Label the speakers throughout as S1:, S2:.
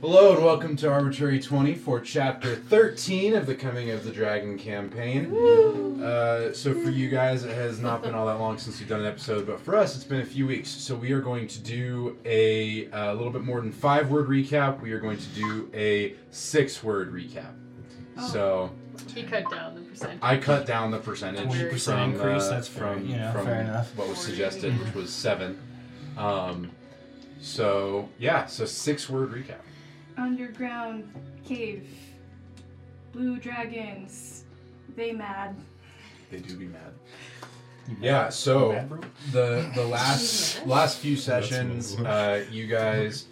S1: Hello and welcome to Arbitrary 20 for Chapter 13 of the Coming of the Dragon campaign. Uh, so, for you guys, it has not been all that long since we've done an episode, but for us, it's been a few weeks. So, we are going to do a, uh little bit more than five word recap. We are going to do a six word recap. So,
S2: He cut down the percentage.
S1: I cut down the percentage.
S2: 20%
S1: from,
S3: increase,
S1: uh,
S3: that's fair,
S1: from,
S3: you know,
S1: from
S3: fair enough.
S1: what was suggested, which was seven. Um, so, yeah, so six word recap.
S4: Underground cave. Blue dragons. They mad.
S1: They do be mad. Yeah, so the the last last few sessions, uh, you guys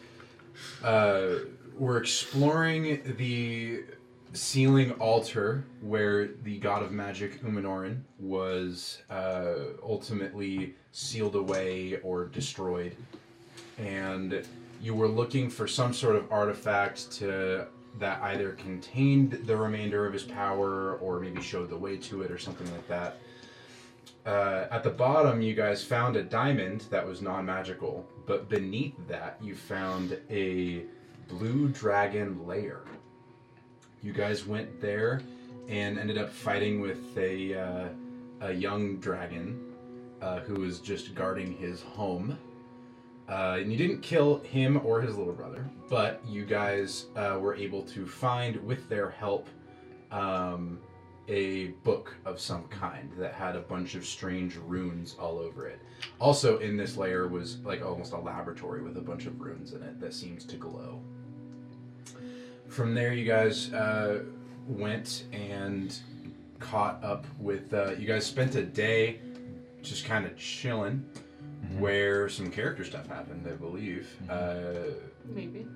S1: uh, were exploring the ceiling altar where the god of magic Umanoran was uh, ultimately sealed away or destroyed, and you were looking for some sort of artifact to that either contained the remainder of his power or maybe showed the way to it or something like that uh, at the bottom, you guys found a diamond that was non magical, but beneath that, you found a blue dragon lair. You guys went there and ended up fighting with a, uh, a young dragon uh, who was just guarding his home. Uh, and you didn't kill him or his little brother, but you guys uh, were able to find, with their help, um, a book of some kind that had a bunch of strange runes all over it. Also, in this layer was like almost a laboratory with a bunch of runes in it that seems to glow. From there, you guys uh, went and caught up with. Uh, you guys spent a day just kind of chilling, where some character stuff happened, I believe. Uh,
S2: Maybe,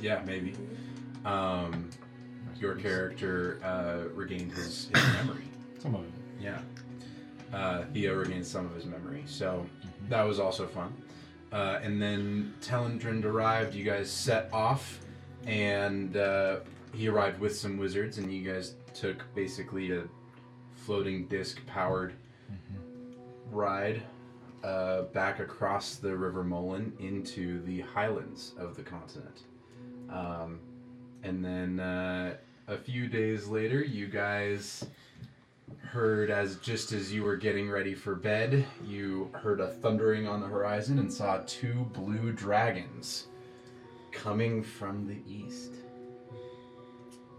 S2: yeah.
S1: yeah, maybe. Um, your character uh, regained his, his memory.
S3: Some of it.
S1: Yeah. Uh, Theo regained some of his memory, so that was also fun. Uh, and then Telendrind arrived. You guys set off, and uh, he arrived with some wizards, and you guys took basically a floating disc powered ride uh, back across the River Mullen into the highlands of the continent. Um, and then uh, a few days later, you guys heard as just as you were getting ready for bed, you heard a thundering on the horizon and saw two blue dragons coming from the east.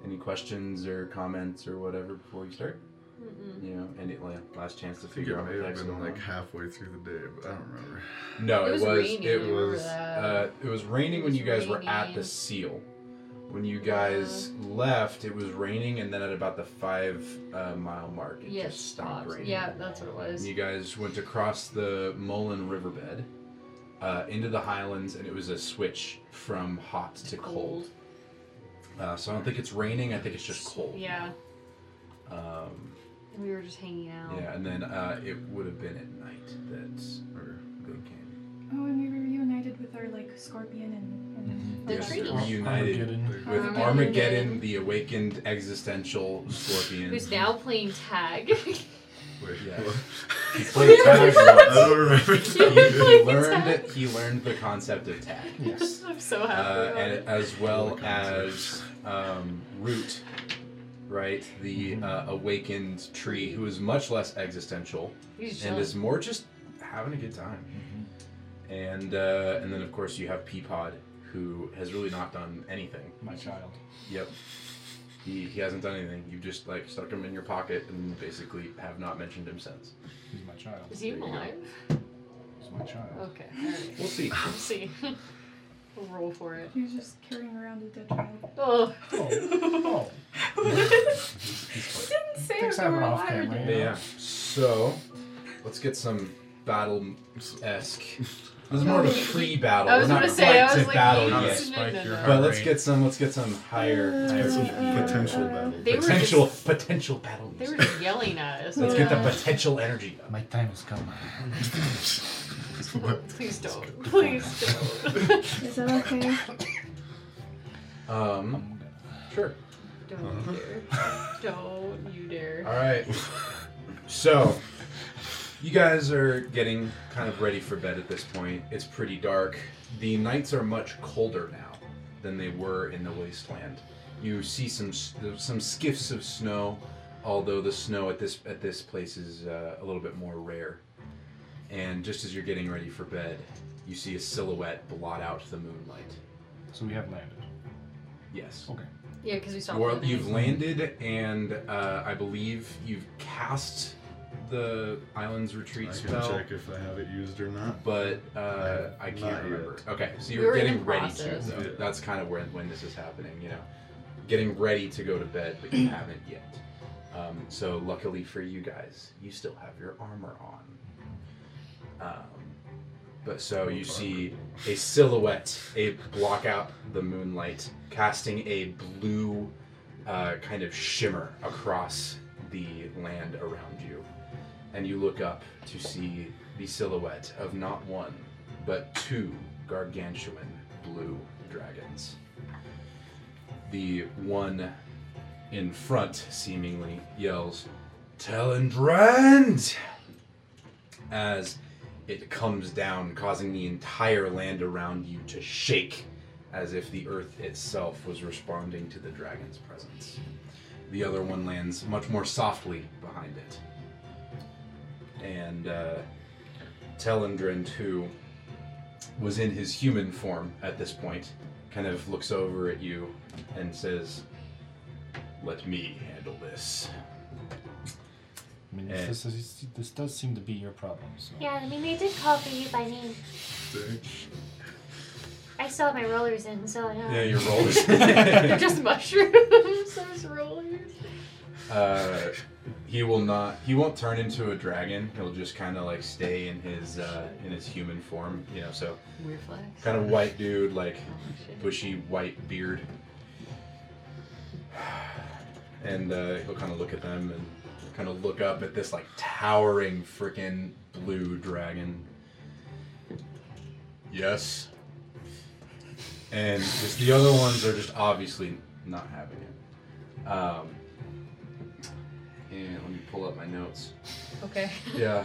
S1: Any questions or comments or whatever before we start?
S2: Mm-hmm.
S1: You know, any la- last chance to
S5: I think it
S1: figure out
S5: may
S1: what the
S5: have
S1: heck's
S5: been
S1: going
S5: like
S1: on.
S5: halfway through the day, but I don't remember.
S1: No,
S2: It
S1: it was. It
S2: was
S1: was.
S2: raining, I
S1: It
S2: remember
S1: was,
S2: that.
S1: uh, it was raining
S2: It
S1: when
S2: was
S1: you guys were at
S2: raining. Uh-huh.
S1: the seal. When you guys left, it was raining, and then at about the five uh, mile mark, it
S2: Yes,
S1: just stopped
S2: stopped.
S1: raining.
S2: Yeah, that's what it was.
S1: And you guys went across the Mullen Riverbed uh, into the highlands, and it was a switch from hot to cold. Uh, so I don't think it's raining. I think it's just cold.
S2: Yeah,
S1: Um,
S2: and we were just hanging out.
S1: yeah, and then uh, it would have been at night that
S5: Or-
S1: they came.
S4: Oh, and we were reunited with our like scorpion and, and
S2: The
S1: Yes,
S2: tree.
S1: reunited
S5: Armageddon.
S1: with
S2: Armageddon.
S1: Armageddon, the awakened existential scorpion.
S2: Who's now playing tag?
S5: Wait,
S1: Yeah.
S5: what?
S1: He played tag
S5: I
S1: once.
S5: don't remember.
S1: He, he
S2: Playing
S1: learned
S2: tag.
S1: he learned the concept of tag.
S3: Yes.
S2: I'm so happy.
S1: uh,
S2: about it.
S1: and as well
S5: Holy
S1: as um, Root, right? The uh, awakened tree, who is much less existential
S2: He's
S1: and
S2: chilling.
S1: is more just having a good time.
S6: Mm-hmm.
S1: And uh, and then of course you have Peapod, who has really not done anything.
S3: My child.
S1: Yep. He, he hasn't done anything. You've just like stuck him in your pocket and basically have not mentioned him since.
S3: He's my child.
S2: Is he
S1: There you
S2: even
S1: go.
S2: alive? Oh.
S3: He's my child.
S2: Okay, alright.
S1: We'll see.
S2: We'll see. we'll roll for it.
S4: he was just carrying around a dead child.
S2: Oh,
S3: Oh.
S4: Didn't say
S3: Things
S4: if we
S3: happen
S4: were
S3: off
S4: alive or
S3: camera.
S4: dead.
S1: But yeah. So let's get some battle esque. This is more of a pre battle.
S2: I was
S1: Oh, We're
S2: gonna
S1: not
S2: say,
S1: quite
S2: I was
S1: to
S2: like,
S1: battle
S2: no,
S5: not
S1: yet.
S5: a spike
S2: no, no,
S5: your
S2: no.
S1: But let's get some. Let's get some higher.
S2: Uh,
S1: higher
S5: It's a potential
S4: Uh,
S5: battle.
S2: They were
S1: potential potential battle.
S2: They were
S1: music.
S2: just yelling at us.
S1: let's get the
S4: Yeah.
S1: potential energy up.
S3: My time has come.
S2: Please don't. Please don't.
S4: Is that okay?
S1: Um, sure.
S2: don't you dare.
S1: Uh-huh.
S2: Don't you dare.
S1: All right. So, you guys are getting kind of ready for bed at this point. It's pretty dark. The nights are much colder now than they were in the wasteland. You see some s- some skiffs of snow, although the snow at this at this place is uh, a little bit more rare. And just as you're getting ready for bed, you see a silhouette blot out the moonlight.
S3: So we have landed.
S1: Yes.
S3: Okay.
S2: Yeah, because we stopped.
S1: Well,
S2: living.
S1: you've landed, and uh, I believe you've cast the island's
S5: I
S1: retreat
S5: can
S1: spell,
S5: check if I have it used or not.
S1: but uh, I
S5: Not
S1: can't
S5: yet.
S1: remember. Okay, so
S2: We
S1: you're
S2: were in
S1: getting
S2: the
S1: ready to.
S2: process.
S1: Though.
S5: Yeah.
S1: That's kind of when when this is happening. You know, getting ready to go to bed, but you haven't yet. Um, so luckily for you guys, you still have your armor on. Um, but so you see a silhouette, a block out the moonlight, casting a blue uh, kind of shimmer across the land around you. And you look up to see the silhouette of not one, but two gargantuan blue dragons. The one in front seemingly yells, Telendrand! As it comes down, causing the entire land around you to shake as if the earth itself was responding to the dragon's presence. The other one lands much more softly behind it. And uh, Telendrin, who was in his human form at this point, kind of looks over at you and says, Let me handle this.
S6: I mean,
S1: Eh.
S6: this, this, this does seem to be your problem. So.
S7: Yeah, I mean, they did call for you by name.
S5: See?
S7: I still have my rollers in, so I don't
S1: Yeah, your rolls.
S2: They're just mushrooms. Those rollers.
S1: uh, he will not. He won't turn into a dragon. He'll just kind of like stay in his uh, in his human form. You know, so
S2: Weird flex.
S1: kind of white dude, like
S2: Oh, shit.
S1: bushy white beard. And uh, he'll kind of look at them and kind of look up at this like towering freaking blue dragon. Yes. And just the other ones are just obviously not having it. Um, and let me pull up my notes.
S2: Okay.
S1: Yeah.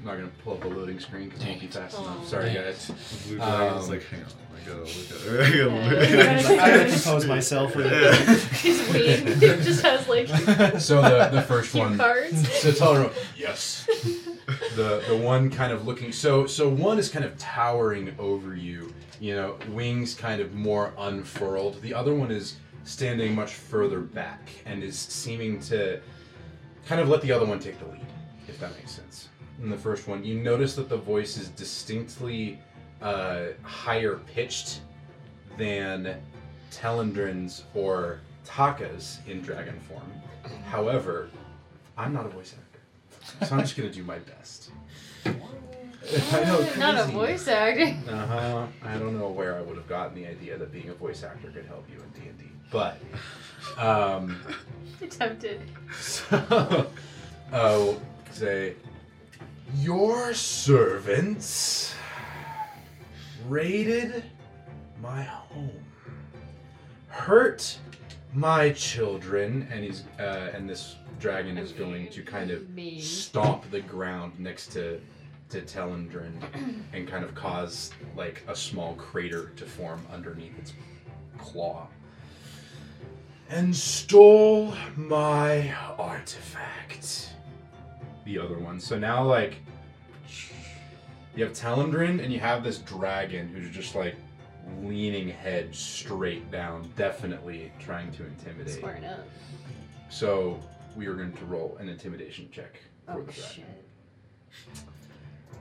S1: I'm not gonna pull up a loading screen because it won't be fast enough. Sorry,
S6: Dang
S1: guys.
S5: The blue dragon's
S1: Um,
S5: like, hang on, I gotta look at I gotta look
S2: Yeah.
S5: at
S6: I gotta compose myself. Really quick.
S2: His wing it just has like
S1: So the the first
S2: cue
S1: one.
S2: cards.
S1: So tell her, yes. the the one kind of looking so so one is kind of towering over you, you know, wings kind of more unfurled. The other one is standing much further back and is seeming to kind of let the other one take the lead, if that makes sense. In the first one, you notice that the voice is distinctly uh, higher pitched than Telendrin's or Taka's in dragon form. However, I'm not a voice actor, so I'm just gonna do my best. I know,
S2: Not a
S1: crazy.
S2: voice actor.
S1: Uh-huh. I don't know where I would have gotten the idea that being a voice actor could help you in D and D, but um,
S2: Attempted.
S1: so I will say, your servants raided my home, hurt my children, and he's uh, and this dragon is going to kind of
S2: Me.
S1: stomp the ground next to to Telendrin and kind of cause like a small crater to form underneath its claw. And stole my artifact. The other one. So now like you have Telendrin and you have this dragon who's just like leaning head straight down, definitely trying to intimidate.
S2: Smarten up.
S1: So we are going to roll an intimidation check for
S2: Oh
S1: the dragon.
S2: shit.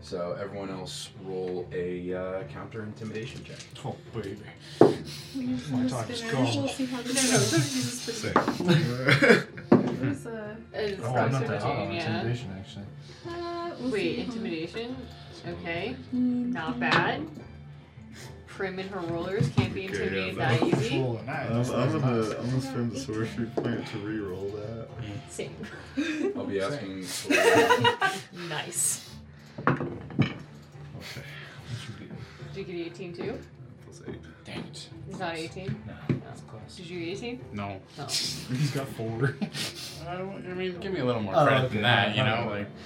S1: So everyone else roll a uh, counter intimidation check.
S3: Oh baby.
S4: We use
S3: My
S4: the
S3: time is
S4: spinner.
S3: gone.
S4: We'll see how this
S2: No, no,
S4: goes.
S5: it. Same.
S4: It was, uh,
S2: It's
S3: Oh, I'm not that
S2: proximity,
S3: hot on
S2: yeah.
S3: intimidation actually.
S4: uh, we'll
S2: Wait,
S4: see.
S2: intimidation. Okay,
S4: Mm,
S2: not
S4: mm.
S2: bad. Prim and her rollers can't be
S5: Okay,
S2: intimidated
S5: yeah,
S2: that easy.
S3: Cool, nice.
S5: I'm, I'm gonna
S3: nice.
S5: I'm gonna spend the sorcery point to re-roll that.
S2: Same.
S1: I'll be asking. For,
S2: Nice.
S5: Okay.
S2: Did you get 18 too?
S5: Plus eight.
S6: Dang it.
S2: Is that 18?
S6: No, that's close.
S2: Did you Oh, get 18?
S8: No.
S2: No.
S6: He's got four.
S8: I, don't- I mean, give me a little more
S6: Oh,
S8: credit
S6: okay.
S8: than that, you
S6: Alright,
S8: know?
S6: alright.
S8: Like,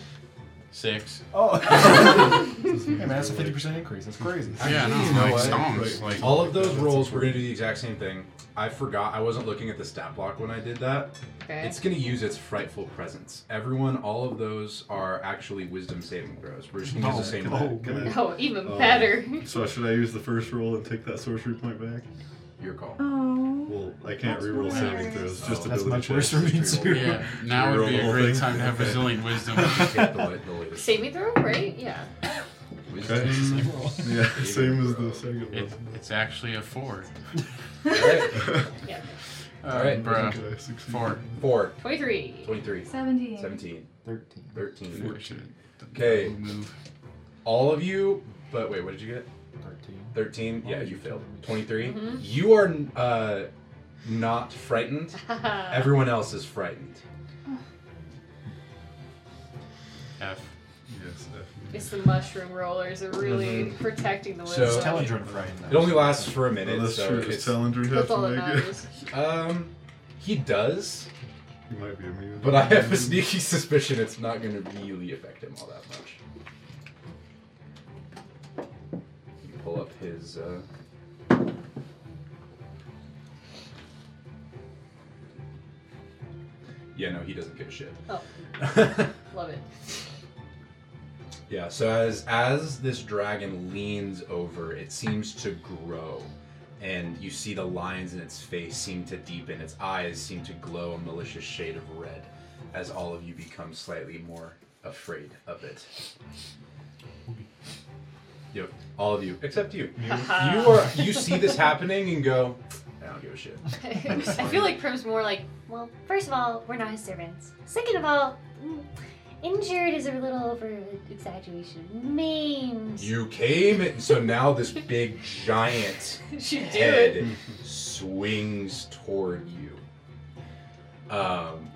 S8: Six.
S6: Oh. hey man, that's a fifty percent increase. That's crazy.
S1: Yeah,
S9: Yeah,
S1: no,
S9: no,
S1: you know
S9: like
S1: what?
S9: stones. Like
S1: All of those rolls, we're gonna do the exact same thing. I forgot I wasn't looking at the stat block when I did that.
S2: Okay.
S1: It's gonna use its frightful presence. Everyone, all of those are actually wisdom saving throws. We're just gonna use the
S6: Oh,
S1: same. roll.
S5: Can I-
S2: No, even
S5: Oh.
S2: better.
S5: So should I use the first roll and take that sorcery point back?
S1: Your call.
S4: Oh.
S5: Well, I can't
S4: That's
S5: reroll saving
S4: worse.
S5: throws.
S1: Oh,
S5: Just
S1: that's
S5: ability
S6: much
S5: checks.
S6: worse for me
S5: Just
S6: too.
S5: reroll.
S9: Yeah, now would be
S5: Reroll the
S9: a
S5: whole
S9: great
S5: thing?
S9: time to have
S5: Okay.
S9: resilient wisdom.
S1: Get the, la- the latest.
S2: Saving throw, right? Yeah.
S5: Okay.
S1: Wisdom.
S5: Yeah, same as the second
S9: It,
S5: one.
S9: it's actually a four.
S2: Yeah.
S1: All right.
S9: Bruh.
S5: Okay, I succeeded.
S9: Four.
S1: Four.
S2: 23.
S1: 23.
S4: 17.
S1: 17.
S6: Thirteen.
S1: 13.
S9: I should've done
S1: Okay.
S9: the Move.
S1: All of you, but wait, what did you get?
S6: Thirteen.
S1: 13. Yeah, you failed. 23.
S2: Mhm.
S1: You are uh, not frightened. Everyone else is frightened.
S9: F.
S5: Yes, definitely.
S2: it's the mushroom rollers are really protecting the
S1: Mm-hmm. So-
S2: wisdom.
S6: It's Teledrin frightened.
S1: It only lasts for a minute,
S5: Unless
S1: so
S5: you're
S1: it's,
S5: Tellinger have
S2: That's all
S5: to
S2: that
S5: make it.
S2: matters.
S1: um, he does,
S5: You might be immune.
S1: but I
S8: Mm-hmm.
S1: have a sneaky suspicion it's not going to really affect him all that much. You pull up his. Uh, yeah, no, he doesn't give a shit.
S2: Oh, love it.
S1: Yeah, so as as this dragon leans over, it seems to grow. And you see the lines in its face seem to deepen, its eyes seem to glow a malicious shade of red as all of you become slightly more afraid of it. Yep, all of you, except you. You, you are you see this happening and go, I don't give a shit.
S7: I feel like Prim's more like,
S2: Well,
S7: first of all, we're not his servants. Second of all, mm, injured is a little over exaggeration. Maimed.
S1: You came, and so now this big giant
S2: she do it.
S1: head swings toward you. Um,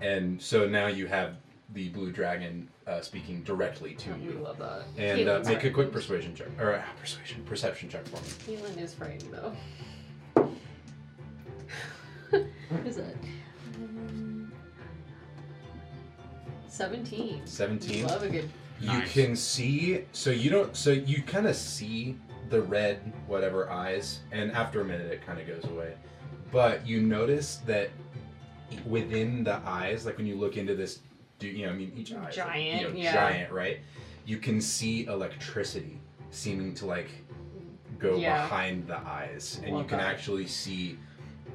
S1: and so now you have the blue dragon uh, speaking directly to
S2: Oh, we
S1: you.
S2: love that.
S1: And uh,
S2: Caitlin's
S1: make a quick
S2: frightened.
S1: persuasion check, or uh, persuasion, perception check for me.
S2: Caitlin is frightened though. is it? Um, 17.
S1: 17.
S2: Love a good.
S1: You
S9: Nice.
S1: can see, so you don't, so you kind of see the red whatever eyes, and after a minute it kind of goes away. But you notice that within the eyes, like when you look into this, do you know? I mean, each eye is, like, you
S2: Giant,
S1: know,
S2: yeah.
S1: giant, right? You can see electricity seeming to like go
S2: Yeah.
S1: behind the eyes, and you
S2: Love
S1: can
S2: that.
S1: actually see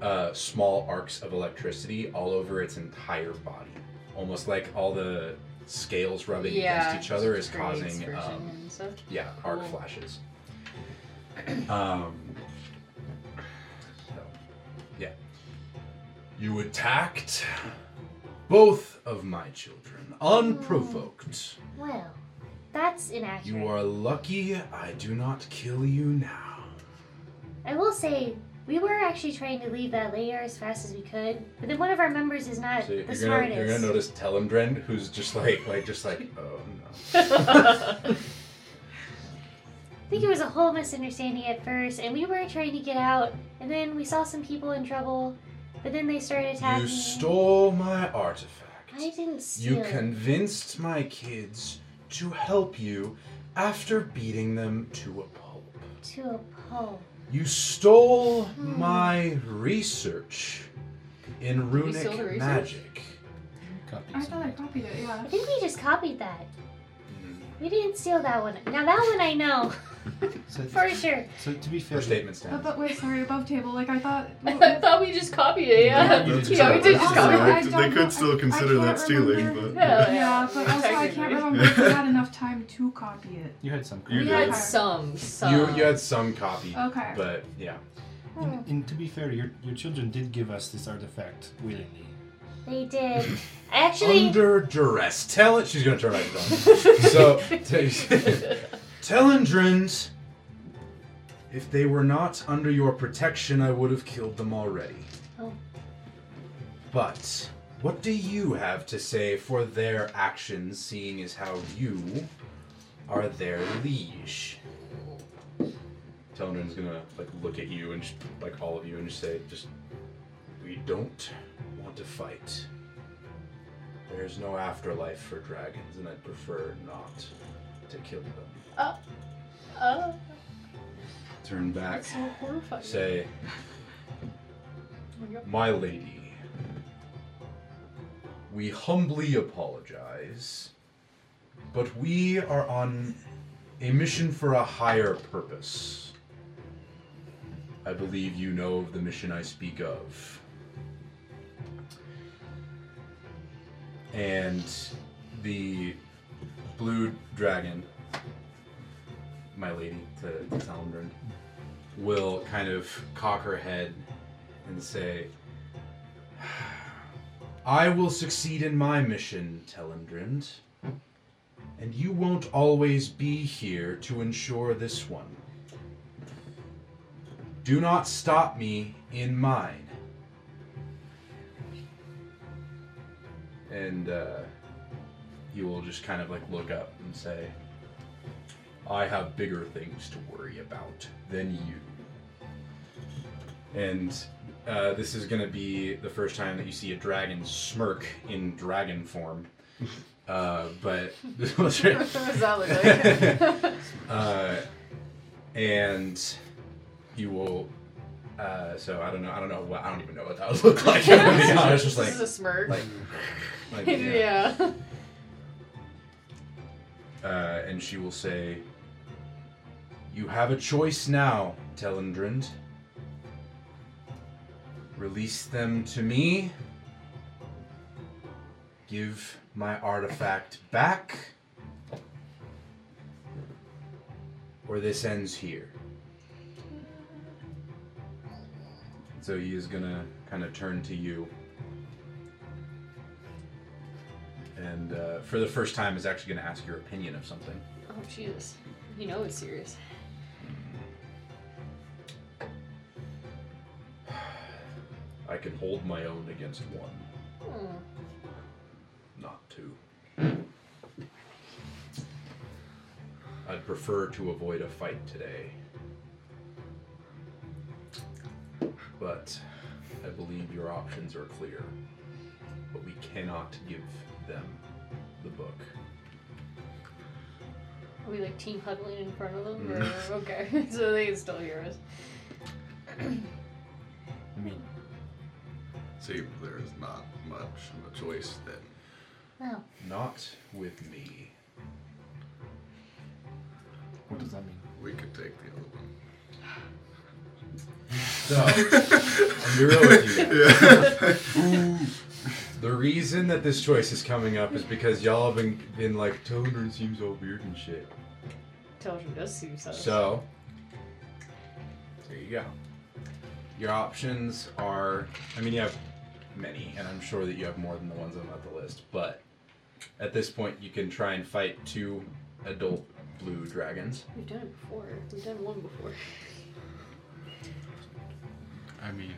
S1: uh, small arcs of electricity all over its entire body, almost like all the scales rubbing
S2: yeah.
S1: against each other is
S2: great
S1: causing
S2: excursion
S1: um,
S2: and stuff.
S1: yeah arc
S2: Cool.
S1: flashes. Um, so, yeah, you attacked both of my children unprovoked.
S2: Oh,
S7: Well, that's inaccurate.
S1: You are lucky I do not kill you now.
S7: I will say, we were actually trying to leave that layer as fast as we could, but then one of our members is not
S1: So
S7: the
S1: you're gonna,
S7: smartest.
S1: you're gonna notice Telemdrend, who's just like like just like oh no.
S7: I think it was a whole misunderstanding at first, and we were trying to get out, and then we saw some people in trouble, but then they started attacking.
S1: You stole my artifact.
S7: I didn't steal.
S1: You convinced my kids to help you after beating them to a pulp.
S7: to a pole.
S1: You stole my research in
S2: we
S1: runic
S2: steal the research?
S1: magic.
S6: Copy
S4: I
S6: some.
S4: thought I copied it, yeah.
S7: I think we just copied that. We didn't steal that one. Now that one I know
S6: So,
S7: for sure.
S6: so to be fair,
S1: Your statement
S4: Uh,
S1: stands.
S4: but wait, sorry, above table. Like, I thought.
S2: I thought we just copied it. Yeah.
S5: That's
S2: Yeah, we did
S5: exactly
S2: just copy.
S5: what I
S4: I
S5: did.
S4: don't
S5: They
S4: know-
S5: could still
S4: I- I
S5: consider that
S4: can't
S5: stealing,
S4: remember.
S5: but.
S2: Yeah.
S4: Yeah, but also I can't
S2: Technically.
S4: remember if we had enough time to copy it.
S6: you had some.
S5: You
S2: We
S5: did.
S2: had some. Some.
S1: you, you had some copy,
S4: Okay.
S1: but yeah.
S6: And,
S2: Hmm.
S6: and to be fair, your your children did give us this artifact willingly.
S7: They did. Actually,
S1: Under duress. Tell it. She's gonna turn back around. so, t- Telendrins, if they were not under your protection, I would have killed them already.
S7: Oh.
S1: But what do you have to say for their actions, seeing as how you are their liege? Telendrin's gonna like look at you and just, like all of you and just say, just we don't want to fight. There's no afterlife for dragons, and I'd prefer not to kill them.
S2: Oh,
S1: Turn back,
S2: that's so horrifying.
S1: say,
S2: Oh my God.
S1: My lady, we humbly apologize, but we are on a mission for a higher purpose. I believe you know of the mission I speak of. And the blue dragon, my lady, to, to Talendrin, will kind of cock her head and say, I will succeed in my mission, Telendrind, and you won't always be here to ensure this one. Do not stop me in mine. And uh, you will just kind of like look up and say, I have bigger things to worry about than you. And uh, this is going to be the first time that you see a dragon smirk in dragon form. Uh, but
S2: what does that look like?
S1: uh, and you will. Uh, so I don't know. I don't know. What, I don't even know what that would look like. I was just
S2: this
S1: like,
S2: is a smirk.
S1: like, like yeah.
S2: yeah.
S1: Uh, and she will say, "You have a choice now, Telendrind. Release them to me. Give my artifact back, or this ends here." So he is gonna kind of turn to you. And uh, for the first time, is actually going to ask your opinion of something.
S2: Oh Jesus, you know it's serious.
S1: I can hold my own against one,
S2: Hmm.
S1: not two. I'd prefer to avoid a fight today. But I believe your options are clear. But we cannot give them the book.
S2: Are we like team huddling in front of them?
S1: Mm.
S2: Or... okay, so they can still hear us.
S6: I mean,
S5: See, there is not much of a choice then.
S7: No.
S1: Not with me.
S6: what does that mean?
S5: We could take the other one.
S1: So, I'm real with you.
S5: Yeah.
S1: The reason that this choice is coming up is because y'all have been, been like, Toner seems all weird and shit.
S2: Television does seem sus.
S1: So, there you go. Your options are I mean, you have many, and I'm sure that you have more than the ones on the list, but at this point, you can try and fight two adult blue dragons.
S2: We've done it before. We've done one before.
S9: I mean,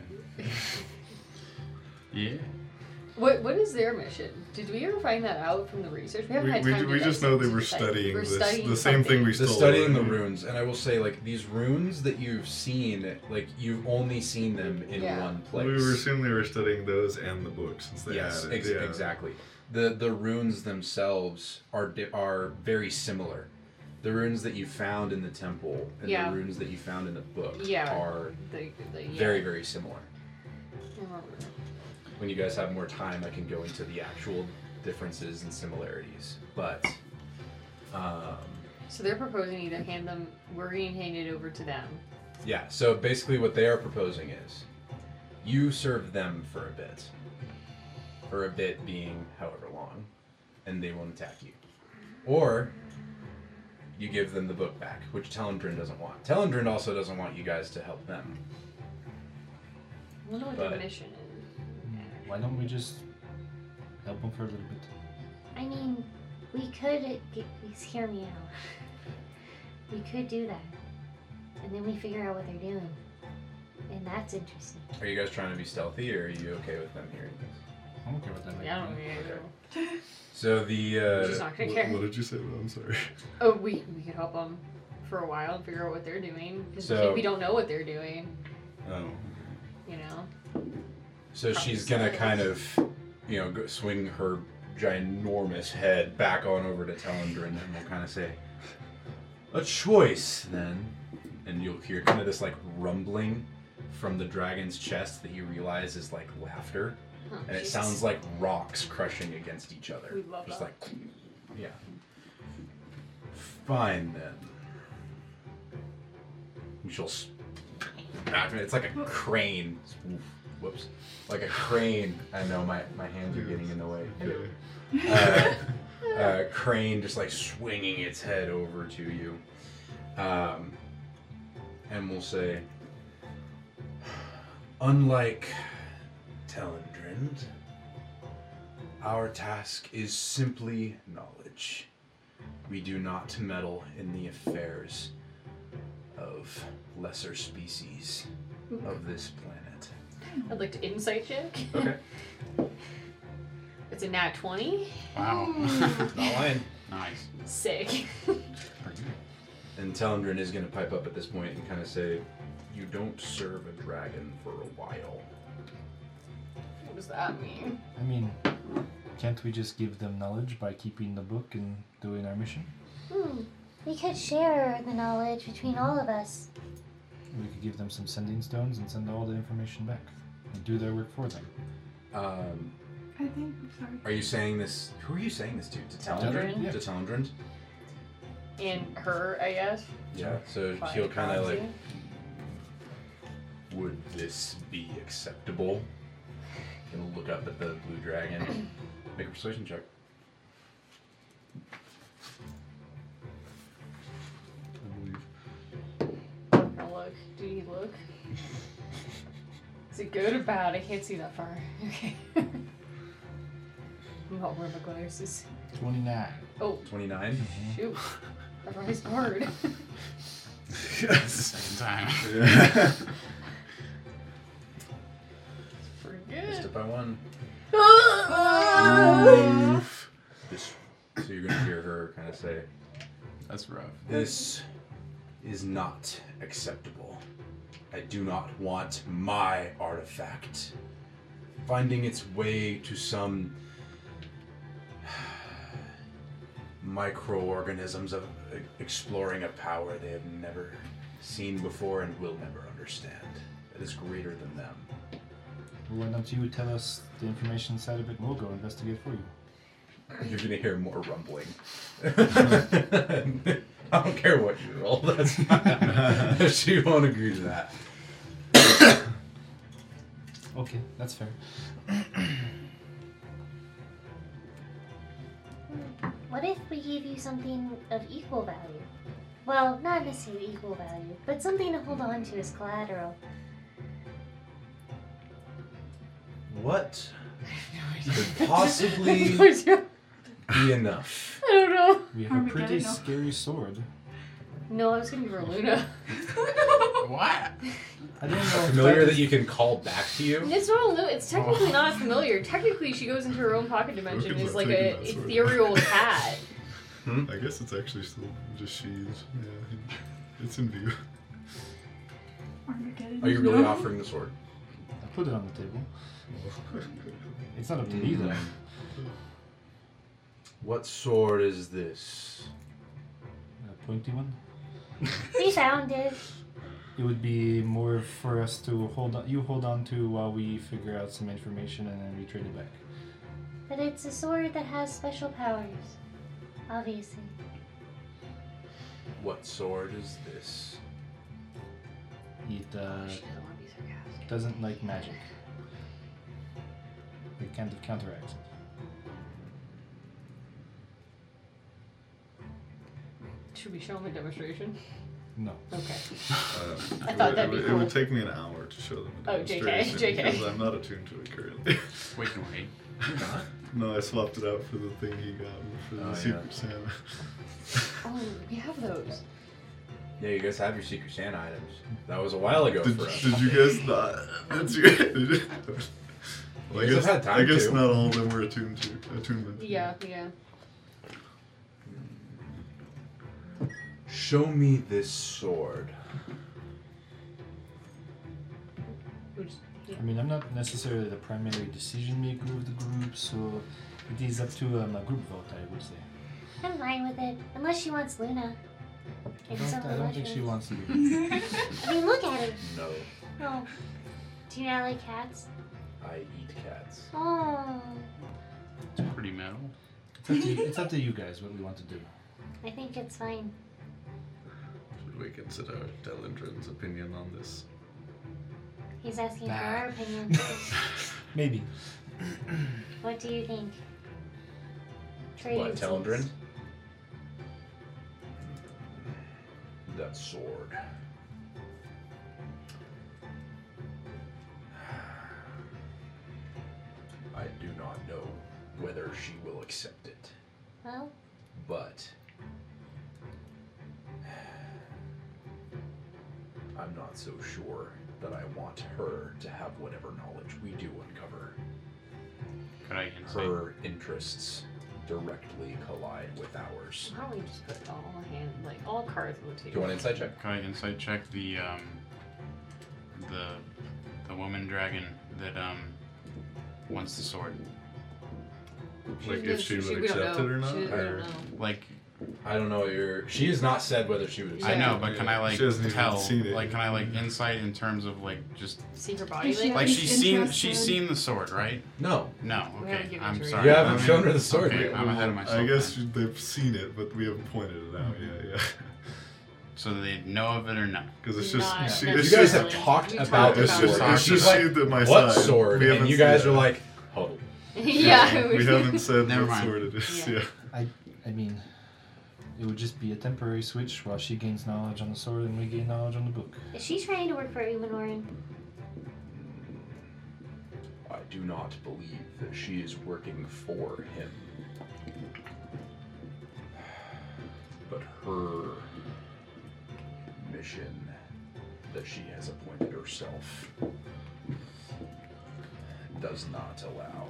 S9: yeah.
S2: What What is their mission? Did we ever find that out from the research? We haven't
S5: we,
S2: had
S5: we,
S2: time.
S5: we
S2: to
S5: just
S2: dissect
S5: know they
S2: it.
S5: were
S2: It's like
S5: studying
S2: we're
S5: this.
S2: studying
S5: the same
S2: something.
S5: thing we
S1: The
S5: still
S1: studying the
S5: learned.
S1: runes, and I will say, like, these runes that you've seen, like, you've only seen them in
S2: Yeah.
S1: one place.
S5: We were assuming they were studying those and the books since they
S1: yes,
S5: had it.
S1: ex-
S5: yeah.
S1: exactly. The the runes themselves are di- are very similar. The runes that you found in the temple and
S2: Yeah.
S1: the runes that you found in the book
S2: Yeah.
S1: are
S2: The, the, yeah.
S1: very very similar.
S2: I remember.
S1: When you guys have more time, I can go into the actual differences and similarities. But um,
S2: So they're proposing either hand them. We're going to hand it over to them.
S1: yeah, so basically what they are proposing is you serve them for a bit, for a bit being however long, and they won't attack you. Or you give them the book back, which Telendrin doesn't want. Telendrin also doesn't want you guys to help them.
S2: I wonder what
S1: But-
S2: their mission is.
S6: Why don't we just help him for a little bit?
S7: I mean, we could. g- Please hear me out. We could do that. And then we figure out what they're doing. And that's interesting.
S1: Are you guys trying to be stealthy, or are you okay with them hearing this?
S6: I'm okay with that.
S2: Yeah, I don't
S6: like,
S2: really know.
S1: So the uh,
S2: She's not going to
S5: What,
S2: care.
S5: what did you say? though? I'm sorry.
S2: Oh, we, we could help them for a while and figure out what they're doing. Because
S1: So-
S2: we don't know what they're doing,
S5: Oh.
S2: you know?
S1: So she's gonna kind of, you know, go, swing her ginormous head back on over to Telendrin and will kind of say, "A choice, then." And you'll hear kind of this like rumbling from the dragon's chest that you realize is like laughter,
S2: Oh,
S1: and it sounds like rocks crushing against each other.
S2: We love
S1: Just
S2: that.
S1: like, yeah. Fine then. You shall. s- It's like a crane. Whoops. Like a crane. I know my, my hands are getting in the way. Uh, uh, crane just like swinging its head over to you. Um, and we'll say, unlike Telendrind, our task is simply knowledge. We do not meddle in the affairs of lesser species of this planet.
S2: I'd like to insight check.
S1: Okay.
S2: It's a nat 20.
S9: Wow.
S1: Not lying.
S9: nice.
S2: Sick.
S9: Pretty good.
S1: And Talendrin is going to pipe up at this point and kind of say, You don't serve a dragon for a while.
S2: what does that mean?
S6: I mean, can't we just give them knowledge by keeping the book and doing our mission?
S7: Hmm. We could share the knowledge between all of us.
S6: We could give them some sending stones and send all the information back and do their work for them.
S1: Um,
S4: I think. Sorry.
S1: are you saying this? Who are you saying this to? To
S2: Talendrin?
S1: Talendrin?
S6: Yeah.
S1: To Talendrin?
S2: And her, I guess.
S1: Yeah. So
S2: By
S1: he'll kind of like,
S2: proxy.
S1: Would this be acceptable? He'll look up at the blue dragon. Make a persuasion check.
S5: I believe.
S2: I'll look. Did he look? Is it good or bad? I can't see that far. Okay. I'm not wearing my glasses.
S6: 29.
S2: Oh,
S1: 29?
S2: shoot. I revised the word.
S5: yes.
S9: Second time.
S5: Yeah.
S2: Pretty
S1: Missed
S2: good.
S1: it by one.
S2: Ah!
S1: This, so you're going to hear her kind of say,
S9: That's rough.
S1: This is not acceptable. I do not want my artifact finding its way to some microorganisms of e-, exploring a power they have never seen before and will never understand. That is greater than them.
S6: Why don't you tell us the information side of it and we'll go investigate for you?
S1: You're gonna hear more rumbling. I don't care what you roll. That's not, she won't agree to that.
S6: Okay, that's fair.
S7: What if we gave you something of equal value? Well, not necessarily equal value, but something to hold on to as collateral.
S1: What
S2: No
S1: could
S2: idea.
S1: possibly
S2: I
S1: be enough?
S2: don't know.
S6: We have a
S4: Armageddon,
S6: pretty
S4: no.
S6: scary sword.
S2: No, I was gonna give her Luna.
S9: What?
S6: I don't
S1: Oh,
S6: know. if
S1: Familiar
S6: that
S1: that
S6: is-
S1: you can call back to you?
S2: It's not a Luna. It's technically not familiar. Technically, she goes into her own pocket dimension
S5: Okay,
S2: as like
S5: but taking
S2: a
S5: that sword.
S2: ethereal cat.
S5: I guess it's actually still just she's. Yeah. It's in view.
S4: Armageddon.
S1: Are you really
S4: no.
S1: offering the sword?
S6: I put it on the table. It's not up to me
S1: Mm-hmm.
S6: though.
S1: What sword is this?
S6: A pointy one.
S7: We found it.
S6: It would be more for us to hold on. You hold on to while we figure out some information and then we trade it back.
S7: But it's a sword that has special powers. Obviously.
S1: What sword is this?
S6: It uh,
S2: She doesn't want to be sarcastic.
S6: doesn't like magic. It kind of counteracts. it.
S2: Should we show him a demonstration?
S6: No.
S2: Okay. I
S5: Um, it
S2: thought
S5: would-
S2: that'd
S5: it
S2: be
S5: would, It
S2: cool.
S5: would take me an hour to show them. a
S2: Oh, JK,
S5: demonstration
S2: JK.
S5: Because I'm not attuned to it currently.
S9: We can wait.
S5: no, I swapped it out for the thing he got me for the
S1: Oh,
S5: Secret
S1: yeah.
S5: Santa.
S2: Oh, we have those.
S1: Yeah, you guys have your Secret Santa items. That was a while ago
S5: Did,
S1: for us.
S5: did you guys not? That's your. Well, I
S1: You guys have
S5: guess,
S1: had time
S5: I guess
S1: to.
S5: not all of them were attuned to attunement. to.
S2: Yeah, yeah.
S1: Show me this sword.
S2: We'll just-
S6: I mean, I'm not necessarily the primary decision maker of the group, so It is up to um, a group vote, I would say.
S7: I'm fine with it. Unless she wants Luna.
S6: I
S7: If it's
S6: don't,
S7: something
S6: I don't
S7: like
S6: think she
S7: this.
S6: wants you.
S7: I mean, look at her.
S1: No,
S7: Oh. Do you not like cats?
S1: I eat cats.
S7: Oh.
S9: It's pretty metal.
S6: It's up to you, it's up to you guys what we want to do.
S7: I think it's fine.
S8: Should we consider Delendrin's opinion on this?
S7: He's asking for
S6: Ah.
S7: our opinion.
S6: Maybe.
S7: what do you think? Trade
S1: What,
S7: insults.
S1: Telendrin? That sword. I do not know whether she will accept it,
S7: Well,
S1: but I'm not so sure that I want her to have whatever knowledge we do uncover.
S9: Could I insight?
S1: Her interests directly collide with ours.
S2: Why don't we just put all hand, like all cards on the table?
S1: Do you want an insight check?
S9: Could I insight check the um, the the woman dragon that um wants the sword?
S2: She's
S8: Like,
S2: gonna-
S8: if she would
S2: we don't
S8: accept it
S2: know.
S8: or not,
S2: She, we don't
S8: or-
S2: know.
S9: Like
S1: I don't know your. She has not said whether she would.
S9: I
S1: accept
S9: know,
S1: it.
S9: but can I
S8: Yeah.
S9: like
S8: She hasn't even
S9: tell?
S8: seen it.
S9: Like, can I like insight in terms of like just
S2: See her body
S4: Is she-
S2: language.
S9: like
S4: least
S9: she's seen
S4: interested.
S9: she's seen the sword, right?
S1: No.
S9: No,
S2: We haven't
S9: okay,
S2: given it
S9: I'm
S2: to her
S9: sorry.
S2: yet.
S1: You haven't
S9: I'm-
S1: shown her the sword
S9: Okay,
S1: yet.
S9: I'm ahead of myself.
S8: I guess
S9: then.
S8: they've seen it, but we haven't pointed it out. Yeah, yeah.
S9: so. They know of it or not?
S8: Because it's just
S2: Not
S8: she,
S2: necessarily.
S8: it's
S1: You guys
S8: just,
S1: have talked
S2: We
S1: about
S2: talked
S1: the
S2: about
S8: it's
S1: sword.
S8: just,
S2: it.
S8: it's
S1: And she's
S8: just
S1: like,
S8: she at my
S1: what
S8: side.
S1: sword?
S8: We
S1: And
S8: haven't
S1: you guys
S8: seen
S1: are
S8: it.
S1: like, huddle.
S2: yeah,
S8: we haven't said
S9: Never
S8: what
S9: mind.
S8: sword it is.
S2: Yeah.
S8: Yeah.
S6: I, I mean, it would just be a temporary switch while she gains knowledge on the sword and we gain knowledge on the book.
S7: is she trying to work for Uman Warren?
S1: I do not believe that she is working for him. But her mission that she has appointed herself does not allow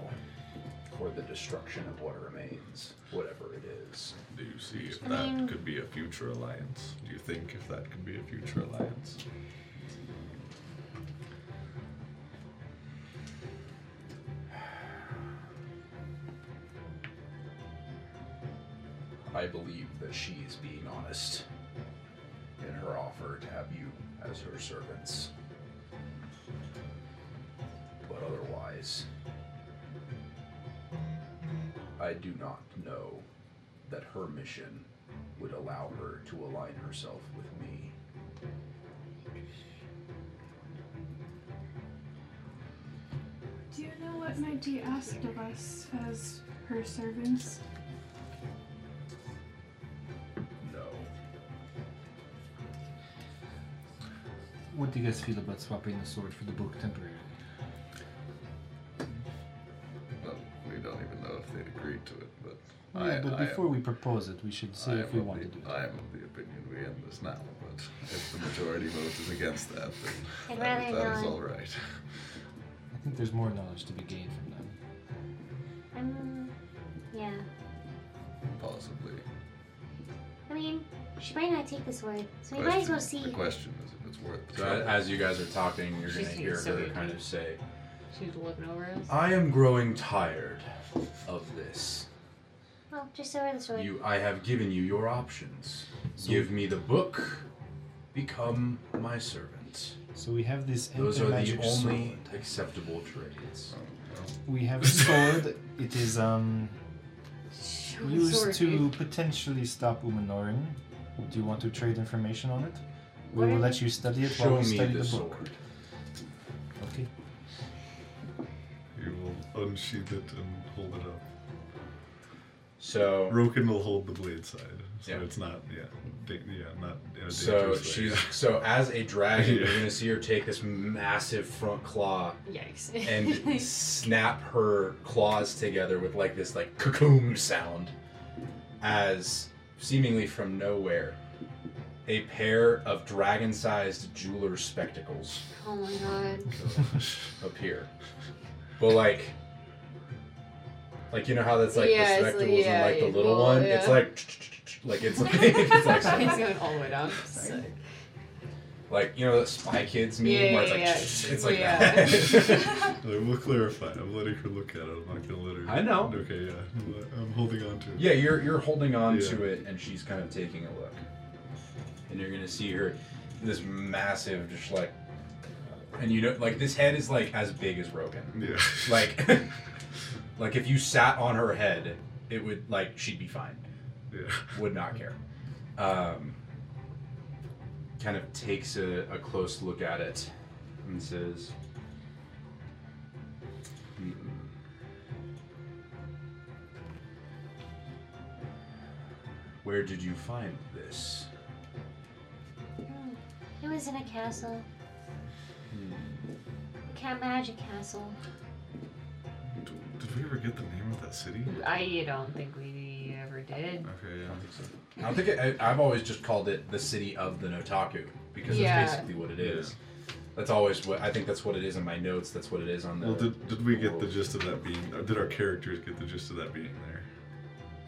S1: for the destruction of what remains, whatever it is.
S8: Do you see if
S7: I
S8: that
S7: mean-
S8: could be a future alliance? Do you think if that could be a future alliance?
S1: I believe that she is being honest in her offer to have you as her servants. But otherwise, I do not know that her mission would allow her to align herself with me.
S4: Do you know what might be asked of us as her servants?
S1: No.
S6: What do you guys feel about swapping the sword for the book temporarily?
S8: Well, we don't even know if they'd agreed to it, but.
S6: Yeah,
S8: I,
S6: but
S8: I
S6: before
S8: am,
S6: we propose it, we should see
S8: I
S6: if
S8: am
S6: we
S8: of
S6: want
S8: the,
S6: to do it.
S8: I am of the opinion we end this now, but if the majority vote is against that, then
S7: I'd
S8: that,
S7: rather
S8: that is
S7: not.
S8: all right.
S6: I think there's more knowledge to be gained from that.
S7: Um, yeah.
S8: Possibly.
S7: I mean, she might not take the sword, so we might as
S8: Question-
S7: well see.
S8: The question is if it's worth the
S1: So
S8: trouble.
S1: as you guys are talking, you're
S2: She's
S1: going to
S2: thinking
S1: hear
S2: so
S1: her
S2: good.
S1: kind of say,
S2: she's looking over us.
S1: I am growing tired of this.
S7: Well, just show her the sword.
S1: You, I have given you your options.
S6: So-
S1: Give me the book, become my servant.
S6: So we have this
S1: Those are the
S6: anti-magic
S1: only
S6: sword.
S1: acceptable trades.
S8: Oh, well.
S6: We have a sword. it is um
S2: Show the
S6: used
S2: sword,
S6: to
S2: dude.
S6: potentially stop Umanorin. Do you want to trade information on it? We
S7: Where-
S6: will let you study it
S1: Show
S6: while we
S1: me
S6: study
S1: the
S6: book.
S1: sword.
S6: Okay.
S8: You will unsheath it and hold it up.
S1: So,
S8: Roken will hold the blade side, so
S1: Yeah.
S8: it's not yeah, da- yeah, not in a
S1: so
S8: dangerous way.
S1: she's so as a dragon,
S8: Yeah.
S1: you're gonna see her take this massive front claw
S2: Yikes.
S1: and snap her claws together with like this like cocoon sound as seemingly from nowhere a pair of dragon-sized jeweler spectacles
S2: oh my god.
S1: appear but like like you know how that's like
S2: Yeah,
S1: the
S2: it's like-
S1: spectacles
S2: yeah,
S1: and like
S2: yeah,
S1: the little
S2: well,
S1: one
S2: yeah.
S1: it's like like it's like it's like
S2: It's going all the way down. Sick.
S1: like you know the Spy Kids meme
S2: Yeah,
S1: where it's
S2: yeah,
S1: like
S2: yeah.
S1: it's like
S2: Yeah.
S1: that.
S8: Like, we'll clarify. I'm letting her look at it. I'm not gonna let her.
S1: I know.
S8: Okay, yeah. I'm, I'm holding on to it.
S1: yeah, you're you're holding on
S8: Yeah.
S1: to it, and she's kind of taking a look, and you're gonna see her this massive, just like, and you know, like this head is like as big as Rogan.
S8: Yeah.
S1: Like, like if you sat on her head, it would like she'd be fine.
S8: yeah.
S1: would not care. Um, kind of takes a, a close look at it and says, "Mm-mm. Where did you find this?
S7: Oh, It was in a castle.
S1: Hmm.
S7: A cat magic castle.
S8: D- Did we ever get the name of that city?
S2: I don't think we ever did.
S8: Okay,
S1: I
S8: yeah.
S1: don't think so. I don't think it, I, I've always just called it the city of the Notaku because
S2: Yeah.
S1: that's basically what it is. That's always what I think. That's what it is in my notes. That's what it is on the.
S8: Well, did, did we get the gist of that being? Or did our characters get the gist of that being there?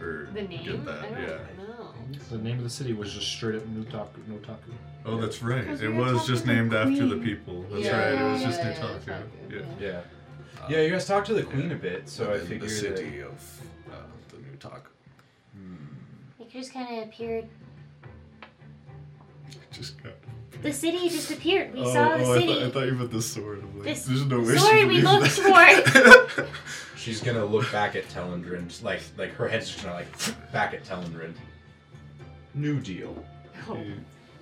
S8: Or
S2: The name?
S8: Get that?
S2: I don't
S8: yeah.
S2: know.
S6: The name of the city was just straight up Notaku. Notaku.
S8: Oh, that's right.
S4: 'Cause
S8: It
S4: we were
S8: was just
S4: talking to
S8: named
S4: the
S8: after the
S4: queen.
S8: people. That's
S2: Yeah,
S8: right. It was
S2: yeah,
S8: just
S2: yeah,
S8: Nutaku.
S2: yeah,
S8: Yeah.
S2: Nutaku,
S1: yeah, yeah. You guys talked to the queen
S8: yeah.
S1: a bit, so I
S8: in
S1: figured
S8: the
S1: that-
S8: city of uh, the new talk.
S7: It just kind of appeared.
S8: Just got.
S7: The city just appeared. We
S8: oh,
S7: saw the
S8: oh, I,
S7: city.
S8: thought, I thought you meant the sword. I'm like,
S7: This
S8: there's no way. she
S7: sword we
S8: believes
S7: looked
S8: that.
S1: She's gonna look back at Telendrin, just like like her head's just gonna like back at Telendrin. New deal.
S2: Oh,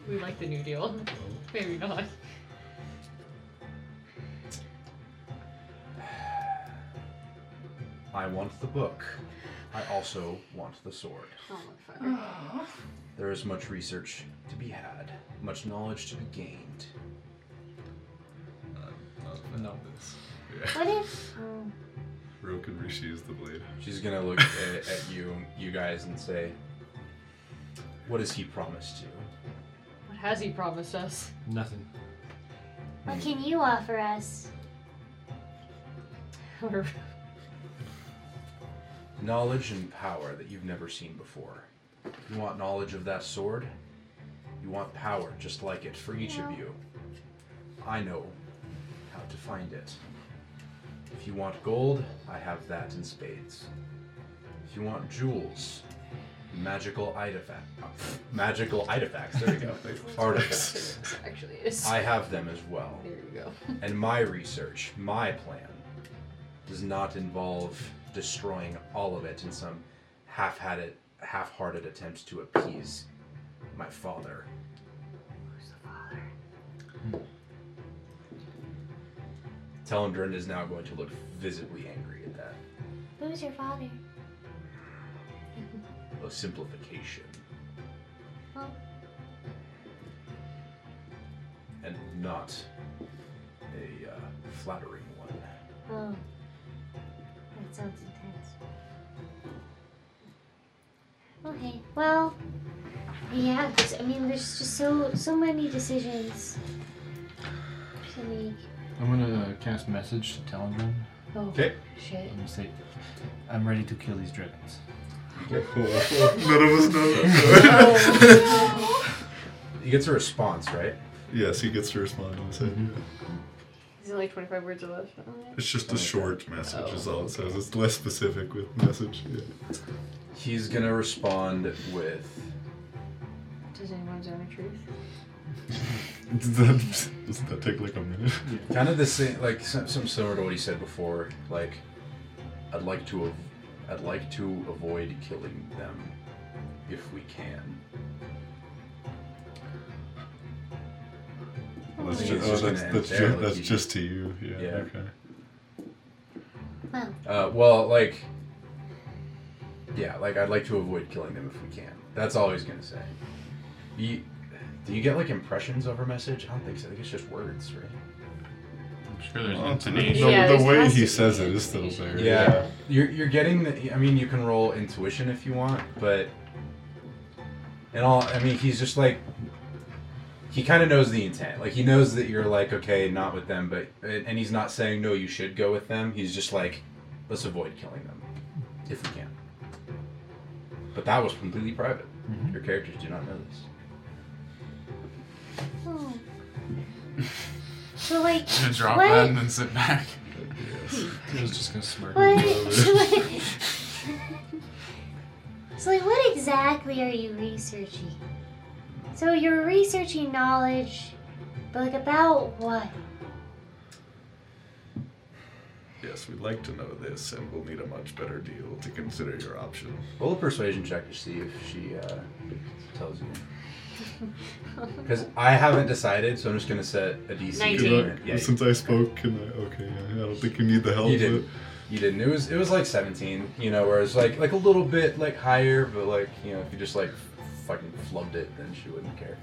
S2: we like the New Deal. Maybe not.
S1: I want the book. I also want the sword.
S2: Oh, motherfucker.
S1: There is much research to be had, much knowledge to be gained.
S6: No.
S8: yeah.
S7: What if? Oh,
S8: Roken Rishi is the blade.
S1: She's gonna look at, at you you guys and say, "What has he promised you?"
S2: What has he promised us?
S6: Nothing.
S7: what can you offer us?
S2: Or-
S1: Knowledge and power that you've never seen before. You want knowledge of that sword? You want power just like it for each of you. I know how to find it. If you want gold, I have that in spades. If you want jewels, magical artifact, magical artifacts. There we go. Artifacts.
S2: Actually, it is.
S1: I have them as well.
S2: There you go.
S1: And my research, my plan, does not involve destroying all of it in some half-hearted, half-hearted attempt to appease my father.
S7: Who's the father?
S1: Telendrin is now going to look visibly angry at that.
S7: Who's your father?
S1: A simplification.
S7: Well,
S1: and not a uh, flattering one.
S7: oh, that sounds intense. Okay. Well, yeah. 'cause, I mean, there's just so so many decisions to make.
S6: I'm gonna cast message to Telendrin.
S2: Oh,
S1: Okay.
S2: shit.
S6: I'm gonna say, I'm ready to kill these dragons.
S8: None of us know that.
S2: Oh,
S1: He gets a response, right?
S8: yes, he gets to respond and say,
S2: Is it like 25 words or less?
S8: It's just a short message, is all it says. It's less specific with message. Yeah.
S1: He's gonna respond with
S2: Does anyone zone a truth?
S8: Does that, doesn't that take like a minute?
S1: kind of the same, like some, some similar to what he said before. Like, I'd like to, av- I'd like to avoid killing them if we can.
S8: That's
S1: It's
S8: just,
S1: just
S8: oh, that's,
S1: gonna
S8: that's,
S1: end there,
S8: ju-
S1: like
S8: that's
S1: you-
S8: just to you. Yeah,
S1: Yeah.
S8: okay.
S7: Well,
S1: Uh, well, like, yeah, like I'd like to avoid killing them if we can. That's all he's gonna say. You, do you get like impressions over message? I don't think so. I think it's just words, right?
S9: I'm sure there's
S8: Well, the,
S9: intonation.
S2: Yeah,
S8: the
S2: there's
S8: way
S2: has to
S8: he
S2: be
S8: says it is still there.
S2: intonation.
S1: Yeah, you're you're getting the. I mean, you can roll intuition if you want, but and all. I mean, he's just like he kind of knows the intent. Like he knows that you're like okay, not with them, but and and he's not saying no, you should go with them. He's just like let's avoid killing them if we can. But that was completely private. Your characters do not know this.
S7: oh, So like,
S9: Should drop
S7: what?
S9: that and uh, then sit back.
S6: I was just gonna smirk.
S7: What? so, like, what exactly are you researching? So, you're researching knowledge, but, like, about what?
S5: Yes, we'd like to know this, and we'll need a much better deal to consider your option.
S1: Roll a persuasion check to see if she uh, tells you. Because I haven't decided, so I'm just gonna set a DC.
S2: 19.
S1: on it. Yeah, you-
S5: Since I spoke, can I? Okay, yeah, I don't think you need the help.
S1: You did. You didn't. It was it was like 17, you know, where it's like like a little bit like higher, but like you know, if you just like fucking flubbed it, then she wouldn't care.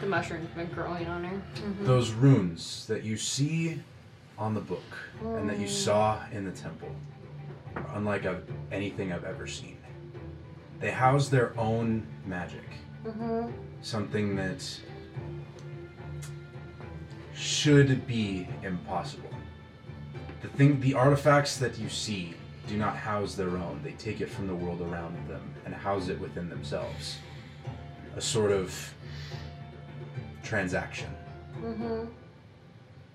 S2: The mushroom's been growing on her.
S7: Mm.
S1: Those runes that you see on the book and that you saw in the temple are unlike I've, anything I've ever seen. They house their own magic.
S7: Mm-hmm.
S1: something that should be impossible. The thing, the artifacts that you see do not house their own. They take it from the world around them and house it within themselves. A sort of transaction.
S7: Mm-hmm.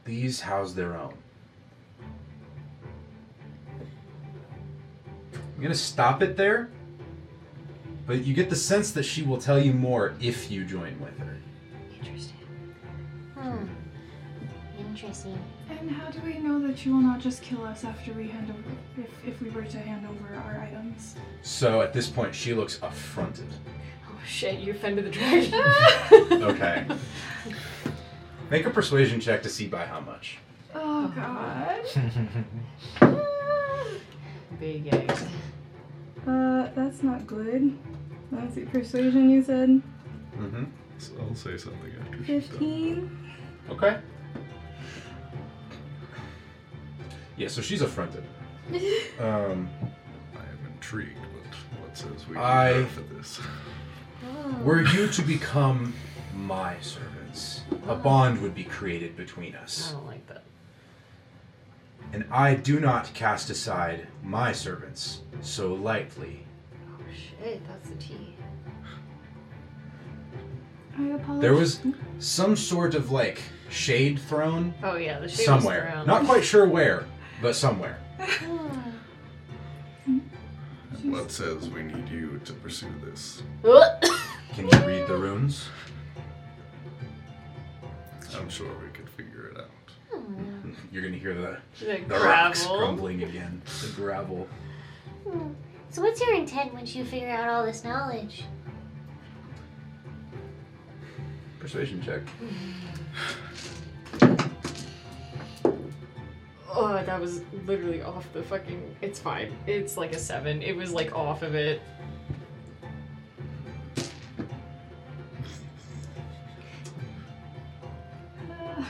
S1: These house their own. I'm gonna stop it there, but you get the sense that she will tell you more if you join with her.
S7: Interesting. Hmm. Interesting.
S4: And how do we know that you will not just kill us after we hand over, if, if we were to hand over our items?
S1: So at this point, she looks affronted.
S2: Oh shit, you offended the dragon.
S1: Okay. Make a persuasion check to see by how much.
S4: Oh god.
S2: Big yikes.
S4: Uh, that's not good. Let's see, persuasion you said?
S1: Mm-hmm.
S5: So I'll say something after she's done.
S4: 15?
S1: Okay. Yeah, so she's affronted. Um,
S5: I am intrigued, but what says we
S1: I-
S5: can for this?
S1: were you to become my servants, a bond would be created between us.
S2: I don't like that.
S1: And I do not cast aside my servants so lightly.
S2: Oh shit, that's the tea.
S4: I apologize.
S1: There was some sort of like shade thrown
S2: Oh yeah, the shade was
S1: somewhere.
S2: around.
S1: Not quite sure where, but somewhere.
S7: Hmm.
S5: What says we need you to pursue this?
S1: Can you read the runes?
S5: I'm sure we could figure it out.
S7: Hmm.
S1: You're gonna hear the,
S2: the
S1: the rocks
S2: gravel.
S1: crumbling again. The gravel.
S7: Hmm. So, what's your intent once you figure out all this knowledge?
S1: Persuasion check.
S2: Oh, that was literally off the fucking. It's fine. It's like a seven. It was like off of it.
S4: Uh,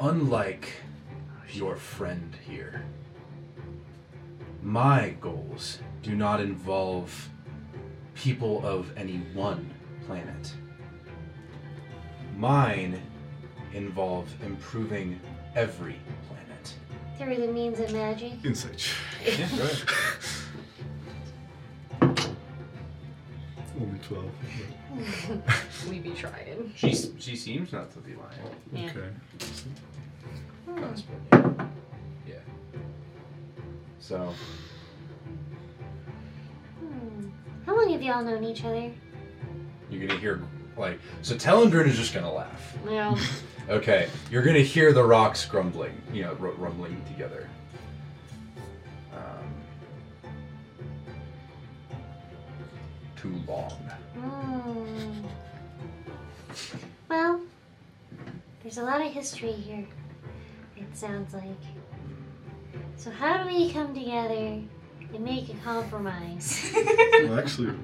S1: Unlike your friend here, my goals do not involve people of any one planet. Mine involve improving every planet.
S7: Through the means of magic?
S5: Insight. check.
S1: Yeah, go ahead.
S5: Only 12.
S2: We be trying.
S1: She, she seems not to be lying.
S2: Yeah.
S5: Okay.
S7: Hmm.
S1: Husband, yeah. yeah. So,
S7: Hmm. How long have y'all known each other?
S1: You're gonna hear like so. Telendrin is just gonna laugh.
S2: Well,
S1: Okay, you're gonna hear the rocks grumbling, you know, r- rumbling together. Um, too long.
S7: Mm. Well, there's a lot of history here, it sounds like. So, how do we come together and make a compromise?
S5: Well, actually,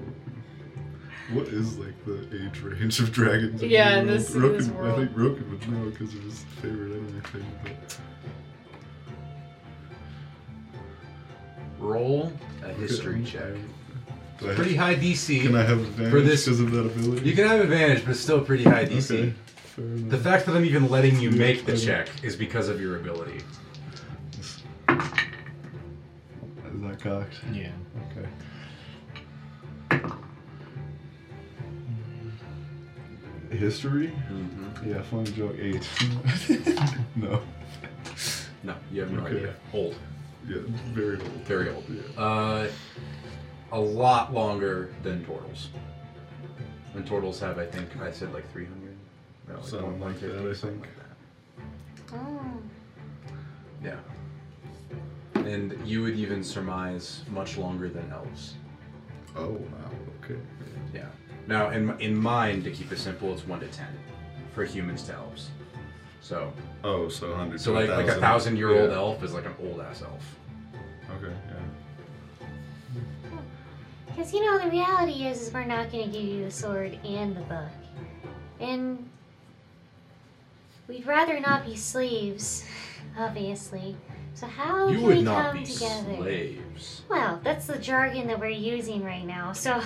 S5: what is like the age range of dragons?
S2: Yeah,
S5: in
S2: in
S5: the
S2: this- in
S5: world?
S2: this
S5: Roken-
S2: world.
S5: I think Roken would know because it was his favorite anime thing. But
S1: Roll a history
S5: Okay.
S1: check.
S5: Did I-
S1: Pretty high DC.
S5: Can I have advantage
S1: For this-
S5: because of that ability?
S1: You can have advantage, but it's still pretty high DC.
S5: Okay. Fair enough.
S1: The fact that I'm even letting you make the check is because of your ability.
S5: is that cocked?
S6: Yeah.
S5: Okay. History?
S1: Mm-hmm.
S5: Yeah, fun joke eight. no.
S1: No, you have no
S5: Okay.
S1: idea. Old.
S5: Yeah, very old.
S1: Very old.
S5: Yeah.
S1: Uh, a lot longer than turtles. And turtles have, I think, I said like 300. No, like
S5: Something like that,
S1: 150,
S5: I
S1: something
S5: think.
S7: Oh.
S1: like that. And you would even surmise much longer than elves.
S5: Oh wow. Okay.
S1: Yeah. Now, in, in mine, to keep it simple, it's 1 to 10 for humans to elves. So,
S5: Oh, so hundred.
S1: so like, like a thousand year old elf is like an old ass elf.
S5: Okay. Yeah.
S7: Because you know the reality is, is we're not going to give you the sword and the book, and we'd rather not be slaves, obviously. So how
S1: You
S7: can
S1: would
S7: we
S1: not
S7: come
S1: be
S7: together?
S1: slaves.
S7: Well, that's the jargon that we're using right now. So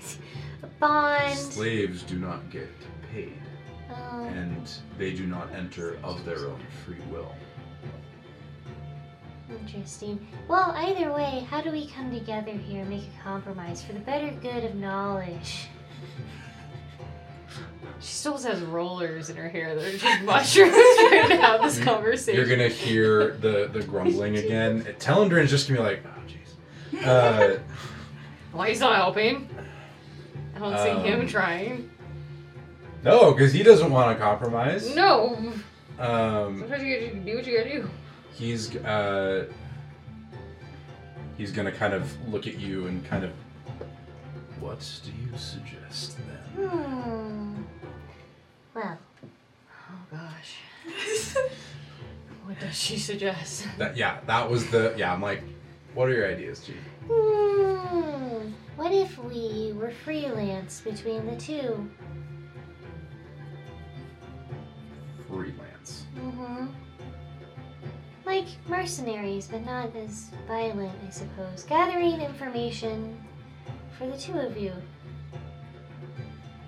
S7: a bond.
S1: Slaves do not get paid.
S7: um,
S1: and they do not enter of their own free will.
S7: Interesting. Well, either way, how do we come together here and make a compromise for the better good of knowledge?
S2: She still has rollers in her hair that are just mushrooms trying to have this conversation.
S1: You're gonna hear the the grumbling again. Telendrin's just gonna be like, oh jeez. Uh,
S2: Why he's not helping? I don't
S1: Um,
S2: see him trying.
S1: no, because he doesn't want to compromise.
S2: No.
S1: Um,
S2: Sometimes you gotta do what you gotta do.
S1: he's uh, he's gonna kind of look at you and kind of. What do you suggest then?
S7: Hmm. Well,
S2: Oh gosh. what does she suggest?
S1: That yeah, that was the yeah. I'm like, what are your ideas, G?
S7: Hmm. What if we were freelance between the two?
S1: Freelance.
S7: Mm-hmm. Like mercenaries, but not as violent, I suppose. Gathering information for the two of you.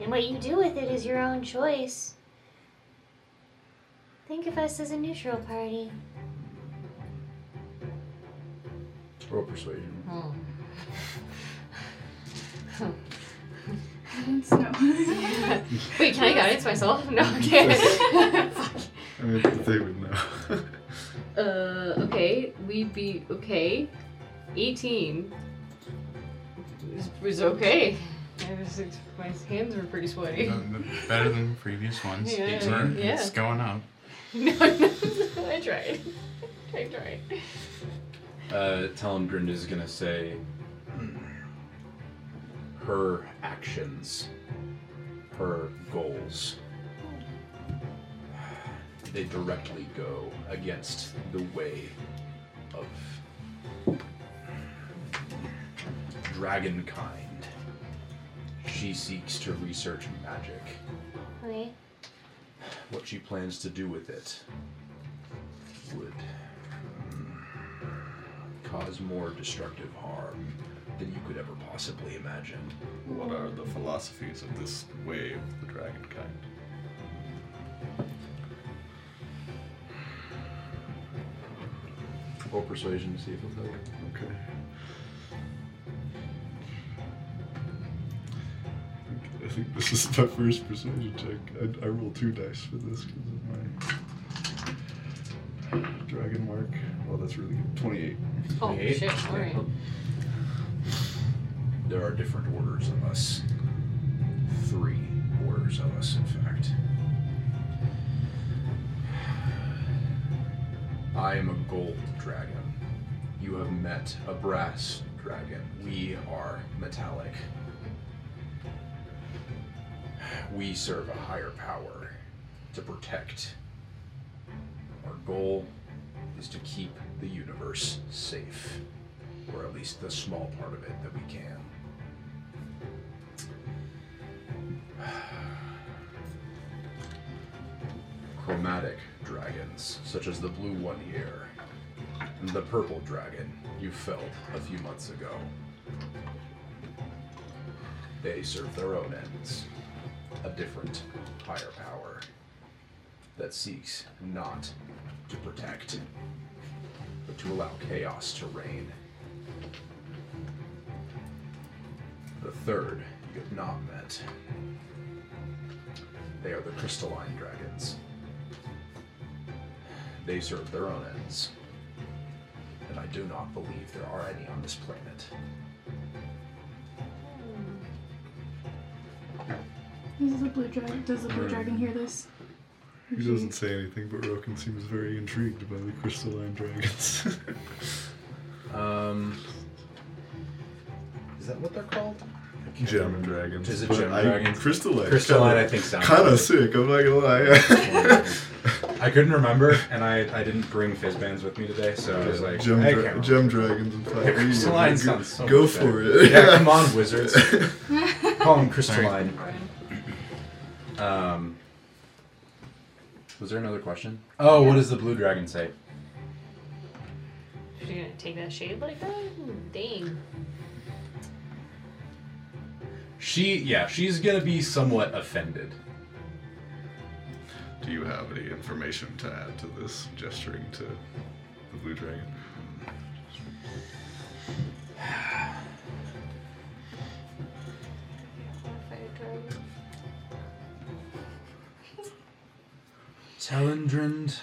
S7: And what you do with it is your own choice. Think of us as a neutral party.
S1: Roll persuasion.
S2: Hmm.
S4: Guidance? No.
S2: Wait, can I guidance myself? No, okay. Fuck.
S5: I mean, they would know.
S2: Uh, okay, we'd be okay. 18 was, was okay. I was, my hands were pretty sweaty.
S9: Better than previous ones.
S2: Yeah,
S9: Eighteen.
S2: yeah.
S9: It's going up.
S2: no, no, I tried. I tried.
S1: Uh, Talendrin is gonna say "Hmm, her actions, her goals. They directly go against the way of dragon kind. She seeks to research magic,
S7: Okay?
S1: what she plans to do with it would mm, cause more destructive harm than you could ever possibly imagine.
S5: what are the philosophies of this way of the dragon kind?
S1: Roll persuasion to see if it'll help.
S5: Okay. I think this is my first persuasion check. I, I roll two dice for this because of my dragon mark. Oh, that's really good. 28.
S2: Oh,
S1: Eight.
S2: shit, alright.
S1: There are different orders of us. Three orders of us, in fact. I am a gold dragon. You have met a brass dragon. We are metallic. We serve a higher power to protect. Our goal is to keep the universe safe or at least the small part of it that we can. Chromatic dragons, such as the blue one here, and the purple dragon you felled a few months ago. They serve their own ends, a different, higher power that seeks not to protect, but to allow chaos to reign The third you have not met They are the crystalline dragons. They serve their own ends. And I do not believe there are any on this planet.
S4: This is a blue dragon. Does the blue dragon hear this?
S5: He doesn't say anything, but Roken seems very intrigued by the crystalline dragons.
S1: Um, is that what they're called?
S5: Gem dragons.
S1: Is it
S5: But
S1: gem
S5: I-
S1: dragons?
S5: Crystalline.
S1: Crystalline, I think, sounds
S5: Kind
S1: better.
S5: of sick. I'm not gonna lie.
S1: I couldn't remember, and I, I didn't bring Fizzbands with me today, so I was like,
S5: gem,
S1: I
S5: dra-
S1: can't
S5: gem dragons. And fire.
S1: Crystalline
S5: Go-
S1: sounds so
S5: Go
S1: much
S5: for
S1: better.
S5: it.
S1: Yeah, come on, wizards. Call them crystalline.
S2: Brian.
S1: Um, was there another question? Oh, what does the blue dragon say?
S2: She's gonna take that shade like that? Hmm, Dang.
S1: She, yeah, she's gonna be somewhat offended.
S5: Do you have any information to add to this? Gesturing to the blue dragon.
S1: Telendrind,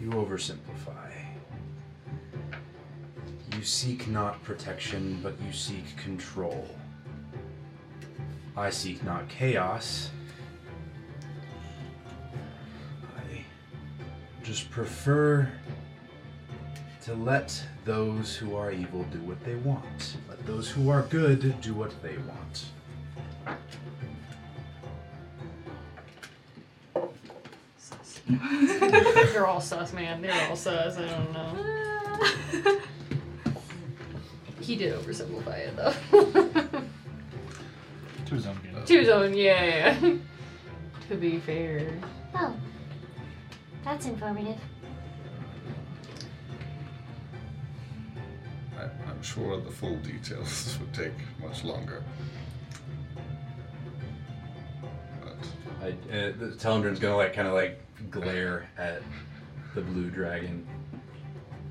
S1: you oversimplify. You seek not protection, but you seek control. I seek not chaos. I just prefer to let those who are evil do what they want. Let those who are good do what they want.
S2: They're all sus, man. They're all sus. I don't know. he did oversimplify it, though.
S6: To his own game.
S2: to his own, yeah. yeah. to be fair.
S7: Oh, that's informative.
S5: I, I'm sure the full details would take much longer. But
S1: I, uh, the Telendrin's gonna like kind of like glare at the blue dragon.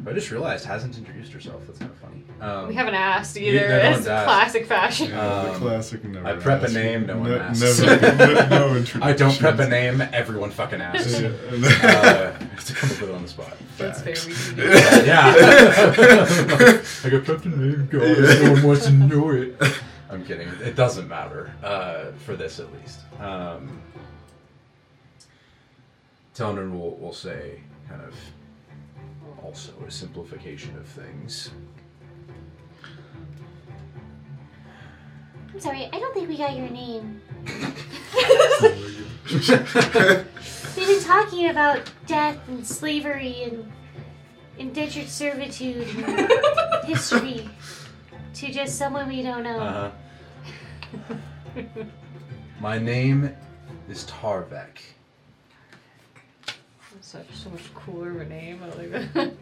S1: But I just realized hasn't introduced herself. That's kind of funny. Um,
S2: We haven't asked
S1: You-
S2: either.
S1: no
S2: That's
S1: one's asked.
S2: classic fashion.
S5: Yeah, the
S1: Um,
S5: classic never.
S1: I prep a
S5: asks.
S1: name, no one
S5: Ne-
S1: asks.
S5: Never, no, no introduction.
S1: I don't prep a name. Everyone fucking asks. uh, it's a couple bit on the spot.
S2: That's fair. We can do that.
S1: Yeah. I got prepped a name. God, no one wants to know it. I'm kidding. It doesn't matter uh, for this, at least. Um, Telendrin will will say kind of also a simplification of things.
S7: I'm sorry, I don't think we got your name. We've been talking about death and slavery and indentured servitude and history to just someone we don't know.
S1: Uh-huh. My name is Tarvek.
S2: Such so much cooler of a name. I like that.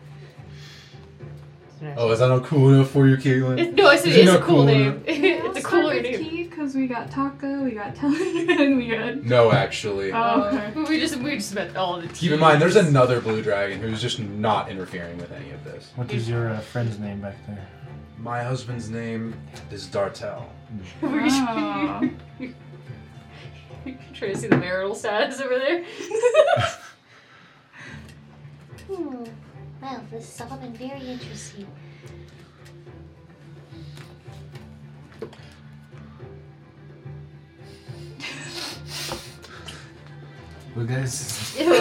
S1: Oh, is that not cool enough for you, Caitlin?
S2: It's, no, it's,
S1: Is it
S2: it's a
S1: not
S2: cool,
S1: cool
S2: name.
S4: Can we all
S2: it's a
S4: start
S2: cooler
S4: with
S2: name.
S4: T? Cause we got Taka, we got Teleon, we got.
S1: No, actually.
S4: Oh, okay.
S2: But we just we just met all the.
S1: Keep in mind, there's another blue dragon who's just not interfering with any of this.
S6: What is your uh, friend's name back there?
S1: My husband's name is Dartel.
S7: Oh.
S4: Wow.
S2: Trying to see the marital status over there.
S7: Hmm. Well, this has all been very interesting.
S3: Well, guys,
S2: well,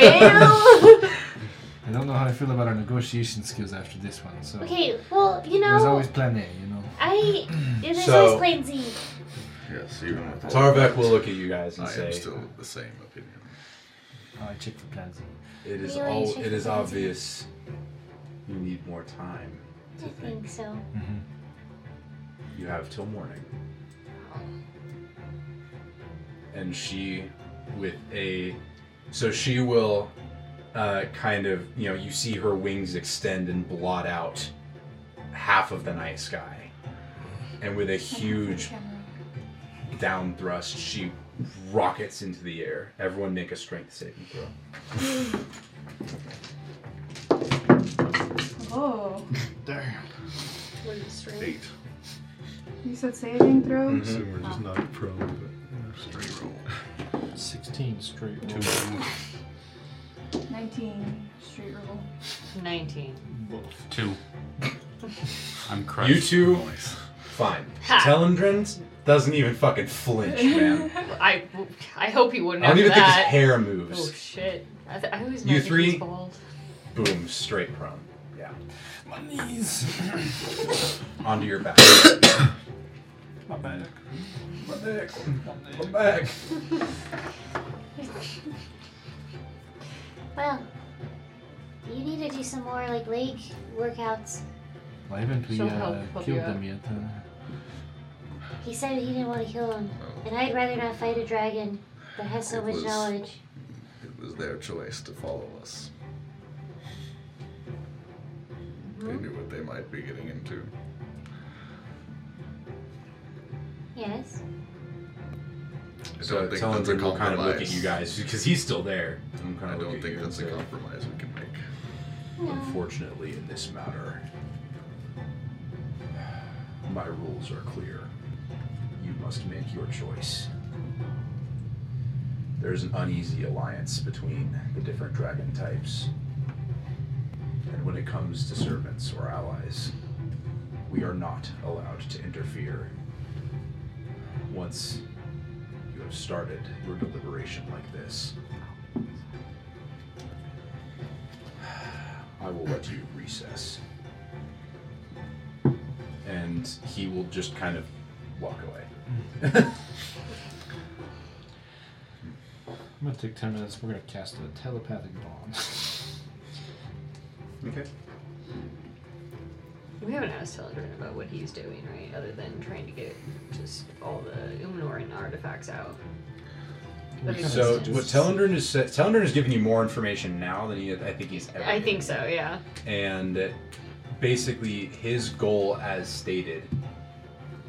S3: I don't know how I feel about our negotiation skills after this one. So
S7: Okay, well, you
S3: there's
S7: know,
S3: always plan A, you know.
S7: I. There's
S1: So-
S7: always plan Z.
S5: yes, even with
S1: Tarvek will look at you guys and
S5: I
S1: say,
S5: am still of the same opinion.
S6: Oh, I checked for plan Z.
S1: "It is
S7: Really,
S1: all.
S7: should
S1: It is
S7: we-
S1: obvious. You need more time to
S7: I
S1: think.
S7: think so.
S3: Mm-hmm.
S1: You have till morning." And she, with a, so she will, uh, kind of. You know, you see her wings extend and blot out half of the night sky, and with a huge down thrust, she rockets into the air. Everyone make a strength saving throw.
S4: Oh.
S5: Damn. Eight.
S4: You said saving throw?
S5: Hmm.
S1: Oh.
S5: So we're just not prone. But,
S9: Straight roll.
S6: 16 straight
S9: Two
S6: rolls.
S4: Nineteen straight roll.
S2: 19.
S9: Two. I'm crushed.
S1: You two, fine.
S2: Ha.
S1: Telendrin doesn't even fucking flinch, man.
S2: I, I hope he wouldn't
S1: I don't
S2: after
S1: even think his
S2: that.
S1: hair
S2: Oh
S1: moves.
S2: shit. I, th- I always
S1: You
S2: meant that he
S1: three?
S2: was bald.
S1: Boom, straight prone. Yeah.
S6: My knees.
S1: Onto your back.
S6: My back.
S1: My back. My back.
S7: Well, you need to do some more like leg workouts.
S3: Why haven't we
S2: She'll
S3: uh,
S2: help- help you
S3: killed
S2: out.
S3: them yet? Uh,
S7: He said he didn't want to kill him, and I'd rather not fight a dragon that has so
S8: It
S7: much
S8: was-
S7: knowledge.
S8: It was their choice to follow us. They knew what they might be getting into.
S7: Yes.
S8: I
S1: So
S8: don't think that's a
S1: Telendrin will kind of look at
S8: compromise.
S1: you guys because he's still there. I'm kind
S8: I
S1: of
S8: don't think that's a compromise we can make.
S7: No.
S1: Unfortunately, in this matter, my rules are clear. You must make your choice. There's an uneasy alliance between the different dragon types. And when it comes to servants or allies, we are not allowed to interfere. Once you have started your deliberation like this, I will let you recess. And he will just kind of walk away.
S6: I'm gonna take 10 minutes. We're gonna cast a telepathic bond.
S1: okay.
S2: We haven't asked Teledrin about what he's doing, right? Other than trying to get just all the Uminoran artifacts out. But it's
S1: So
S2: just-
S1: what Telendrin is sa- Telendrin is giving you more information now than he I think he's ever.
S2: I think
S1: given.
S2: so, yeah.
S1: And basically, his goal, as stated,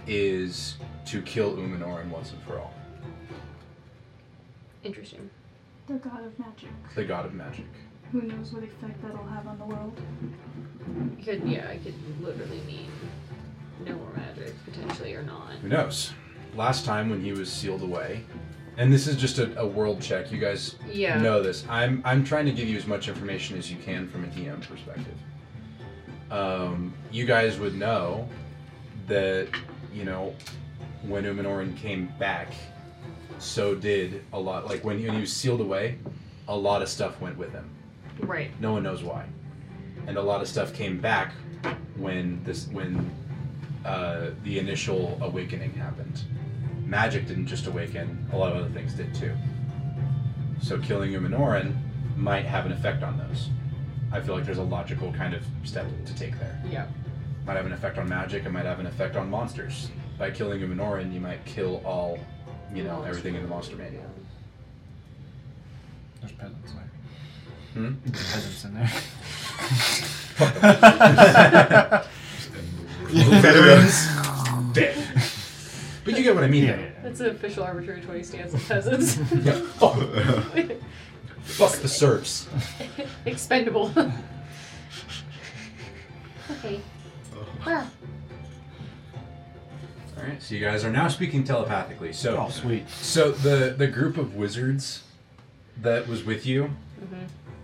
S1: is to kill Uminoran once and for all,
S2: Interesting.
S4: The god of magic.
S1: the god of magic.
S4: Who knows what effect that'll have on the world?
S2: It could, yeah, it could literally mean no more magic, potentially, or not.
S1: Who knows? Last time when he was sealed away, and this is just a, a world check. You guys
S2: Yeah.
S1: know this. I'm I'm trying to give you as much information as you can from a DM perspective. Um, you guys would know that you know when Uminoran came back, so did a lot. Like when he, when he was sealed away, a lot of stuff went with him.
S2: Right.
S1: No one knows why, and a lot of stuff came back when this when uh, the initial awakening happened. Magic didn't just awaken; a lot of other things did too. So killing a Minoran might have an effect on those. I feel like there's a logical kind of step to take there.
S2: Yeah.
S1: Might have an effect on magic. It might have an effect on monsters. By killing a Minoran, you might kill all, you know, everything in the Monster Mania.
S6: There's peasants there.
S1: Hmm?
S6: Peasants in there.
S1: Dead. But you get what I mean. though.
S2: That's an official arbitrary 20 stance of peasants.
S1: Yeah, fuck, fuck the Serbs.
S2: Expendable.
S7: Okay. Well,
S1: All right, so you guys are now speaking telepathically. So,
S6: Oh, sweet.
S1: so the the group of wizards that was with you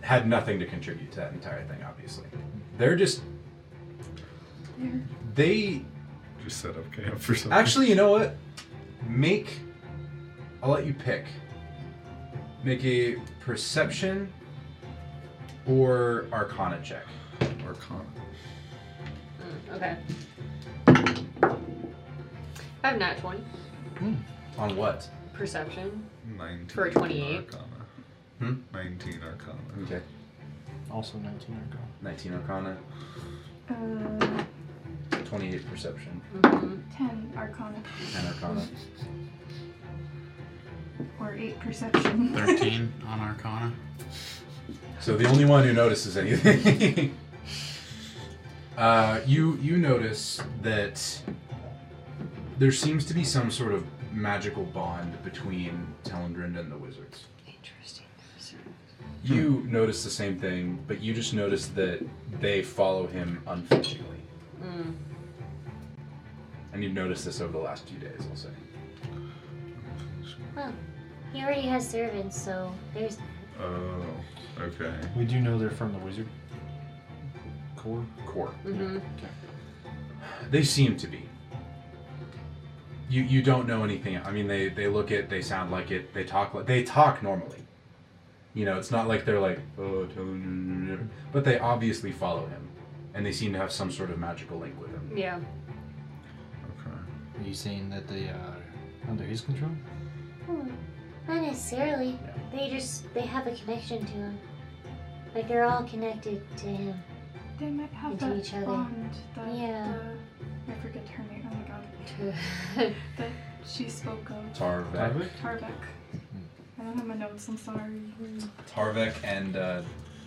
S1: had nothing to contribute to that entire thing. Obviously, they're just
S4: There.
S1: they
S5: Just set up camp for something.
S1: actually. You know what? Make I'll let you pick. Make a perception or Arcana check.
S5: Arcana.
S2: Mm, okay. I have nat 20.
S1: On what?
S2: Perception.
S8: 19
S2: For a 28.
S8: Arcana.
S1: Hmm?
S8: 19 Arcana.
S1: Okay,
S6: Also 19 or go.
S1: nineteen Arcana,
S4: Uh,
S1: twenty-eight Perception,
S2: hmm
S4: ten arcana
S1: ten Arcana.
S4: or eight perception.
S9: 13 on Arcana.
S1: So the only one who notices anything. uh, you you notice that there seems to be some sort of magical bond between Telendrin and the wizards.
S2: Interesting.
S1: You notice the same thing, but you just notice that they follow him unflinchingly.
S2: Mm.
S1: And you've noticed this over the last few days, I'll say.
S7: He already has servants, so there's
S8: Oh, okay.
S6: We do know they're from the wizard core.
S1: Core.
S2: Mm-hmm.
S1: They seem to be. You you don't know anything. I mean, they they look it. They sound like it. They talk like they talk normally. You know, it's not like they're like oh, tell- but they obviously follow him, and they seem to have some sort of magical link with him.
S2: Yeah.
S8: Okay.
S6: Are you saying that they are under his control?
S7: hmm, not necessarily. They just they have a connection to him. Like they're all connected to him.
S4: They might have
S7: Into
S4: that
S7: each other.
S4: bond that
S7: Yeah.
S4: the, I forget her name. Oh my god, she spoke of
S1: Tarvek,
S4: Tarbeck.
S1: Hmm.
S4: I don't have my notes. I'm sorry.
S1: Tarvek, and uh,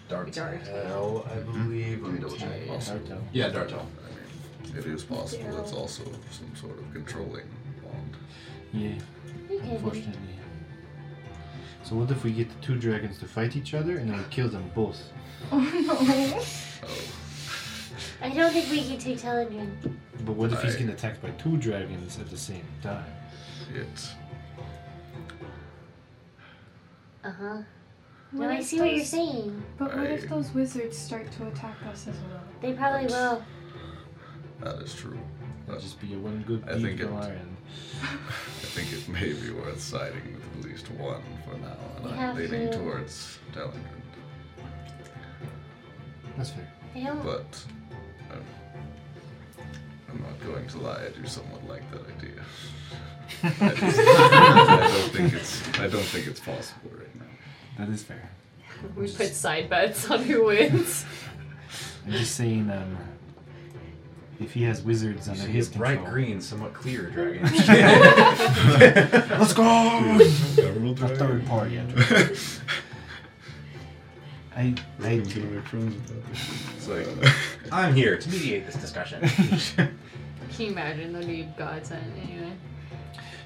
S2: Dartel.
S1: I believe.
S8: Let me double check. Also,
S1: Yeah, Dartel.
S8: I mean, it is possible that's also some sort of controlling bond.
S6: Yeah,
S7: You could be.
S6: unfortunately. So what if we get the two dragons to fight each other and then we kill them both?
S4: Oh no.
S8: Oh.
S7: I don't think we can take Telendrin.
S6: But what if he's
S8: Aye.
S6: getting attacked by two dragons at the same time?
S8: Shit.
S7: Uh huh. No,
S4: What
S7: I
S4: if
S7: see what you're
S4: those-
S7: saying.
S4: But what
S8: I-
S4: if those wizards start to attack us as well?
S7: They probably will.
S8: That is true.
S6: That'd just be a one good
S8: I
S6: deed
S8: think it-
S6: on our end.
S8: I think it may be worth siding with at least one for now,
S7: We
S8: and I'm
S7: have
S8: leaning
S7: to.
S8: towards Delingren.
S6: That's fair.
S7: I don't.
S8: But um, I'm not going to lie, I do somewhat like that idea. I, just- I don't think it's I don't think it's possible right now.
S6: That is fair.
S2: We put side bets on who wins.
S6: I'm just saying, um, if he has wizards under
S1: See,
S6: his
S1: a bright
S6: control,
S1: green, somewhat clear dragon.
S6: let's go.
S5: Emerald
S6: Not
S5: Dragon.
S6: third party. yet. I, I,
S5: I'm gonna make friends with that.
S1: it's like I'm here to mediate this discussion.
S2: Can you imagine? They'll need gods on it anyway.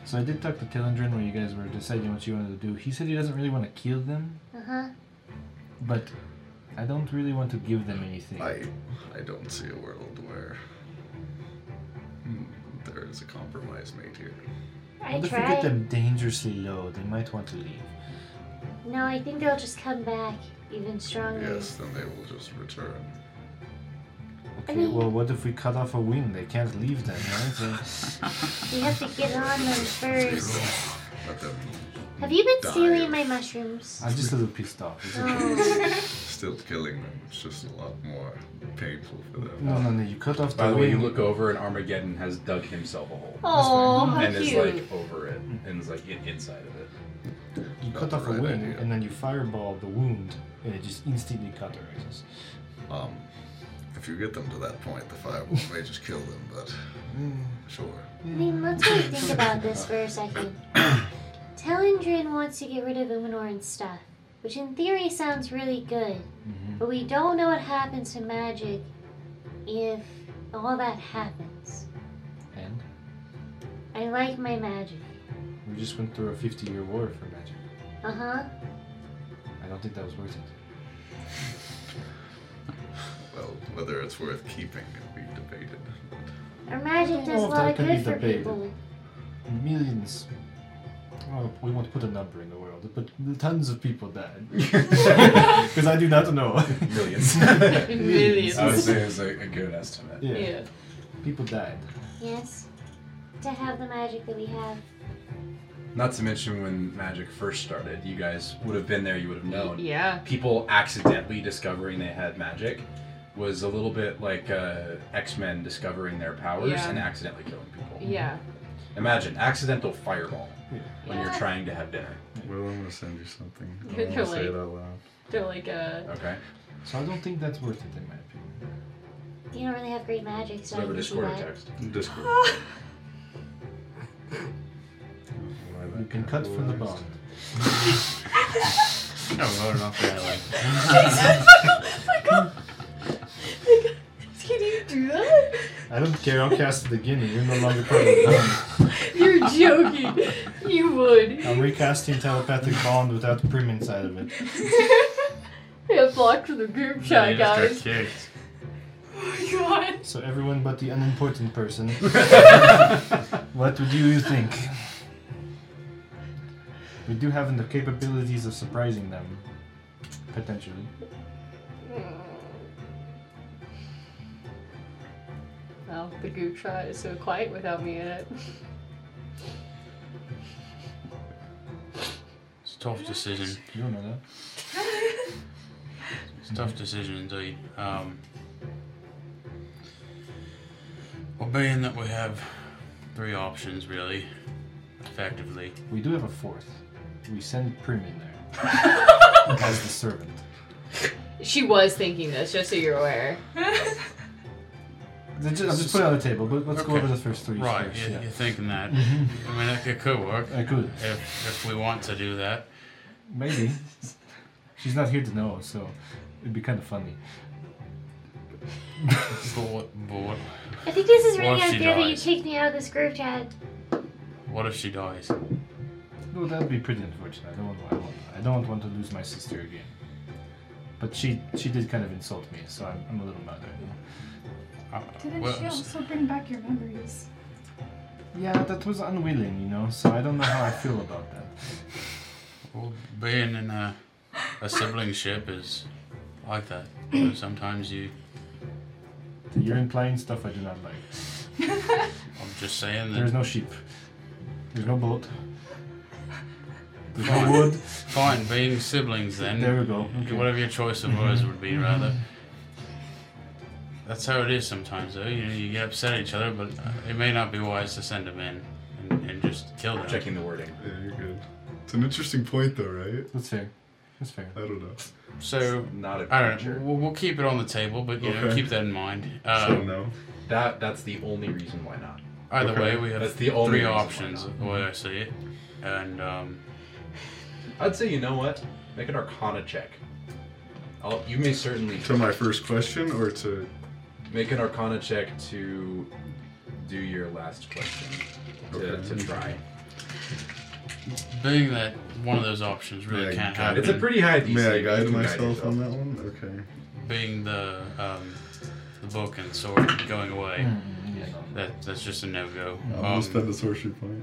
S6: so I did talk to Telendrin when you guys were deciding what you wanted to do. He said he doesn't really want to kill them,
S7: Uh huh.
S6: but I don't really want to give them anything.
S8: I I don't see a world where hmm, there is a compromise made here.
S7: I
S6: What if we get
S7: tried.
S6: them dangerously low? They might want to leave.
S7: No, I think they'll just come back even stronger.
S8: Yes, then they will just return.
S7: I
S6: Okay,
S7: mean-
S6: well, what if we cut off a wing? They can't leave then, right? So,
S7: We have to get on them first.
S8: Let them
S7: Have you been
S8: Die.
S7: stealing my mushrooms?
S6: I'm just a little pissed off. It's okay.
S7: Oh,
S8: still killing them. It's just a lot more painful for them.
S6: No, no, no. You cut off
S1: By
S6: the
S1: the way, you
S6: wing.
S1: look over and Armageddon has dug himself a hole.
S2: Oh, how
S1: and is
S2: cute.
S1: like over it and is like in- inside of it.
S6: You
S8: Not
S6: cut
S8: the
S6: off a
S8: right
S6: wing
S8: idea.
S6: and then you fireball the wound, and it just instantly cauterizes.
S8: Um, if you get them to that point, the fireball may just kill them, but
S7: Mm.
S8: sure.
S7: I mean, let's really think about this for a second. Telendrin wants to get rid of Uminoran's stuff, which in theory sounds really good,
S6: Mm-hmm.
S7: but we don't know what happens to magic if all that happens.
S6: And
S7: I like my magic.
S6: we just went through a 50 year war for magic.
S7: Uh huh.
S6: I don't think that was worth it.
S8: Well, whether it's worth keeping can be debated. But
S7: Our magic does
S6: Oh,
S7: a lot
S6: that
S7: of
S6: can be
S7: good for
S6: debated.
S7: people.
S6: Millions. Oh, we won't put a number in the world, but tons of people died. Because I do not know.
S1: Millions.
S2: Millions.
S1: I would say it's a, a good estimate.
S6: yeah.
S2: yeah.
S6: People died.
S7: Yes. To have the magic that we have.
S1: Not to mention when magic first started, you guys would have been there, you would have known.
S2: Yeah.
S1: People accidentally discovering they had magic was a little bit like uh, X Men discovering their powers
S2: Yeah.
S1: and accidentally killing people.
S2: Yeah.
S1: Imagine accidental fireball
S6: Yeah.
S1: when you're trying to have dinner.
S5: Will, I'm gonna send you something. I
S2: You're
S5: don't wanna say
S2: like-
S5: it out loud.
S2: They're like uh
S1: Okay?
S6: So I don't think that's worth it, in my opinion.
S7: You don't really have great magic, so
S1: So I have a
S7: I can see
S1: Discord
S7: that.
S1: text.
S5: Discord.
S6: You can cut from the bond.
S9: No, voted off the island.
S2: Can you do that?
S6: I don't care. I'll cast it again, and you're no longer part of the bond.
S2: You're joking. you would.
S6: I'm recasting telepathic bond without the prim inside of it.
S2: Yeah, blocked from the group chat, guys.
S9: kicked.
S2: Oh my god.
S6: So everyone but the unimportant person. what would you think? We do have the capabilities of surprising them, potentially.
S2: Well, the goo shot is so quiet without me in it.
S9: It's a tough decision.
S6: You don't know that.
S9: It's a tough decision indeed. Um, well, being that we have three options, really, effectively.
S6: We do have a fourth. We send Prim in there as the servant.
S2: She was thinking this, just so you're aware.
S6: Let's ju- I'll just put it on the table, but let's go
S9: Okay.
S6: over the first three
S9: Right,
S6: first,
S9: you
S6: yeah.
S9: you're thinking that. I mean, that could, could work
S6: I could.
S9: if, if we want to do that.
S6: Maybe. She's not here to know, so it'd be kind of funny.
S9: But what, but what,
S7: I think this is really
S9: Once she
S7: unfair that you
S9: dies.
S7: kicked me out of this group chat.
S9: what if she dies? Uh,
S6: No, that'd be pretty unfortunate. I don't, I, want, I don't want to lose my sister again. But she she did kind of insult me, so I'm, I'm a little mad right now.
S9: Uh,
S4: Didn't
S9: well,
S4: she also bring back your memories?
S6: Yeah, that was unwilling, you know, so I don't know how I feel about that.
S9: Well, being in a, a sibling ship is like that. You know, Sometimes you.
S6: You're implying stuff I do not like.
S9: I'm just saying
S6: There's
S9: that.
S6: no sheep. There's no boat. There's
S9: Fine.
S6: no wood.
S9: Fine, being siblings then.
S6: There we go. Okay. Mm-hmm.
S9: Whatever your choice of words would be, rather. That's how it is sometimes, though. You know, you get upset at each other, but uh, it may not be wise to send them in and, and just kill them.
S1: Checking the wording.
S5: Yeah, you're good. It's an interesting point, though, right?
S6: That's fair. That's fair.
S5: I don't know.
S9: So,
S1: Not a
S9: I don't know.
S1: creature.
S9: We'll, we'll keep it on the table, but you know,
S5: Okay.
S9: keep that in mind.
S5: So
S9: Um,
S5: no.
S1: That that's the only reason why not.
S9: either way,
S5: okay.
S9: we have
S1: That's the only
S9: three
S1: reason why
S9: options,
S1: not. Mm-hmm.
S9: the way I see it. And um,
S1: I'd say you know what? Make an Arcana check. I'll, you may certainly
S5: To my first question, or to
S1: make an Arcana check to do your last question to,
S5: Okay.
S1: to try.
S9: being that one of those options really
S5: Yeah,
S9: can't
S5: got
S9: happen,
S5: it.
S1: It's a pretty high DC.
S5: may
S1: but
S5: I
S1: you
S5: guide
S1: can
S5: myself
S1: yourself.
S5: on that one? Okay.
S9: being the um, the book and sword going away,
S6: Mm. Yeah, no.
S9: that that's just a no go.
S5: I'll just spend a sorcery point.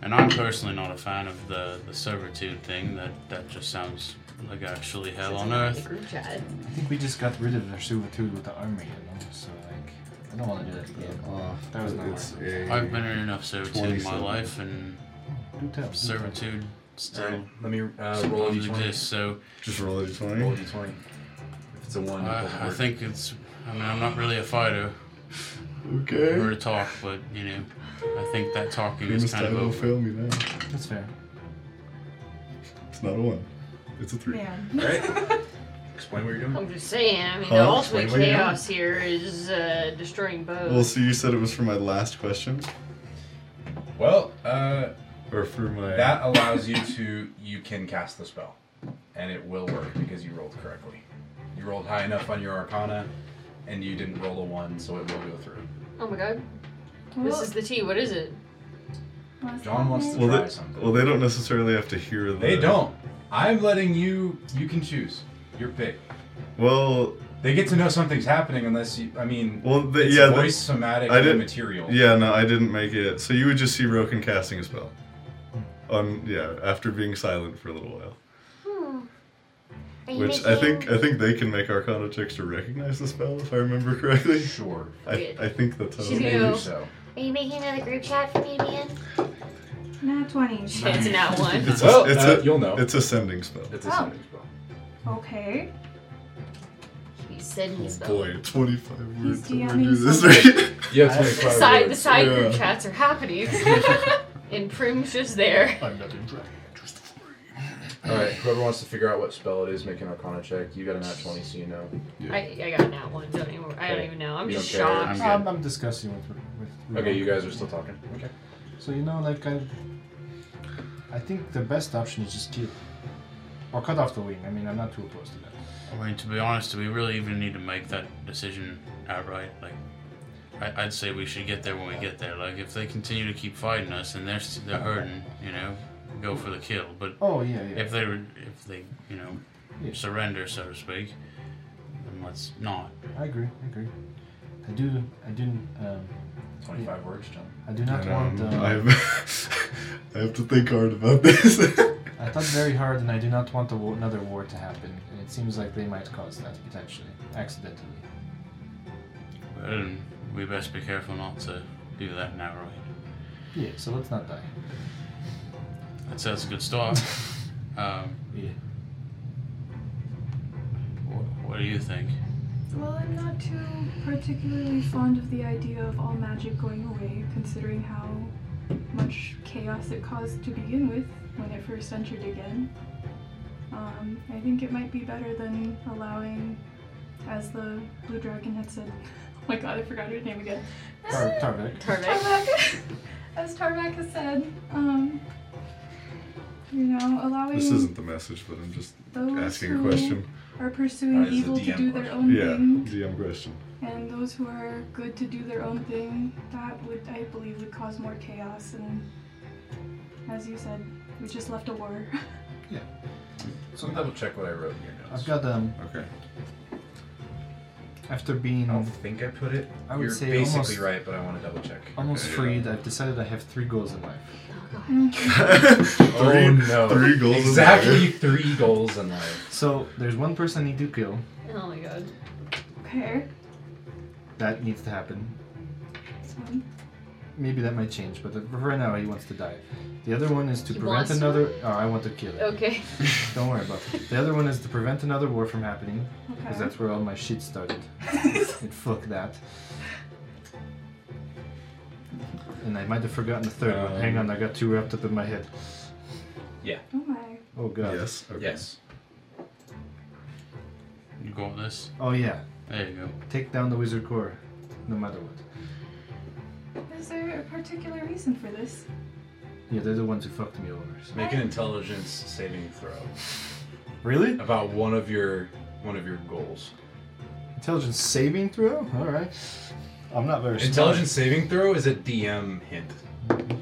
S9: And I'm personally not a fan of the, the servitude thing. That that just sounds like actually hell on earth.
S2: Group chat.
S6: I think we just got rid of our servitude with the army, you know? So, like, I don't want to do that again.
S5: Uh,
S6: That was not
S5: it's
S6: hard.
S5: a-
S9: I've been in enough servitude in my
S5: 27.
S9: life, and
S6: uh, Do tell. do
S9: servitude
S1: All right,
S9: still
S1: let me uh, roll a
S9: sometimes
S1: d20.
S9: exists. So
S5: Just roll a
S1: Roll a
S5: d20.
S1: d20. If it's a one, it
S9: I,
S1: doesn't
S9: I
S1: work.
S9: think it's. I mean, I'm not really a fighter or
S5: Okay.
S9: to talk, but you know, I think that talking
S5: Famous
S9: is kind of
S5: title will
S9: over.
S5: fail me now.
S6: tell. That's fair.
S5: It's not a one. It's a three.
S4: Man.
S1: Explain what you're doing.
S2: I'm just saying, I mean, the
S5: Huh?
S2: ultimate
S5: Wait, wait, no.
S2: chaos here is uh, destroying both.
S5: Well, so you said it was for my last question,
S1: Well, uh,
S5: or for my
S1: that allows you to you can cast the spell, and it will work because you rolled correctly. You rolled high enough on your Arcana, and you didn't roll a one, so it will go through.
S2: oh my god.
S4: Well,
S2: This is the tea. What is it?
S4: was
S1: John wants
S4: that
S1: to
S5: Well,
S1: try
S5: they-
S1: something.
S5: Well, they don't necessarily have to hear the.
S1: they don't. I'm letting you. You can choose your pick.
S5: Well,
S1: They get to know something's happening unless you. I mean,
S5: well, the,
S1: it's
S5: yeah, the-
S1: voice, somatic,
S5: I
S1: and
S5: didn't-
S1: material.
S5: yeah. No, I didn't make it. So you would just see Roken casting a spell. On yeah, after being silent for a little while,
S7: Hmm. Are you
S5: which I think
S7: making-
S5: uh, I think they can make Arcana checks to recognize the spell if I remember correctly.
S1: Sure.
S5: I, I think that's how.
S2: She's
S5: it
S1: Maybe
S2: gonna-
S5: works.
S1: so.
S7: Are you making another group chat for me to be in?
S4: Nat 20.
S2: It's not one.
S5: It's a,
S1: Well,
S5: it's
S1: uh,
S5: a,
S1: you'll know.
S5: It's a sending spell.
S1: It's a
S4: Oh.
S1: somatic spell.
S4: Okay.
S2: He's sending his
S5: Oh
S2: spell.
S5: boy, 25
S4: He's
S5: words. We're gonna
S4: DMing
S5: do this
S4: something.
S5: right.
S1: You
S6: I-
S1: have 25
S2: The side, the
S1: words.
S2: side group
S5: Yeah.
S2: chats are happening. and Prim's just there.
S6: I'm not impressed.
S1: All right, whoever wants to figure out what spell it is, make an Arcana check. You got a nat 20, so you know.
S2: I, I got that one. Don't even, I don't even know. I'm
S1: You
S2: just
S1: don't care.
S2: shocked.
S9: I'm
S6: I'm,
S9: good.
S6: I'm discussing with, with with-
S1: Okay, you guys are still talking. Okay.
S6: So, you know, like, I, I think the best option is just kill. Or cut off the wing. I mean, I'm not too opposed to that.
S9: I mean, to be honest, do we really even need to make that decision outright? Like, I, I'd say we should get there when we get there. Like, if they continue to keep fighting us and they're s- they're
S6: Uh-huh.
S9: hurting, you know, go for the kill. But
S6: Oh, yeah, yeah.
S9: if they re- if they you know
S6: Yeah.
S9: surrender, so to speak, then let's not.
S6: I agree. I agree. I do. I do. Um,
S10: 25 words, John.
S6: I do not want.
S5: And, um,
S1: uh,
S6: Um,
S5: I have, I have to think hard about this.
S6: I thought very hard, and I do not want a wa- another war to happen. And it seems like they might cause that potentially, accidentally.
S9: Well, we best be careful not to do that now, right?
S6: Yeah. So let's not die.
S9: That sounds a good start. um,
S6: Yeah.
S9: wh- what do you think?
S4: Well, I'm not too particularly fond of the idea of all magic going away, considering how much chaos it caused to begin with when it first entered again. Um, I think it might be better than allowing, as the blue dragon had said, oh my god, I forgot her name again.
S6: Tar- Tarvik.
S2: Tarvik.
S4: Tarmac, as Tarmac has said, um, you know, allowing
S5: this isn't the message, but I'm just
S4: those
S5: asking a
S4: who
S5: question. Uh,
S4: are pursuing
S10: That is a
S4: evil to
S10: DM
S4: do their
S10: question.
S4: own
S5: Yeah,
S4: thing
S5: DM question.
S4: and those who are good to do their own thing, that would, I believe, would cause more chaos. And as you said, we just left a war.
S1: So double check what I wrote in your notes.
S6: I've got um.
S8: Okay.
S6: After being
S1: I don't think I put it.
S6: I would
S1: You're
S6: say
S1: basically
S6: almost-
S1: right, but I want to double check.
S6: almost
S8: Okay.
S6: freed, I've decided I have three goals in life.
S5: Three-
S1: oh no!
S5: three goals in
S1: Exactly three goals in life.
S6: So there's one person I need to kill.
S2: Oh my god.
S4: Okay,
S6: That needs to happen.
S4: that's one.
S6: Maybe that might change, but uh, for right now he wants to die. The other one is to
S2: He
S6: prevent
S2: wants to?
S6: another. Oh, I want to kill it.
S2: Okay.
S6: Don't worry about it. The other one is to prevent another war from happening, because
S4: Okay.
S6: that's where all my shit started. and fuck that. And I might have forgotten the third one. Hang on, I got two wrapped up in my head.
S4: oh my.
S6: Oh god.
S5: Yes. Okay.
S1: Yes.
S9: You got this?
S6: Oh yeah.
S9: There you go.
S6: Take down the wizard core, no matter what.
S4: Is there a particular reason for this?
S6: Yeah, they're the ones who fucked me over. so-
S1: Make an intelligence saving throw
S6: Really?
S1: about one of your one of your goals.
S6: Intelligence saving throw? Alright. I'm not very
S1: Intelligence saving throw is a DM hint.
S6: smart. Okay.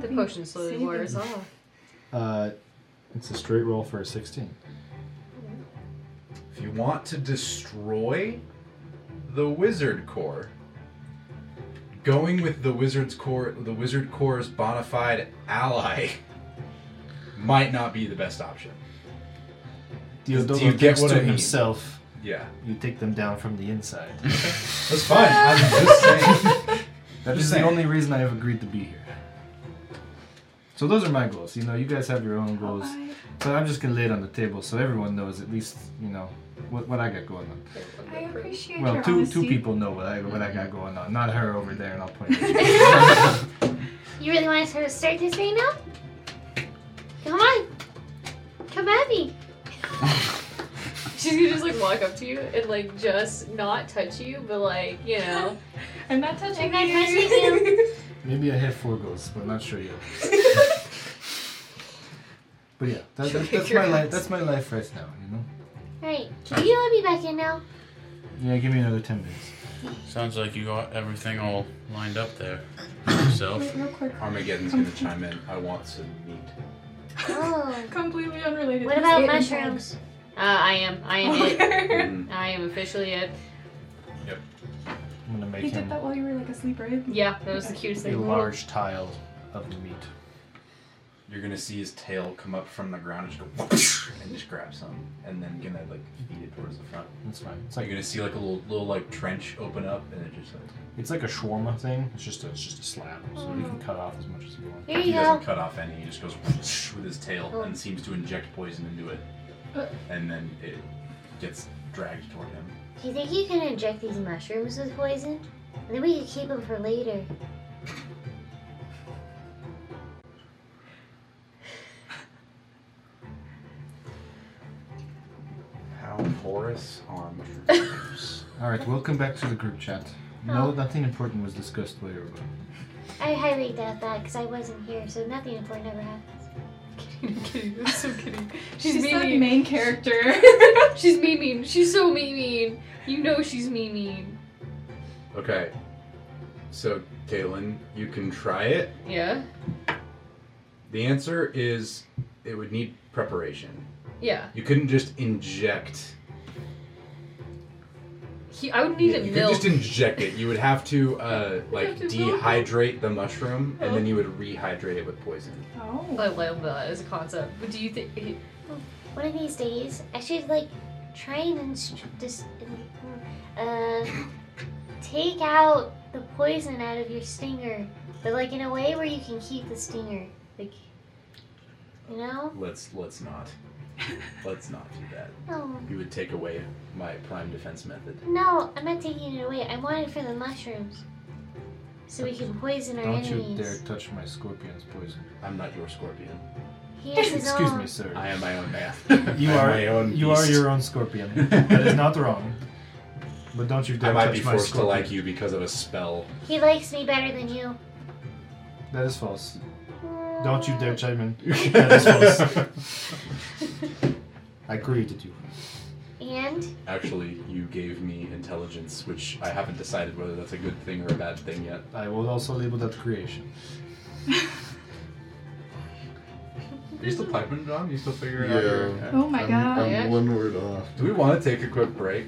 S2: The potion slowly wears
S4: Oh,
S2: off.
S6: Uh, it's a straight roll for a 16.
S1: If you want to destroy the wizard core, going with the wizard's core, the wizard core's bona fide ally might not be the best option.
S6: Theodoro
S1: do you get
S6: thinks
S1: what
S6: to
S1: I mean?
S6: himself,
S1: Yeah,
S6: you take them down from the inside.
S1: that's fine. I'm just saying.
S6: That
S1: Just
S6: is the
S1: saying.
S6: only reason I have agreed to be here. So those are my goals. You know, you guys have your own goals.
S4: I,
S6: But I'm just gonna lay it on the table so everyone knows at least, you know, what, what I got going on.
S4: I appreciate
S6: Well,
S4: your
S6: two
S4: honesty.
S6: two people know what I what I got going on. Not her over there, and I'll point. At you.
S7: You really want us to start this right now? Come on. Come at me.
S2: She's gonna just like walk up to you and like just not touch you, but like, you know.
S4: I'm not touching
S7: I'm not
S4: you.
S7: touching
S6: Maybe I have four goals, but I'm not sure yet. but yeah, that, that, that's my life. That's my life right now. You know.
S7: Right. Can you let me back in now?
S6: Yeah, give me another ten minutes.
S9: Sounds like you got everything all lined up there for yourself.
S4: Wait, real quick.
S1: Armageddon's gonna chime in. I want some meat.
S7: Oh.
S4: Completely unrelated.
S7: What
S4: Who's
S7: about
S4: eating
S7: mushrooms?
S2: Uh, I am. I am it.
S4: bugs?
S2: I am officially it.
S6: I'm gonna make
S4: You
S6: him
S4: did that while you were like asleep, right?
S2: Yeah, that was the cutest
S6: a
S2: thing. in the world.
S6: large tile of meat.
S1: You're gonna see his tail come up from the ground and just go and just grab some, and then gonna like feed it towards the front.
S6: That's fine. It's
S1: You're
S6: like
S1: gonna see like a little little like trench open up, and it just like
S6: it's like a shawarma thing. It's just a, it's just a slab, so you can cut off as much as you want.
S7: Here
S1: He
S7: you go.
S2: uh,
S1: doesn't cut off any. He just goes with his
S2: Oh.
S1: tail and seems to inject poison into it,
S4: Uh.
S1: and then it gets dragged toward him.
S7: Do you think you can inject these mushrooms with poison? And then we could keep them for later.
S1: How porous are mushrooms?
S6: All right, welcome back to the group chat. No, nothing important was discussed while you were gone.
S7: I highly doubt that because I wasn't here, so nothing important ever happens.
S2: I'm kidding. I'm so kidding. She's
S4: She's
S2: mean.
S4: the
S2: mean.
S4: main character.
S2: She's mean mean. She's so mean mean. You know she's mean mean.
S1: okay, so Caitlin, you can try it.
S2: Yeah.
S1: The answer is it would need preparation.
S2: Yeah.
S1: You couldn't just inject
S2: he, I would need
S1: Yeah,
S2: it
S1: you could
S2: milk.
S1: just inject it. You would have to uh, like
S2: have to milk it.
S1: dehydrate the mushroom, and then you would rehydrate it with poison.
S4: Oh.
S2: I love that as a concept. But do you think?
S7: One of these days, I should like try and inst- dis- uh, take out the poison out of your stinger, but like in a way where you can keep the stinger, like you know.
S1: Let's let's not, let's not do that.
S7: No,
S1: You would take away my prime defense method.
S7: no, I'm not taking it away. I want it for the mushrooms, so we can poison our
S6: Don't you
S7: enemies.
S6: dare touch my scorpion's poison.
S1: I'm not your scorpion.
S7: He has his
S6: Excuse
S7: own.
S6: me, sir.
S1: I am my own math.
S6: You
S1: I'm
S6: are
S1: my own.
S6: you are
S1: beast.
S6: your own scorpion. that is not wrong. But don't you
S1: I
S6: dare
S1: might
S6: touch
S1: be
S6: my
S1: forced to
S6: scorpion.
S1: like you because of a spell.
S7: He likes me better than you.
S6: That is false. Don't you dare chime in. That is false.
S1: Actually,
S6: I created you.
S7: And
S1: you gave me intelligence, which I haven't decided whether that's a good thing or a bad thing yet.
S6: I will also label that creation.
S1: Are you still piping, John? Are you still figuring
S5: Yeah.
S1: out your?
S4: Oh my
S5: I'm,
S4: god.
S5: I'm
S2: Yeah.
S5: one word off.
S1: Do we want to take a quick break?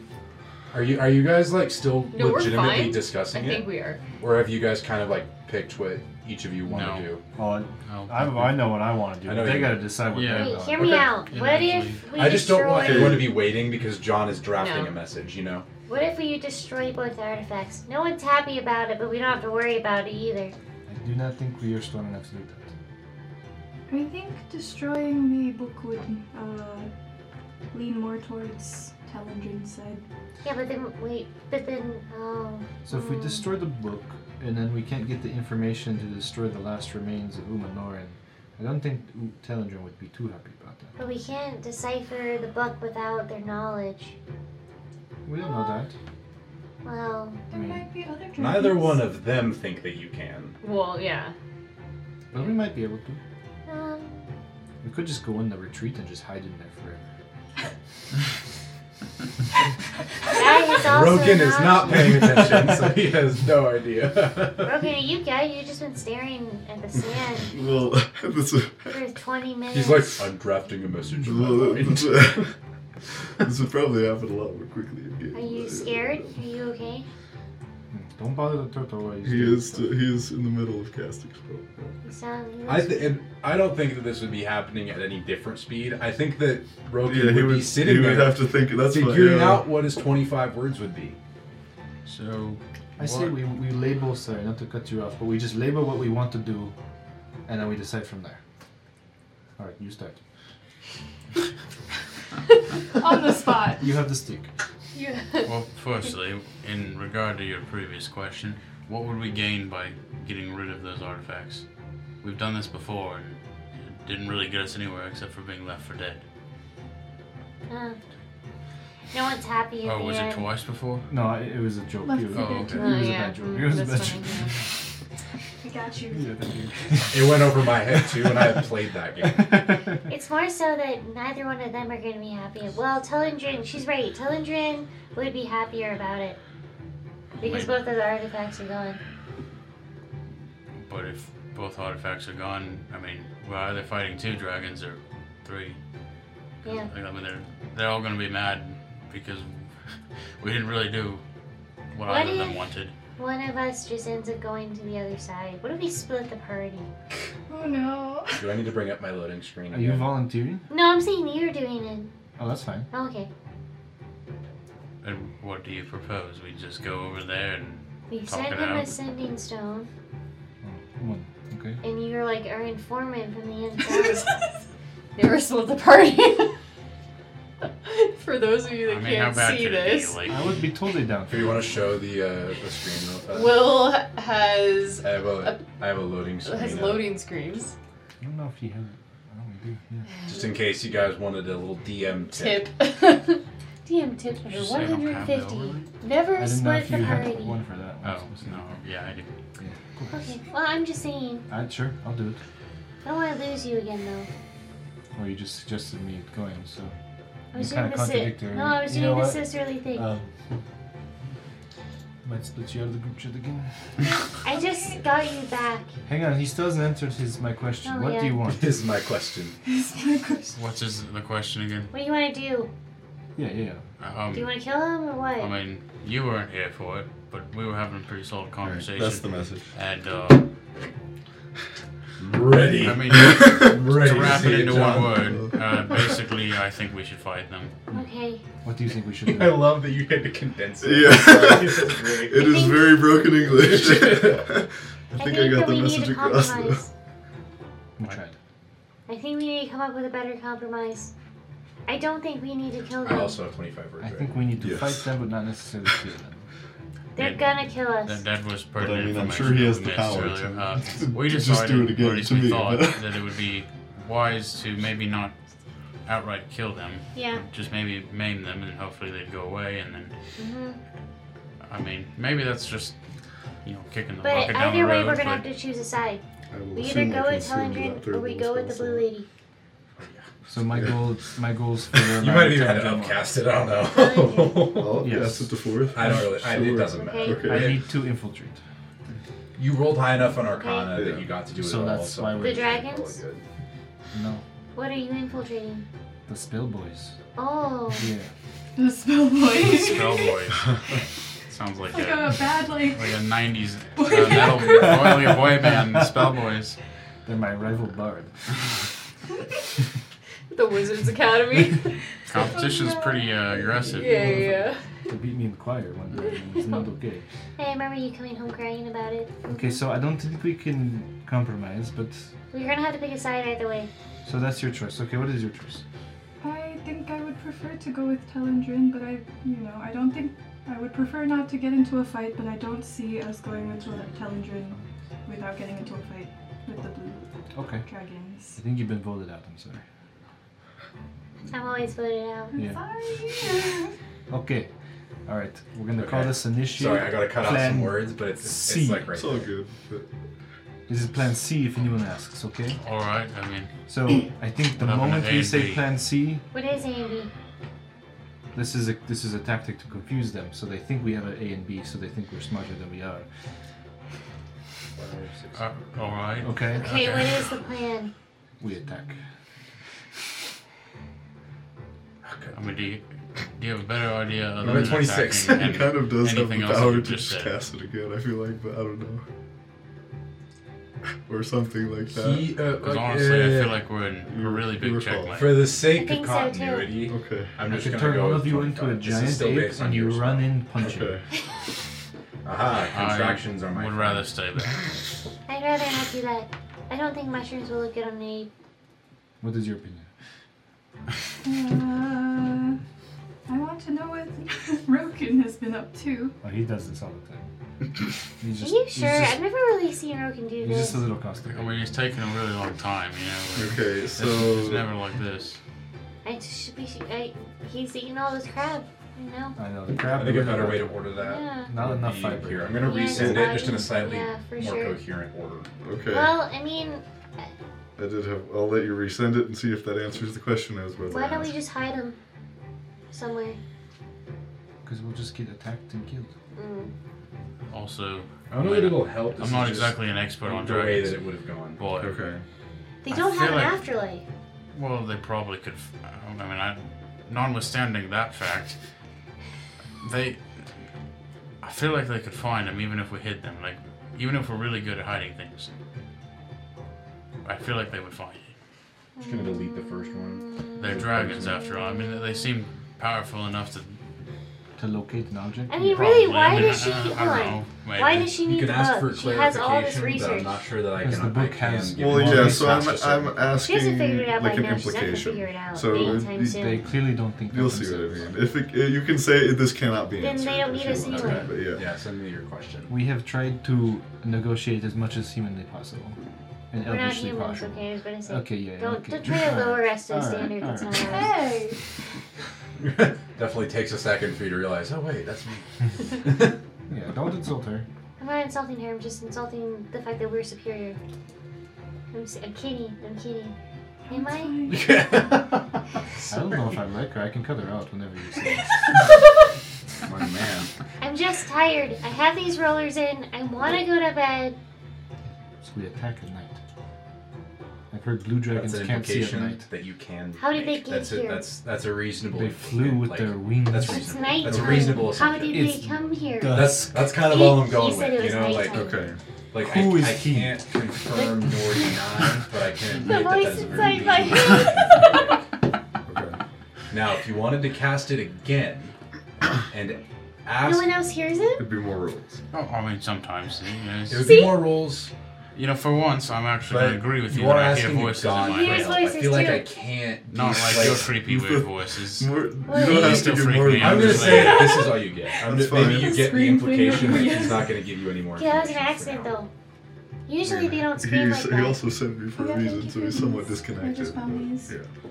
S1: Are you are you guys like still
S2: No, we're
S1: legitimately
S2: fine. I
S1: discussing
S2: think
S1: it,
S2: we are.
S1: or have you guys kind of like picked what each of you want
S9: No.
S1: to do?
S6: Oh,
S9: Oh,
S6: I, I know what I want to do.
S1: I
S6: I
S1: know
S6: they
S1: you-
S6: got to decide what
S9: Yeah.
S6: they're
S7: wait,
S6: going.
S7: hear me
S9: Okay.
S7: out.
S9: Yeah,
S7: what if
S9: actually.
S7: we
S1: I just don't want
S7: destroy-
S1: everyone to be waiting because John is drafting
S2: No.
S1: a message. You know,
S7: What if you destroy both artifacts? No one's happy about it, but we don't have to worry about it either.
S6: I do not think we are strong enough to do that.
S4: I think destroying the book would uh, lean more towards Talendrin's side.
S7: Yeah, but then wait, but then oh,
S6: So if we
S7: Hmm.
S6: destroy the book and then we can't get the information to destroy the last remains of Umanoran, I don't think U- Telendrin would be too happy about that.
S7: but we can't decipher the book without their knowledge.
S6: We don't know that.
S7: Well,
S4: There
S6: Hmm.
S4: might be other dragons.
S1: neither one of them think that you can.
S2: Well, yeah.
S6: But we might be able to.
S7: um,
S6: We could just go in the retreat and just hide in there forever.
S7: that is also
S1: Rogan is
S7: an
S1: not
S7: option.
S1: paying attention, so he has no idea.
S7: Rogan, are you guys, you've just been staring at the sand
S5: Well, that's a,
S7: for 20 minutes.
S1: He's like, I'm drafting a message. in my
S5: that's
S1: mind."
S5: a- this would probably happen a lot more quickly. in game
S7: Are
S5: than I-
S7: you scared? Are you okay?
S6: Hmm, Don't bother the turtle while he's
S5: He
S6: doing
S5: is
S6: stuff.
S5: st- he is in the middle of casting spell.
S7: You sound. you
S1: I
S7: look-
S1: th- and I don't think that this would be happening at any different speed. I think that Rogan
S5: Yeah, he
S1: would, be
S5: would. He
S1: sitting
S5: would
S1: there
S5: have to think. That's what,
S1: figuring
S5: yeah.
S1: out what his 25 words would be.
S9: So
S6: I say we, we label, sorry, not to cut you off, but we just label what we want to do and then we decide from there. Alright, you start.
S4: On the spot.
S6: You have the stick.
S2: Yeah.
S9: Well, firstly, in regard to your previous question, what would we gain by getting rid of those artifacts? We've done this before, and it didn't really get us anywhere except for being left for dead.
S7: uh, no one's happy. at
S9: Oh,
S7: the
S9: was it
S7: end.
S9: twice before?
S6: No, it, it was a joke.
S4: Left
S6: It was-
S4: for
S9: Oh,
S4: dead.
S9: okay.
S6: It was a
S2: yeah.
S6: bad joke. It
S2: Mm,
S6: was a bad
S2: that's
S6: joke.
S2: funny,
S4: I got you.
S6: Yeah, thank you.
S1: It went over my head too when I played that game.
S7: It's more so that neither one of them are going to be happy. Well, Telendrin, she's right. Telendrin would be happier about it because both of the artifacts are gone.
S9: But if both artifacts are gone, I mean, we're either fighting two dragons or three. 'Cause,
S7: Yeah.
S9: I mean, they're, they're all going to be mad because we didn't really do what,
S7: What
S9: either of them
S7: if-
S9: wanted.
S7: One of us just ends up going to the other side. What if we split the party?
S4: Oh no.
S1: Do I need to bring up my loading screen?
S6: Are you
S1: again?
S6: volunteering?
S7: No, I'm saying you're doing it.
S6: Oh, that's fine.
S7: Okay.
S9: And what do you propose? We just go over there and.
S7: We
S9: Talk
S7: send
S9: it
S7: him a
S9: out.
S7: sending stone,
S6: Oh, Come on. Okay.
S7: and you're like our informant from the inside.
S2: They were still at the party. For those of you that
S9: I mean, how
S2: can't
S9: bad
S2: see
S9: could it
S2: this,
S9: be? Like,
S6: I would be totally down.
S1: If you want to show the uh, the screen real fast.
S2: Will has
S1: I have a I have a loading screen.
S2: has
S1: up,
S2: loading screens.
S6: I don't know if you have it. I don't know, yeah.
S1: Just in case you guys wanted a little DM tip.
S2: Tip.
S7: DM tip
S9: Did
S7: for
S9: you say I don't have the
S7: 150.
S9: overlay?
S7: Never
S6: I didn't know
S7: split
S6: if you
S7: the party.
S6: had one for that. one
S9: Oh,
S6: specific.
S9: no. Yeah, I do.
S7: Okay. Well, I'm just saying.
S6: All right, sure, I'll do it.
S7: I don't want to lose you again, though.
S6: Well, you just suggested me going, so.
S7: I was
S6: You're
S7: doing
S6: kinda
S7: the si-
S6: contradictory.
S7: No, I was
S6: You know
S7: doing the
S6: what?
S7: sisterly thing.
S6: Um, might split you out of the group chat again.
S7: I just got you back.
S6: Hang on, he still hasn't answered his my question.
S7: Oh,
S6: what
S7: yeah.
S6: do you want?
S1: This is my question.
S4: That's my question.
S9: What's his, the question again?
S7: What do you want to do?
S6: Yeah, yeah, yeah.
S9: Um,
S7: Do you want to kill him or what?
S9: I mean, you weren't here for it, but we were having a pretty solid conversation.
S8: That's the message.
S9: and uh,
S1: Ready.
S9: I mean,
S1: Ready
S9: to
S1: to
S9: wrap
S1: see it
S9: it into one
S1: done.
S9: word, uh, basically, I think we should fight them.
S7: okay.
S6: What do you think we should
S1: I
S6: do?
S1: love that you had to condense it.
S8: Yeah.
S1: This is great.
S8: It is very broken English. I think I, got
S7: that
S8: the
S7: we
S8: message
S7: need a
S8: across. though.
S7: compromise.
S6: We tried.
S7: I think we need to come up with a better compromise. I don't think we need to kill
S1: I
S7: them.
S1: also have 25
S6: I
S1: words.
S6: think we need to
S8: Yes.
S6: fight them, but not necessarily kill them.
S7: They're
S9: Yeah.
S7: gonna kill us.
S9: That, that was
S8: I
S9: pertinent
S8: mean, I'm
S9: information
S8: sure he
S9: that
S8: has
S9: we
S8: the
S9: missed
S8: power
S9: earlier.
S8: to-
S9: Uh,
S8: to
S9: we
S8: just
S9: decided,
S8: do it again
S9: or at least
S8: to
S9: we
S8: me,
S9: thought
S8: but-
S9: that it would be wise to maybe not outright kill them,
S7: Yeah.
S9: just maybe maim them, and hopefully they'd go away. And then,
S7: hmm
S9: I mean, maybe that's just you know kicking the
S7: But
S9: bucket down
S7: either
S9: the
S7: way,
S9: road.
S7: we're gonna have
S9: but
S7: to choose a side.
S5: I will
S7: We either
S5: assume I
S7: go with
S5: consumed that
S7: Telendrin
S5: third
S7: or we
S5: one
S7: go with the blue
S5: spell,
S7: lady.
S6: So my goal, my goals for you
S1: You might have even had it upcasted. I don't
S5: so-
S1: know.
S5: I'll
S6: Yes.
S5: cast it to fourth.
S1: I don't really. I, it
S5: Sure.
S1: doesn't matter.
S7: Okay.
S6: I
S1: It-
S6: need to infiltrate.
S1: you rolled high enough on Arcana
S5: Okay.
S1: that you got to do it
S6: So
S1: all.
S6: that's
S1: so
S6: why we're-
S7: The dragons?
S1: Really good.
S6: No,
S7: What are you infiltrating?
S6: the spell boys.
S7: Oh.
S6: Yeah.
S4: The spell boy.
S9: Spellboys sounds like
S4: like
S9: a
S4: a bad like.
S9: like a '90s uh,
S4: Boy
S9: metal boy, like a boy band, Spellboys.
S6: They're my rival bard.
S2: The Wizards Academy.
S9: Competition's pretty uh, aggressive.
S2: yeah, yeah.
S6: They beat me in the choir one time. and It's not okay.
S7: I remember you coming home crying about it.
S6: Okay, so I don't think we can compromise, but
S7: We're gonna have to pick a side either way.
S6: so that's your choice. Okay, what is your choice?
S4: I think I would prefer to go with Telendrin, but I, you know, I don't think I would prefer not to get into a fight. But I don't see us going with Tel- Telendrin without getting into a fight with the blue
S6: Okay. I
S4: dragons.
S6: think you've been voted out. I'm sorry.
S7: I'm always voted out.
S4: I'm
S6: Yeah.
S4: Sorry.
S6: Okay. All right. We're gonna call
S1: Okay.
S6: this initiate.
S1: Sorry, I gotta cut out
S6: plan
S1: some words, but it's it's,
S6: C.
S1: it's like right.
S5: It's all
S1: there.
S5: good. But
S6: This is Plan C, if anyone asks. Okay.
S9: All right. I mean,
S6: So I think the
S9: What happened to
S6: moment
S9: A
S6: we
S9: and
S6: say
S9: B?
S6: Plan C,
S7: What is Andy?
S6: this is a this is a tactic to confuse them. So they think we have an A and B. So they think we're smarter than we are.
S9: uh, all right.
S6: Okay.
S7: Okay,
S9: Okay.
S7: what is the plan?
S6: We attack.
S9: I mean, do you, do you have a better idea? Other
S1: Number
S9: than
S1: 26.
S9: attacking
S5: He
S9: and
S5: kind of does have
S9: anything
S5: the
S9: else I
S5: power to
S9: could just
S5: just
S9: say?
S5: cast it again, I feel like, but I don't know. or something like that.
S1: He, uh,
S9: Because
S1: like,
S9: honestly, I
S1: uh,
S9: feel like we're in a really big
S5: You're
S9: checkmate.
S1: for the sake
S7: I
S1: of
S7: think so, too.
S1: continuity,
S5: Okay.
S1: I'm
S6: I
S1: just
S6: could
S1: gonna
S6: turn
S1: go
S6: all
S1: with
S6: of you into a
S1: 25. This is
S6: giant
S1: still
S6: ape
S1: based on
S6: and you
S1: your
S6: run
S1: spell.
S6: in punching.
S5: Okay.
S1: Aha,
S9: I
S1: contractions are my.
S9: would
S1: friend.
S9: rather stay back.
S7: I'd rather not do that. I don't think mushrooms will look good on an ape.
S6: What is your opinion?
S4: Uh, I want to know what Roken has been up to.
S6: Oh, he does this all the time. he's
S7: Are
S6: just,
S7: you
S6: he's
S7: sure?
S6: just-
S7: I've never really seen Roken do
S6: he's
S7: this.
S6: just a little
S9: I
S6: constipated.
S9: mean, it's taken a really long time, you know. Like,
S5: Okay,
S9: this is- it's
S5: so.
S9: never like this.
S7: I just should be. I, he's eating all this crab. I know.
S6: I know the crab.
S1: I think a
S6: would
S1: better
S6: have
S1: way to order that.
S7: Yeah.
S6: Not
S1: would
S6: enough
S1: be
S6: fiber.
S1: Here, I'm gonna
S7: Yeah,
S1: resend
S7: just
S1: it just in a
S7: add-
S1: slightly
S7: yeah, for
S1: more
S7: sure.
S1: coherent order.
S5: Okay.
S7: Well, I mean,
S5: I did have. I'll let you resend it and see if that answers the question I was about
S7: why
S5: to
S7: don't
S5: ask.
S7: we just hide him somewhere?
S6: Because we'll just get attacked and killed.
S7: Mm.
S9: Also,
S1: I don't know
S9: mean,
S1: that it'll help. This
S9: I'm not
S1: is just
S9: exactly an expert on
S1: the way that
S9: dragons,
S1: it would have gone.
S9: but
S5: Okay.
S7: They
S9: I
S7: don't have
S9: feel
S7: an
S9: like-
S7: afterlife.
S9: well, they probably could. f- I mean, I, notwithstanding that fact, they. I feel like they could find them even if we hid them. Like, even if we're really good at hiding things, I feel like they would find it.
S1: Just gonna delete the first one.
S9: They're dragons, after all. I mean, they seem powerful enough to.
S6: To locate an object?
S7: I mean, really,
S9: probably-
S7: why
S9: I mean,
S7: does she
S9: I-
S7: keep
S9: I don't
S7: one?
S9: know, maybe.
S7: Why does she
S1: You
S7: need
S1: can
S7: the
S1: ask for
S7: book? She has all this
S1: clarification, but I'm
S7: research.
S1: not sure that I can.
S6: Because the book
S1: I can
S6: has-
S1: give
S5: Well,
S1: you
S6: Well,
S5: yeah.
S1: more
S5: So I'm,
S1: resources.
S5: I'm
S7: She hasn't
S5: asking
S7: figured it out by
S5: like
S7: now. She's
S5: an
S7: not gonna
S5: implication.
S7: figure it out
S5: so
S7: anytime
S5: it-
S7: soon.
S6: They clearly don't think
S5: You'll
S6: of
S5: see what I
S6: themselves.
S5: mean. If it, uh, you can say it, this cannot be
S7: Then
S5: answered.
S7: they don't
S5: if
S7: need
S5: you
S7: us
S5: want,
S7: either.
S5: But yeah.
S1: Yeah, send me your question.
S6: We have tried to negotiate as much as humanly possible. And
S7: We're not
S6: elvishly
S7: humans,
S6: possible.
S7: okay? I was gonna say.
S6: Okay, yeah.
S7: Don't,
S6: okay.
S7: don't try to lower us to a
S6: Alright,
S7: standard that's
S6: alright.
S7: not ours.
S4: Hey.
S1: Definitely takes a second for you to realize. Oh wait, that's me.
S6: Yeah, don't insult her.
S7: I'm not insulting her. I'm just insulting the fact that we're superior. I'm, s am kidding. I'm kidding. Am
S4: It's
S7: I?
S4: fine.
S6: I don't know if I like her. I can cut her out whenever you say it.
S1: My man.
S7: I'm just tired. I have these rollers in. I want to go to bed.
S6: So we attack at night. I I've heard blue dragons
S1: That's an
S6: can't see at
S1: implication
S6: night.
S1: that you can.
S7: How did they
S1: make.
S7: get
S1: that's A,
S7: here?
S1: that's that's a reasonable.
S6: They
S1: implication,
S6: flew with
S1: like,
S6: their wings.
S1: That's
S7: It's
S1: reasonable.
S7: nighttime.
S1: That's a reasonable
S7: How did
S1: assumption.
S7: they
S6: It's-
S7: come here?
S6: Duh.
S1: That's that's kind of
S7: He-
S1: all I'm
S7: he
S1: going with.
S7: said it
S1: You
S7: was
S1: know, like
S7: nighttime.
S5: Okay.
S1: like
S6: Who
S1: I,
S6: is
S1: I
S6: he?
S1: can't confirm nor deny, but I can
S2: The
S1: admit that
S2: voice
S1: that's very
S2: inside my
S1: reasonable.
S5: Okay.
S1: Now, if you wanted to cast it again and
S7: No
S1: ask,
S7: one else hears it?
S5: It'd be more rules.
S9: Oh, I mean, sometimes. You know,
S1: it would
S9: it's-
S1: be
S7: See?
S1: more rules.
S9: you know, for once, I'm actually
S1: But
S9: going to agree with you,
S1: you
S9: that
S1: are
S9: I hear
S1: asking a
S9: voices in
S1: god
S9: my
S7: He hears
S9: head.
S1: I
S7: voices
S1: feel like
S7: too.
S1: I can't.
S9: Not
S1: be
S9: like your creepy weird voices.
S11: More, you
S7: Wait.
S11: don't have
S9: Still
S11: to give
S9: freak
S11: more
S9: me
S11: than-
S9: out.
S1: I'm gonna say that this is all you get. I'm
S11: That's
S1: just, maybe
S11: fine.
S1: you get the
S4: Scream queen
S1: implication that
S4: over
S1: he's
S4: here.
S1: not gonna give you any more.
S7: Yeah, that was an
S1: information for
S7: accident
S1: now.
S7: though. Usually they don't scream
S11: He's,
S7: like
S11: he
S7: that.
S11: also sent me for
S4: Yeah,
S11: a reason,
S4: thank you
S11: so
S4: for
S11: he's
S4: these.
S11: somewhat
S4: I
S11: disconnected.
S4: just found these.
S11: but, yeah.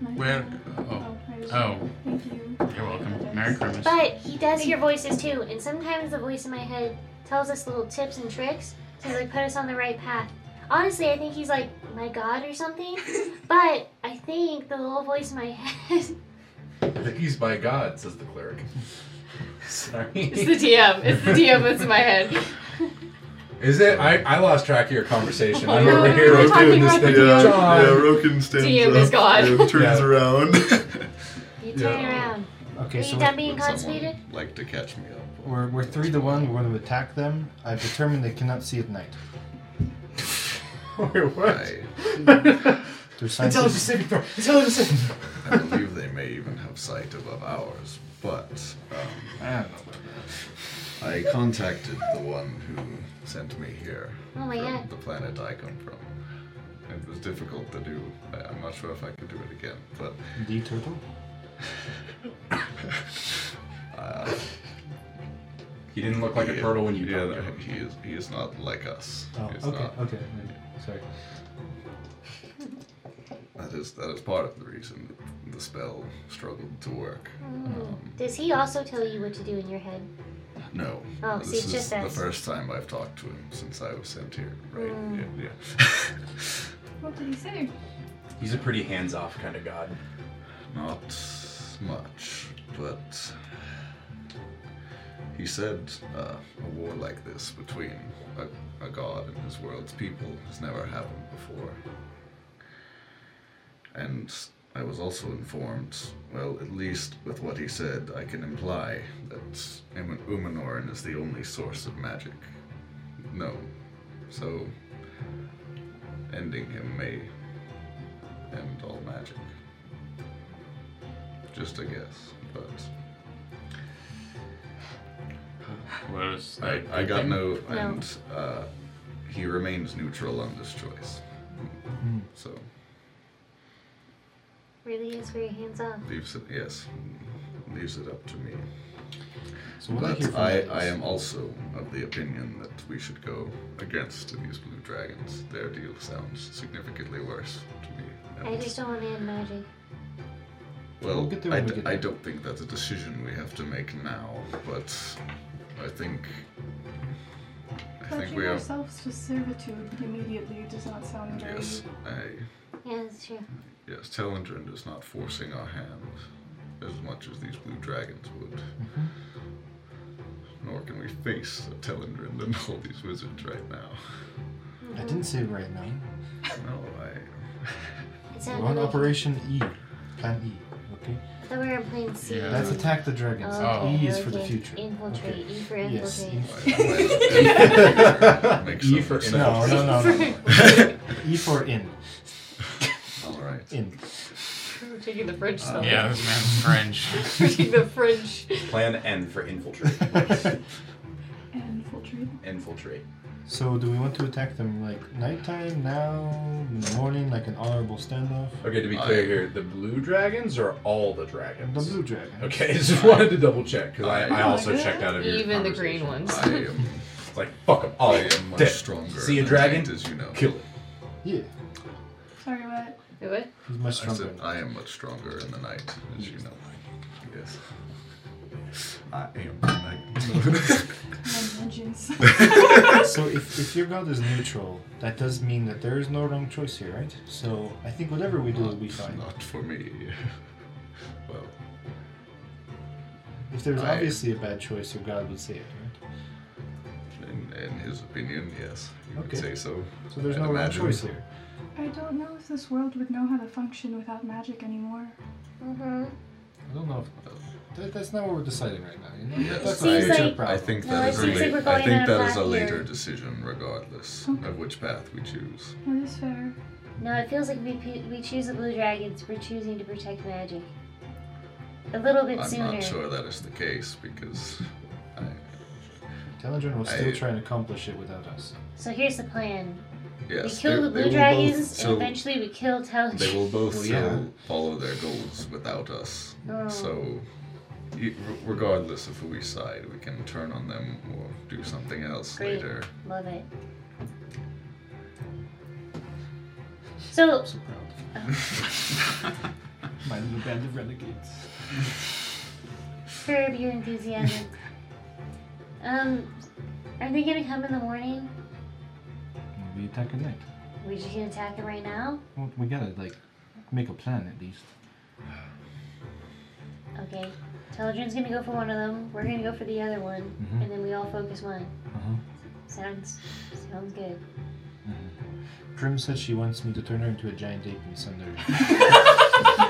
S4: My
S9: Where?
S4: phone.
S9: Oh,
S4: I just-
S9: oh,
S4: Thank you.
S9: you're welcome. Merry Christmas.
S7: But he does hear voices too, and sometimes the voice in my head tells us little tips and tricks to like put us on the right path. Honestly, I think he's like my god or something. but I think the little voice in my head.
S1: I think he's by God, says the cleric. Sorry.
S2: It's the DM. It's the DM that's in my head.
S1: Is it? I, I lost track of your conversation. I'm
S2: No,
S1: over
S2: we
S1: here
S2: were talking
S1: doing this
S2: about the
S1: thing.
S11: Yeah, yeah,
S1: John.
S11: Roken stands
S2: DM
S11: up
S2: is God.
S11: and turns
S1: Yeah.
S11: around.
S7: You turn
S1: Yeah.
S7: around.
S6: Okay,
S7: Are
S6: so
S7: you
S6: we're,
S7: done being
S5: Would someone
S7: consummated?
S5: like to catch me up?
S6: we're, we're three to one. We're going to attack them. I've determined they cannot see at night.
S1: Wait, what?
S5: I,
S6: They're
S1: Intelligence
S6: scientists.
S1: saving throw. Intelligence saving throw.
S5: I believe they may even have sight above ours, but um,
S6: I don't know about that.
S5: I contacted the one who sent me here
S7: Oh my
S5: from
S7: god.
S5: the planet I come from. It was difficult to do. I, I'm not sure if I could do it again, but
S6: The turtle?
S5: uh,
S1: He didn't look like a
S5: he-
S1: turtle when you
S5: yeah,
S1: yeah,
S5: no, he is he is not like us.
S6: Oh,
S5: He's
S6: okay,
S5: not.
S6: okay. Sorry.
S5: That is that is part of the reason the spell struggled to work. Um,
S7: Mm. Does he also tell you what to do in your head?
S5: No.
S7: Oh,
S5: this
S7: so it's
S5: is
S7: just
S5: the
S7: us.
S5: first time I've talked to him since I was sent here, right?
S7: Mm.
S5: Yeah.
S4: What did he say?
S1: He's a pretty hands-off kind of god.
S5: yeah. Not much, but he said uh, a war like this between a, a god and his world's people has never happened before. And I was also informed, well, at least with what he said, I can imply that Uman- Umanoran is the only source of magic. No. So, ending him may end all magic. Just a guess, but
S9: Well, it's like-
S5: I, I got no,
S7: No.
S5: and uh, he remains neutral on this choice.
S6: Hmm.
S5: So,
S7: Really is very hands off.
S5: leaves it, yes, leaves it up to me.
S6: So what I hear
S5: But
S6: from
S5: I,
S6: them
S5: I
S6: is-
S5: am also of the opinion that we should go against these blue dragons. Their deal sounds significantly worse to me.
S7: I
S5: and-
S7: just don't want to end magic.
S5: Well,
S6: We'll get there
S5: I,
S6: when we
S5: d-
S6: get
S5: I
S6: there.
S5: don't think that's a decision we have to make now, but I think I think
S4: Pledging
S5: we are.
S4: ourselves to servitude immediately does not sound very.
S5: Yes, I
S7: Yeah, that's true.
S5: yes. Telendrin is not forcing our hand as much as these blue dragons would.
S6: Mm-hmm.
S5: Nor can we face a Telendrin and all these wizards right now.
S7: Mm-hmm.
S6: I didn't say right now.
S5: No, I.
S7: It
S6: We're on
S7: sounded like
S6: Operation E. Plan E. Okay.
S7: I thought we were on plane C.
S9: Yeah.
S6: Let's attack the dragons.
S9: Oh.
S6: E is for the future.
S7: Infiltrate.
S6: Okay.
S7: E for
S6: Yes,
S7: infiltrate.
S6: E-
S5: I- I- Makes
S1: E
S5: some
S1: for
S5: sense.
S6: No, no, no, no, no. E for in.
S5: All right.
S6: In.
S2: We're taking the French spell.
S9: Yeah, this man's French.
S2: We're taking the French.
S1: Plan N for infiltrate.
S4: And filtrate.
S1: infiltrate.
S6: So, do we want to attack them like nighttime, now, in the morning, like an honorable standoff?
S1: Okay, to be
S5: I-
S1: clear here, the blue dragons or all the Oh
S6: The
S1: dragons?
S6: blue dragon.
S1: Okay, I just wanted to double check because I,
S5: I-
S1: I also
S4: Yeah.
S1: checked out of your
S2: Even the green
S1: conversation.
S2: ones.
S5: I am.
S1: It's like fuck them all.
S5: I am much
S1: Oh, Dead.
S5: stronger.
S1: See a
S5: than
S1: dragon?
S5: Taint, as you know.
S1: Kill it.
S6: Yeah,
S4: Sorry, what?
S2: Do it.
S6: he's much
S5: I
S6: stronger.
S5: said I am much stronger in the night, as you know. Yes. I am the night.
S4: My vengeance.
S6: so, if, if your god is neutral, that does mean that there is no wrong choice here, right? So, I think whatever we do will be
S5: not,
S6: fine.
S5: not for me. Well,
S6: If there's
S5: I-
S6: obviously a bad choice, your god would say it, right?
S5: in, in his opinion, yes, you
S6: Okay.
S5: would say so.
S6: So, there's
S5: I'd
S6: no wrong
S5: imagine.
S6: choice here.
S4: I don't know if this world would know how to function without magic anymore.
S7: Mm-hmm.
S6: I don't know if that, that's not what we're deciding right now. You know?
S8: Yes,
S6: that's
S7: seems
S6: not your
S7: like-
S8: I
S6: problem.
S8: think
S7: No,
S8: that
S7: it
S8: is a
S7: seems like
S8: late-
S7: we're
S8: I
S7: going
S8: think
S7: down
S8: that
S7: a
S8: is a
S7: path
S8: later
S7: here.
S8: decision, regardless
S4: Okay.
S8: of which path we choose.
S4: That is fair.
S7: No, it feels like we, pe- we choose the blue dragons. We're choosing to protect magic. A little bit
S8: I'm
S7: sooner.
S8: not sure that is the case because I,
S6: Telendrin will still
S8: I-
S6: try and accomplish it without us.
S7: So here's the plan.
S8: yes,
S7: we kill
S8: they-
S7: the
S8: they
S7: blue
S8: will
S7: dragons,
S8: both- so
S7: and eventually we kill Talon.
S8: they will both
S6: Well,
S8: still
S6: yeah.
S8: follow their goals without us.
S7: Oh.
S8: So, e- re- regardless of who we side, we can turn on them or do something else
S7: Great.
S8: later.
S7: Love it. So,
S6: I'm so proud. My little band of renegades.
S7: curb your enthusiasm. um, are they gonna come in the morning?
S6: We attack at night.
S7: We just gonna attack them right now?
S6: Well, we gotta like make a plan at least.
S7: Okay. Telegrin's gonna go for one of them. We're gonna go for the other one,
S6: Mhm.
S7: and then we all focus one.
S6: Uh-huh.
S7: Sounds sounds good.
S6: Prim said she wants me to turn her into a giant ape and send her.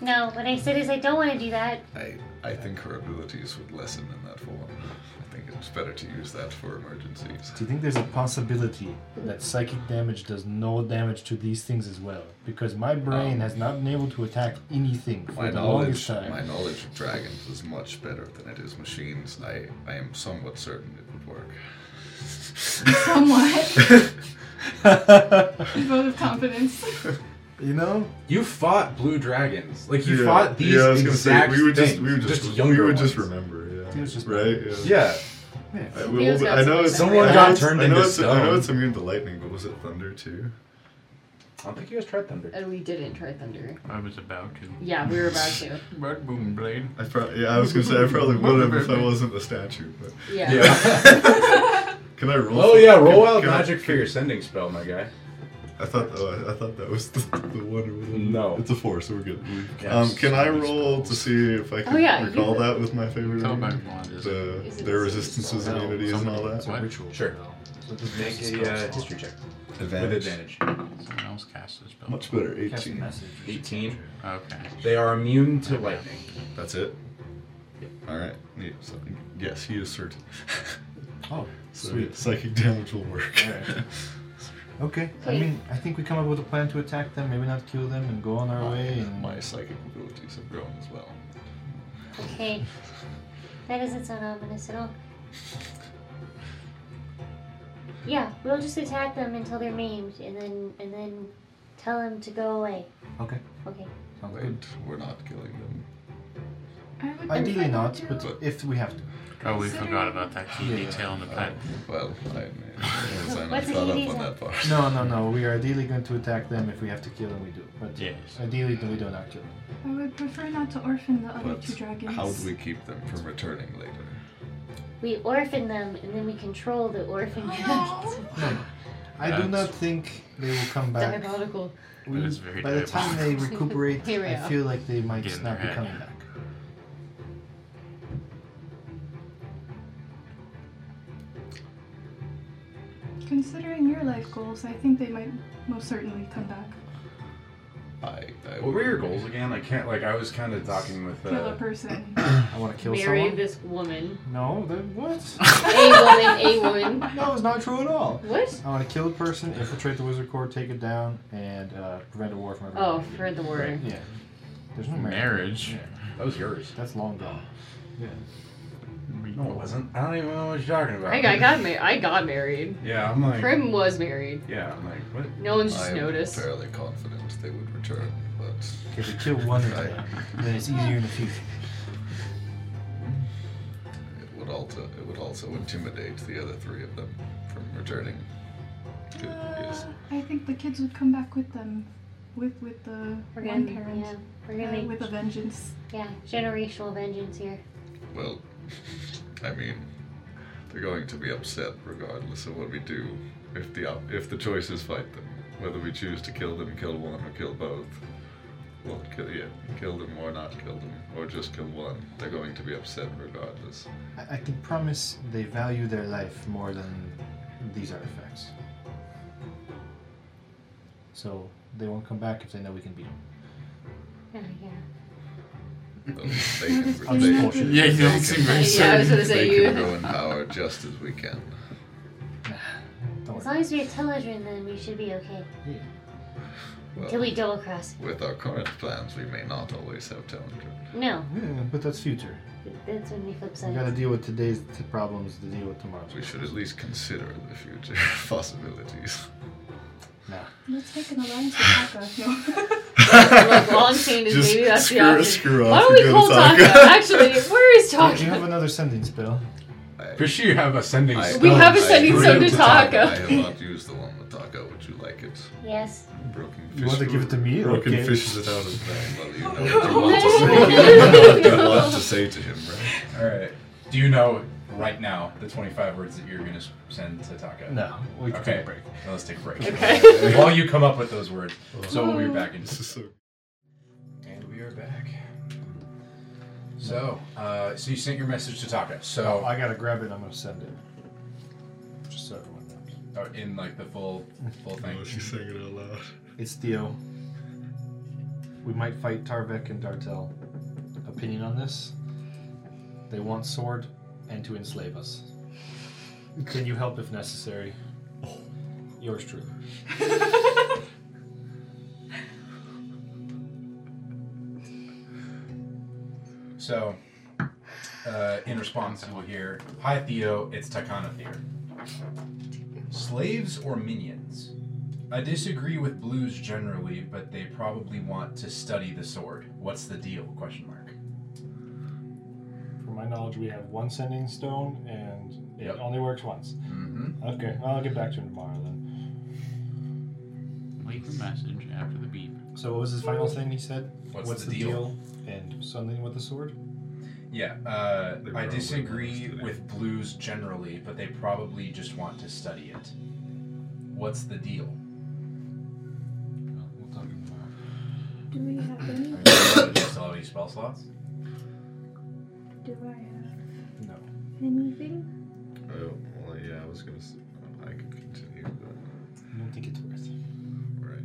S7: No, what I said is I don't want to do that.
S8: I, I think her abilities would lessen in that form. I think it's better to use that for emergencies.
S6: Do you think there's a possibility that psychic damage does no damage to these things as well? Because my brain
S8: Um,
S6: has not been able to attack anything for
S8: My
S6: the longest
S8: knowledge,
S6: time.
S8: my knowledge of dragons is much better than it is machines. I, I am somewhat certain it would work.
S4: Somewhat. Vote of confidence.
S6: you know,
S1: You fought blue dragons. Like you
S5: yeah.
S1: fought these
S5: yeah, I was gonna say,
S1: exact
S5: we would
S1: things.
S5: just, we would just,
S1: younger
S5: we would just
S1: ones.
S5: remember, yeah.
S6: It was just-
S5: right?
S1: Yeah.
S5: I,
S2: He
S5: well,
S2: was
S5: but
S2: got
S5: I know
S2: something.
S5: it's,
S2: Someone
S5: I know
S1: got
S5: it's-
S1: turned
S5: I know
S1: into
S5: it's, I know
S1: stone.
S5: it's immune to lightning, but was it thunder too?
S1: I don't think you guys tried thunder.
S2: And Oh, we didn't try thunder.
S9: I was about to.
S2: Yeah, we were about to.
S9: Red boom blade.
S5: I probably, yeah, I was gonna say I probably would have if I wasn't a statue. But
S2: Yeah.
S1: Yeah.
S5: can I roll?
S1: oh
S5: for-
S1: yeah,
S5: can-
S1: roll out
S5: can I-
S1: magic for your sending spell, my guy.
S5: I thought, oh, I, I thought that was the, the one. With the,
S1: No.
S5: it's a four, so we're good.
S1: Yeah,
S5: Um,
S1: just
S5: can I
S1: sending
S5: roll to
S1: spells.
S5: see if I can
S2: Oh, yeah,
S5: recall
S2: you-
S5: that with my favorite?
S9: Tell
S5: enemy?
S9: back one. is it?
S5: The,
S2: Is it
S5: their
S2: a-
S5: resistances,
S2: No,
S5: immunities, and all
S6: somebody-
S5: that.
S6: it's a
S9: What?
S6: ritual
S1: Sure.
S6: spell. So it doesn't
S1: Make
S6: necessarily
S1: a uh,
S6: spell.
S1: history check
S5: Advantage.
S1: with advantage.
S9: Someone else cast this spell.
S5: Much better,
S6: Cast a
S5: eighteen.
S6: message.
S1: 18.
S9: Okay.
S1: They are immune to lightning.
S5: That's it.
S1: Yep.
S5: All right. Yeah, so, yes, he is certain.
S6: Oh,
S5: So
S6: sweet.
S5: Psychic damage will work.
S6: Alright. Okay. I
S7: Okay.
S6: mean, I think we come up with a plan to attack them. Maybe not kill them and go on our
S9: Oh,
S6: way. And
S8: My psychic abilities have grown as well.
S7: Okay. That doesn't sound ominous at all. Yeah, we'll just attack them until they're maimed, and then and then tell them to go away.
S6: okay,
S7: Okay.
S6: sounds
S8: Wait,
S6: good.
S8: we're not killing them.
S4: I would
S6: Ideally
S4: prefer
S6: not,
S4: to-
S6: but if we have to.
S9: Oh, we forgot about that key
S6: Yeah.
S9: detail in the plan.
S8: Well, I, I was not
S7: What's
S8: caught
S7: the
S8: up on
S7: EDs?
S8: that part.
S6: No, no, no. We are ideally going to attack them. If we have to kill them, we do. But
S9: Yes.
S6: ideally, no, we do not kill them.
S4: I would prefer not to orphan the other
S8: But
S4: two dragons.
S8: how do we keep them from returning later?
S7: We orphan them, and then we control the orphan
S4: Oh,
S7: dragons.
S6: No, no. I do
S9: That's-
S6: not think they will come back.
S2: Diabolical.
S6: We-
S9: That is very
S6: by the time they recuperate,
S2: Here we
S6: I
S2: are.
S6: feel like they might
S9: Get in
S6: not be
S9: their head.
S6: coming back.
S4: Considering your life goals, I think they might most certainly come back.
S8: I, I
S1: Uh, What were your goals again? I can't. Like I was kind of talking with.
S4: Kill a
S1: Uh,
S4: person.
S6: I want to kill
S2: Marry
S6: someone.
S2: this woman.
S6: No, that what?
S2: A woman, a woman.
S6: no, it's not true at all.
S2: What?
S6: I want to kill a person, infiltrate the wizard core, take it down, and uh, prevent a war from ever.
S2: Oh,
S6: happening
S2: for the word.
S6: again. yeah. There's no marriage.
S9: Marriage.
S6: Yeah,
S1: that was yours.
S6: that's long gone. Yeah.
S1: No, it wasn't. I don't even know what you're talking about.
S2: I got, I got married. I got married.
S1: Yeah, I'm like.
S2: Prim was married.
S1: Yeah, I'm like what?
S2: No one's just
S8: I'm
S2: noticed.
S8: fairly confident they would return, but
S6: If we kill one of them, then it's easier in the future.
S8: it would also it would also intimidate the other three of them from returning. Good, yes.
S4: Uh, I think the kids would come back with them, with with the
S7: We're gonna,
S4: grandparents,
S7: yeah, we're gonna
S4: uh,
S7: make,
S4: with a vengeance.
S7: yeah, generational vengeance here.
S8: Well, I mean, they're going to be upset regardless of what we do. If the op- if the choice is fight them, whether we choose to kill them, kill one, or kill both, well, kill yeah, kill them or not kill them, or just kill one, they're going to be upset regardless.
S6: I, I can promise they value their life more than these artifacts. So they won't come back if they know we can beat them.
S7: Oh, yeah.
S8: Well, they can,
S6: I'm
S8: they,
S6: just bullshitting.
S9: Yeah, you don't
S8: they
S9: seem
S8: can-
S9: very
S2: Yeah, I was
S9: certain.
S2: gonna say
S8: they
S2: you.
S8: can ruin power just as we can.
S6: Don't worry.
S7: As long as we have Teledrin, then we should be okay. Till
S8: Well,
S7: we double cross.
S8: with our current plans, we may not always have Telendrin.
S7: No,
S6: Yeah, but that's future.
S7: that's when we flip
S6: We gotta
S7: sides.
S6: deal with today's t- problems to deal with tomorrow's.
S8: We should at least consider the future possibilities.
S6: Nah.
S4: Let's make an alliance with Taka. No.
S2: Look, all I'm saying is
S5: Just
S2: maybe that's
S5: screw,
S2: the option.
S5: screw off.
S2: Why don't
S5: and
S2: we
S5: go
S2: call
S5: to
S2: Taka?
S5: Taka.
S2: Actually, where is
S6: Yeah, you have
S2: Taka?
S6: another sending spell.
S1: For sure, you have ascending.
S8: I-
S1: spells.
S2: We have
S8: I
S2: ascending
S8: agree
S2: stone to
S8: with
S2: Taka.
S8: I have not used the one with Taka. Would you like it?
S7: Yes.
S8: Broken fish.
S6: You want to give it to me?
S5: Broken
S6: Okay.
S5: fishes it out of
S8: Well, you know what you want to say. you know what to say to him, right?
S1: All right. Do you know right now the 25 words that you're going to send to Taka?
S6: No, we can take
S1: Okay.
S6: a break.
S1: Now let's take a break.
S2: Okay.
S1: While you come up with those words, so we'll be back in.
S5: This is so.
S1: And we are back. So, uh, so you sent your message to Taka. So,
S6: I gotta grab it. I'm gonna send it. Just so everyone knows.
S1: uh, in like the full, full thing.
S5: Oh, she's saying it out loud.
S6: It's Theo. We might fight Tarvek and Dartel. Opinion on this? They want sword and to enslave us. Can you help if necessary? Yours truly.
S1: So, uh, in response, we'll hear, "Hi Theo, it's Takana here. Slaves or minions? I disagree with blues generally, but they probably want to study the sword. What's the deal?" Question mark.
S6: From my knowledge, we have one sending stone, and it
S1: Yep.
S6: only works once.
S1: Mm-hmm.
S6: Okay, I'll get back to him tomorrow then.
S9: Leave a message after the beep.
S6: So, what was his final thing he said?
S1: What's, the, deal?
S6: And something with the sword?
S1: Yeah, uh,
S5: They
S1: I
S5: probably
S1: disagree
S5: understood it.
S1: with blues generally, but they probably just want to study it. What's the deal?
S6: We'll talk tomorrow.
S4: Do we have any?
S1: Are you do you still have any spell slots?
S4: Do I have
S6: No.
S4: anything?
S8: Oh, well, yeah, I was gonna. Say, I could continue, but
S6: I don't think it's worth it.
S8: right.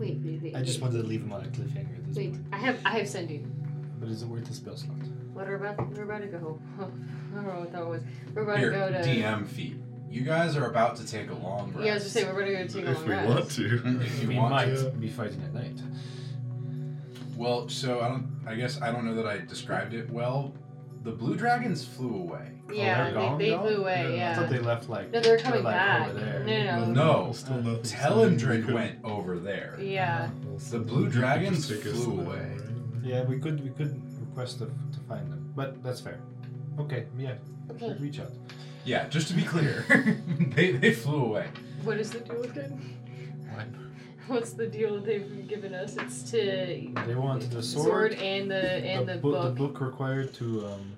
S2: Wait, wait, wait.
S6: I just
S2: wait.
S6: wanted to leave him on a cliffhanger at this
S2: Wait,
S6: point.
S2: I have I have sending.
S6: But is it worth the spell slot?
S2: What are about we're about to go? I don't know what that was. We're about
S1: Here,
S2: to go to.
S1: DM feet. You guys are about to take a long rest.
S2: Yeah, I was just saying we're about to go to
S5: If we
S2: Tigran.
S5: want to.
S1: If you
S6: we
S1: want
S6: might
S1: to.
S6: be fighting at night.
S1: Well, so I don't. I guess I don't know that I described it well. The blue dragons flew away.
S6: they're
S2: Yeah,
S6: gone
S2: they, they
S6: now?
S2: flew away.
S6: I
S2: Yeah.
S6: thought they left like.
S2: No, they're
S6: they're,
S2: coming
S6: like,
S2: back.
S6: over
S2: No,
S6: there.
S2: no, no.
S1: No,
S5: Still nothing.
S1: Telendrin went over there.
S2: Yeah.
S1: The blue dragons flew away.
S6: Yeah, we could we could request to, to find them, but that's fair. Okay, yeah,
S7: Okay.
S6: reach out.
S1: Yeah, just to be clear, they, they flew away.
S2: What is the deal again?
S9: What?
S2: What's the deal they've given us? It's to
S6: They want the sword,
S2: sword and the and the,
S6: bo-
S2: book.
S6: the book required to um,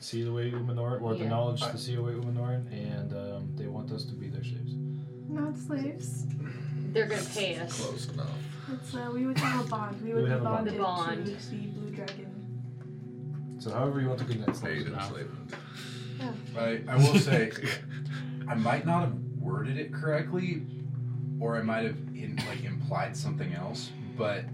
S6: seal away Umanoran, or the
S2: Yeah.
S6: knowledge to seal away Umanoran, and um, they want us to be their slaves.
S4: Not slaves.
S2: They're gonna pay us.
S8: Close enough.
S4: It's, uh, we would have a bond. We would,
S6: would
S4: be
S6: have a bond.
S4: bonded
S2: Bond.
S4: to the blue dragon.
S6: So however you want to condense that.
S8: Paid and
S9: enough.
S8: slaved.
S1: I, I will say, I might not have worded it correctly, or I might have in, like implied something else. But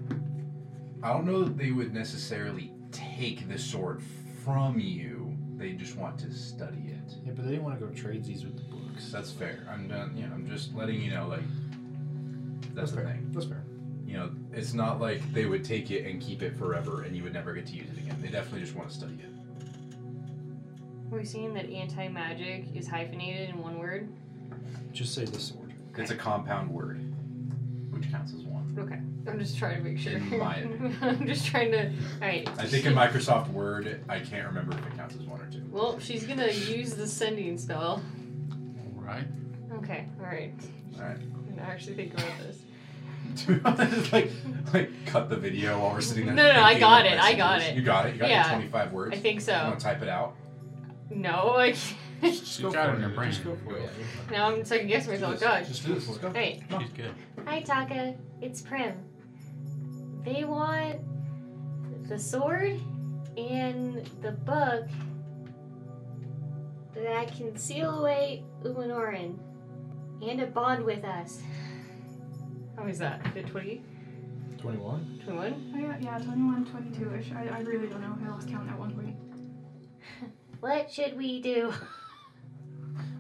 S1: I don't know that they would necessarily take the sword from you. They just want to study it.
S6: Yeah, but they didn't want to go trade these with the books.
S1: That's fair. I'm done. You know, I'm just letting you know. Like that's, the
S6: fair.
S1: thing.
S6: That's fair.
S1: You know, it's not like they would take it and keep it forever, and you would never get to use it again. They definitely just want to study it.
S2: We're seeing that anti magic is hyphenated in one word.
S6: Just say the sword.
S1: It's a compound word, which counts as one.
S2: Okay, I'm just trying to make sure.
S1: In my opinion.
S2: I'm just trying to. All right.
S1: I think in Microsoft Word, I can't remember if it counts as one or two.
S2: Well, she's gonna use the sending spell.
S9: Right?
S2: Okay. All right.
S1: All right.
S2: I'm gonna actually think about this.
S1: To be honest, like, like cut the video while we're sitting there.
S2: No, no, no, I
S1: thinking
S2: got
S1: of
S2: it, I got
S1: messages.
S2: it.
S1: You got it. You got
S2: Yeah.
S1: your 25 words.
S2: I think
S1: You
S2: so.
S1: want to type it out?
S2: No, I can't.
S9: She's
S6: Go
S9: got
S6: for
S9: it in her
S6: it,
S9: brain.
S6: Just go for it.
S2: now I'm second guessing myself. God.
S6: Just do it. Let's go.
S2: Hey,
S9: She's good.
S7: Hi, Taka. It's Prim. They want the sword and the book that can seal away Umanoran and a bond with us.
S2: How is that? Did 20?
S6: 21?
S2: 21?
S4: I got, Oh, yeah, 21, 22 ish. I, I really don't know. I lost count at one point.
S7: What should we do?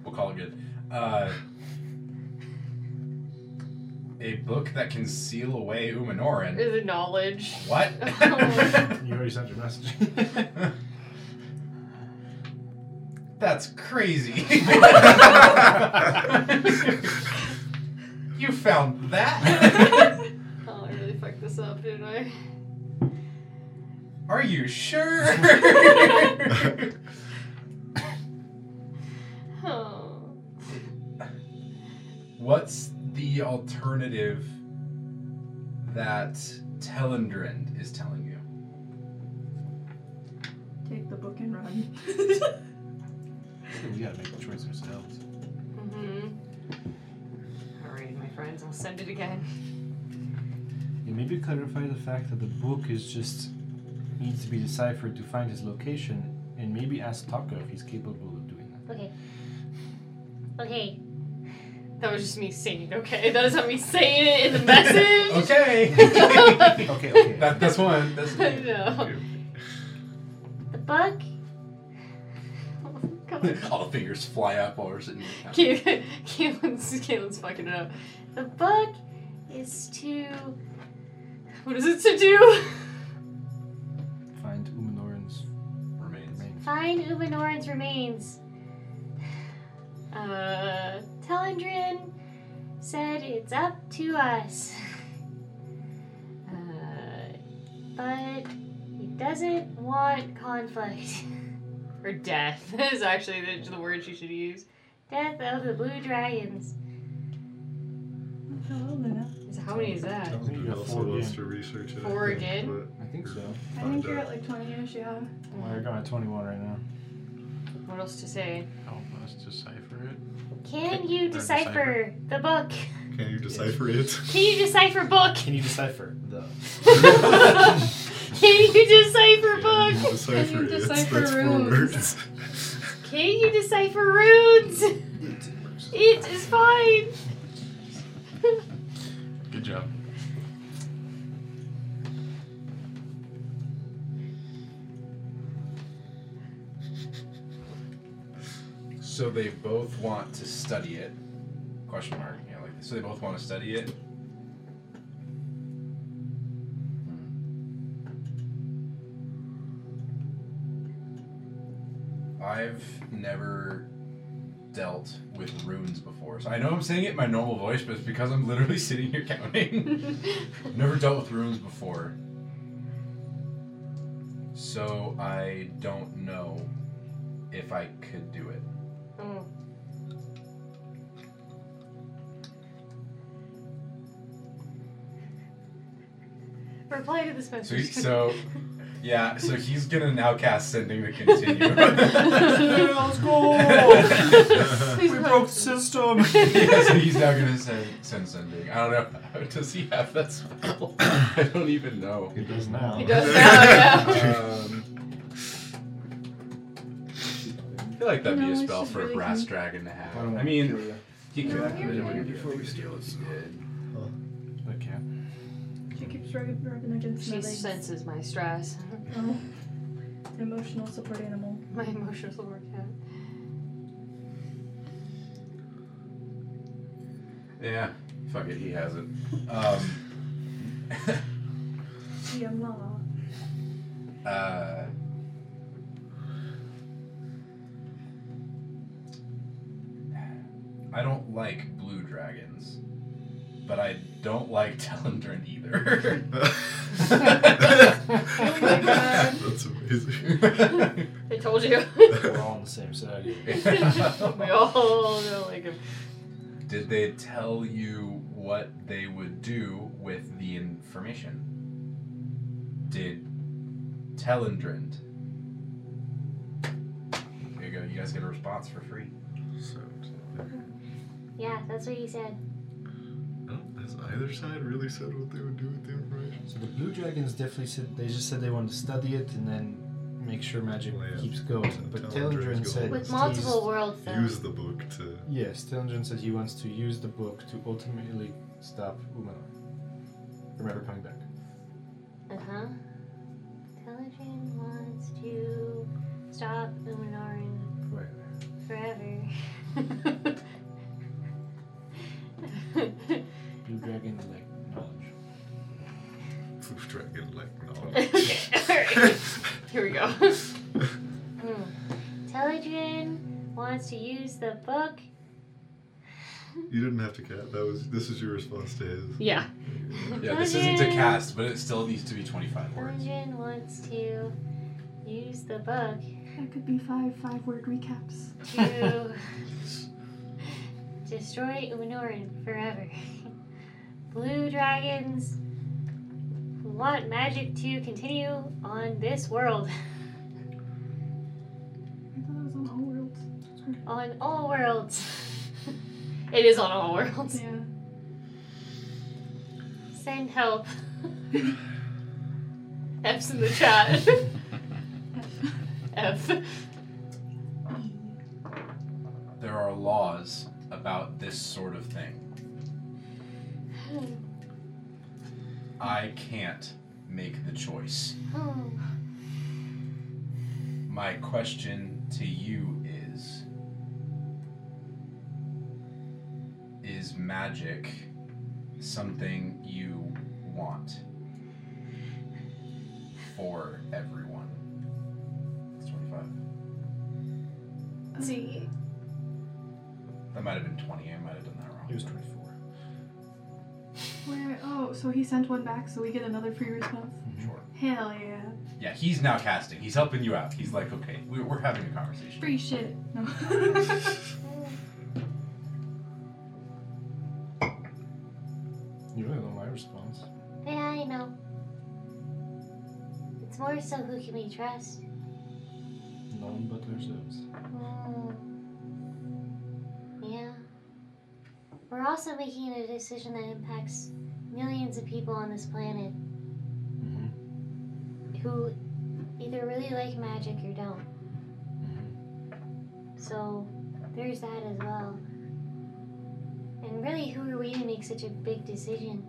S1: We'll call it good. Uh, a book that can seal away Umanoran.
S2: Is it knowledge?
S1: What?
S6: You already sent your message.
S1: That's crazy. you found that?
S2: Oh, I really fucked this up, didn't I?
S1: Are you sure?
S2: Oh.
S1: What's the alternative that Telendrind is telling you?
S4: Take the book and run.
S6: we gotta make the choice ourselves.
S2: Mm-hmm. Alright, my friends, I'll send it again.
S6: Yeah, maybe clarify the fact that the book is just needs to be deciphered to find his location, and maybe ask Taka if he's capable of doing that.
S7: Okay. Okay.
S2: That was just me saying, okay? That is not me saying it in the message?
S1: Okay.
S6: Okay, okay.
S1: that, that's one. That's
S2: no.
S7: The book?
S1: All the fingers fly up while we're sitting here.
S2: Caitlin- Caitlin's, Caitlin's fucking it up.
S7: The book is to.
S2: What is it to do?
S6: Find Umanoran's
S1: Remains.
S6: remains.
S7: Find Umanoran's remains.
S2: Uh,
S7: Telendrin said it's up to us,
S2: uh,
S7: but he doesn't want conflict.
S2: or death is actually the, the word you should use.
S7: Death of the Blue Dragons.
S4: Hello, Luna.
S2: Is- How many is that?
S6: think you
S5: He
S6: got
S5: also
S6: four
S5: wants
S6: again.
S5: to research it. I
S2: Four
S5: think,
S2: again?
S6: I think so.
S2: Mm-hmm.
S4: I think you're at like 20 ish, yeah.
S6: Well, you're going at 21 right now.
S2: What else to say?
S9: Help us decipher it.
S7: Can
S9: Okay,
S7: you
S9: or decipher.
S7: decipher the book?
S5: but Can you decipher it?
S7: Can you decipher book?
S6: Can you decipher the?
S7: Can you decipher
S5: Can
S7: book?
S5: you decipher it?
S4: decipher
S5: That's four
S4: runes?
S5: words.
S2: Can you decipher runes? It is fine.
S9: Good job.
S1: So they both want to study it? Question mark. Yeah, like so they both want to study it. Hmm. I've never dealt with runes before, so I know I'm saying it in my normal voice, but it's because I'm literally sitting here counting. I've never dealt with runes before, so I don't know if I could do it.
S2: Oh. Reply to this
S1: So,
S2: message.
S1: so yeah, so he's gonna now cast sending to continue.
S6: let's
S2: Please help.
S6: system.
S1: yeah, so he's now gonna send, send sending. I don't know. Does he have that spell? I don't even know.
S6: It does now.
S2: He does now, yeah.
S1: Um, I feel like that'd
S4: No,
S1: be a
S4: it's
S1: spell
S4: just
S1: for a
S4: really
S1: brass
S4: neat.
S1: dragon to have.
S6: I don't
S1: I,
S6: wanna
S1: mean, he could.
S4: No,
S1: but it
S4: you're
S1: wouldn't
S4: good.
S1: be a good idea.
S6: Okay.
S4: She keeps rubbing, rubbing against my
S2: She
S4: legs.
S2: senses my stress.
S4: Oh. Emotional support animal.
S2: My emotions will work out.
S1: Yeah, fuck it, he has it. Um,
S4: Yamala.
S1: Uh, I don't like blue dragons, but I don't like Telendrin either.
S5: That's amazing.
S2: I told you.
S6: We're all on the same side. here.
S2: we all know like him.
S1: Did they tell you what they would do with the information? Did Telendrin? There you go. You guys get a response for free.
S5: So,
S7: Yeah, that's what he said.
S5: oh, has either side really said what they would do with the information?
S6: So the blue dragons definitely said they just said they wanted to study it and then make sure magic
S5: Well, yeah.
S6: keeps going. But
S5: Telendrin
S6: Telendrin
S5: is
S6: said
S5: going.
S7: With
S6: he's-
S7: multiple worlds, though.
S5: Use the book to.
S6: Yes, Telendrin said he wants to use the book to ultimately stop Umanor from ever coming back.
S7: Uh huh. Telegin wants to stop Uminoran
S6: Right.
S7: forever.
S6: Blue dragon like knowledge.
S5: Proof dragon like knowledge.
S2: okay, alright. Here we go.
S7: Hmm. Telegin wants to use the book.
S5: You didn't have to cat. That was. This is your response to his.
S2: Yeah.
S1: Yeah, this isn't a cast, but it still needs to be 25 words.
S7: Telegin wants to use the book
S4: That could be five five word recaps.
S7: to destroy Uminoran forever. Blue dragons want magic to continue on this world,
S4: I thought it was on all worlds.
S7: on all worlds.
S2: It is on all worlds.
S4: Yeah.
S7: Send help.
S2: F's in the chat. F. Oh
S1: There are laws about this sort of thing. I can't make the choice.
S7: Hmm.
S1: My question to you is Is magic something you want for everyone? It's 25.
S2: Z.
S1: That might have been 20. I might have done that wrong.
S6: He was 24.
S4: Where? Oh, so he sent one back, so we get another free response.
S1: Mm-hmm. Sure.
S4: Hell yeah.
S1: Yeah, he's now casting. He's helping you out. He's like, okay, we're, we're having a conversation.
S4: Free shit. No.
S6: You really know my response.
S7: Yeah, I know. It's more so who can we trust.
S6: None but ourselves.
S7: Yeah. We're also making a decision that impacts millions of people on this planet
S6: Mm-hmm.
S7: who either really like magic or don't.
S6: mm-hmm.
S7: So there's that as well. And really, who are we to make such a big decision?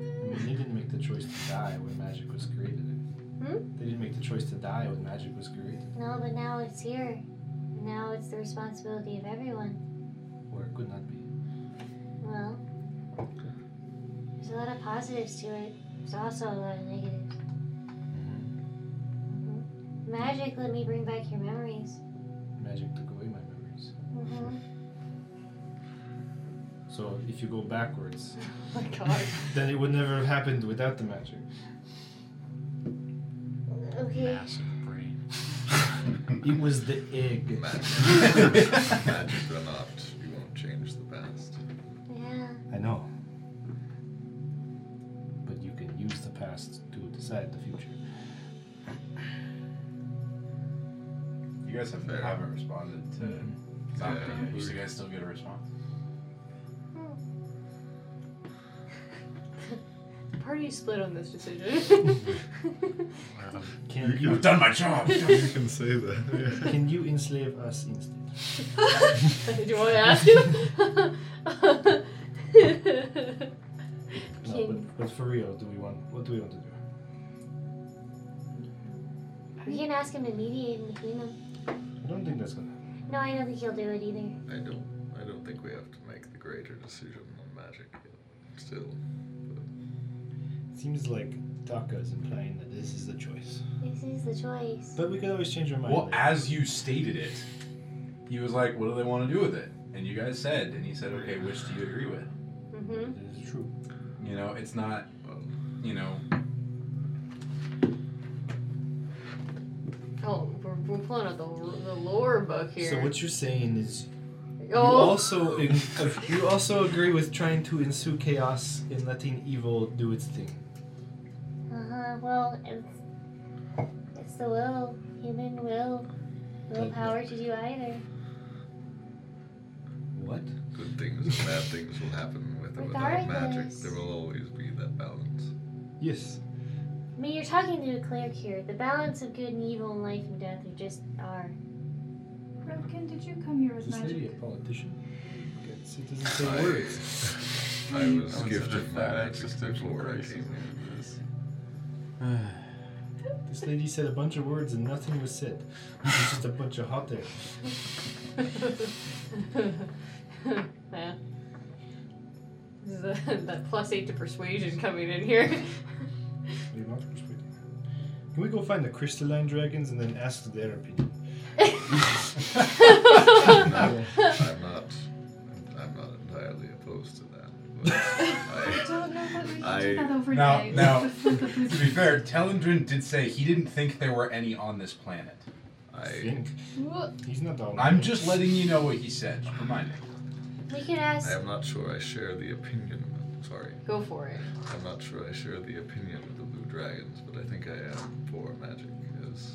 S6: I mean, they didn't make the choice to die when magic was created.
S7: Hmm?
S6: They didn't make the choice to die when magic was created,
S7: No, but now it's here. Now it's the responsibility of everyone.
S6: or it could not be.
S7: Well, there's a lot of positives to it. There's also a lot of negatives.
S6: Mm-hmm.
S7: Magic let me bring back your memories.
S6: Magic took away my memories.
S7: Mm-hmm.
S6: So if you go backwards,
S2: Oh my god.
S6: then it would never have happened without the magic.
S7: Okay.
S9: Massive brain.
S6: It was the egg.
S8: Magic. Magic or not, you won't change the past.
S7: Yeah.
S6: I know. But you can use the past to decide the future.
S1: You guys haven't,
S8: Fair.
S1: haven't responded to Zaka yet. You guys still get a response?
S2: The party is split on this decision.
S6: Can
S5: You
S6: you,
S1: I've done my job!
S5: You can say that. Yeah.
S6: can you enslave us instead?
S2: Did you want to ask him?
S6: No, but, but for real, do we want? What do we want to do?
S7: We can ask him to mediate in between them.
S6: I don't think that's gonna. happen.
S7: No, I don't think he'll do it either.
S8: I don't. I don't think we have to make the greater decision on magic. yet. Still,
S6: Seems like Taka is implying that this is the choice.
S7: This is the choice.
S6: But we could always change our mind.
S1: Well,
S6: later.
S1: as you stated it, he was like, what do they want to do with it? And you guys said, and he said, okay, which do you agree with?
S2: mm-hmm.
S6: That is true.
S1: You know, it's not,
S8: well,
S1: you know,
S2: Oh, we're, we're pulling out the, the lore book here.
S6: So what you're saying is you
S2: oh,
S6: also ag- you also agree with trying to ensue chaos and letting evil do its thing.
S7: Uh huh. Well, it's, it's the will, human will, willpower to do either.
S6: What?
S8: good things and bad things will happen with or without magic.
S7: Regardless.
S8: There will always be that balance.
S6: Yes.
S7: I mean, you're talking to a cleric here. The balance of good and evil and life and death are just are.
S4: Roadkin, did you come here with
S6: Is this lady a
S4: magic?
S6: politician? It's- It doesn't
S8: I,
S6: say words.
S8: I was
S9: Consider
S8: gifted that
S9: that
S8: access
S9: existential
S8: before I
S9: crisis.
S8: came into this.
S6: This lady said a bunch of words and nothing was said. It's just a bunch of hot air.
S2: yeah. This is a- that plus eight to persuasion coming in here.
S6: You're not persuaded. Can we go find the crystalline dragons and then ask their opinion?
S8: No, I'm not. I'm not entirely opposed to that. but
S4: I
S8: I,
S4: don't know what we can
S8: I-
S4: do that
S1: Now,
S4: overnight.
S1: now, to be fair, Telendrin did say he didn't think there were any on this planet.
S6: I
S8: I,
S6: think. He's not all.
S1: I'm just letting you know what he said. Just remind me.
S7: We could
S8: I
S7: ask.
S8: am not sure I share the opinion. Sorry,
S2: Go for it.
S8: I'm not sure I share the opinion of the blue dragons, but I think I am for magic. Is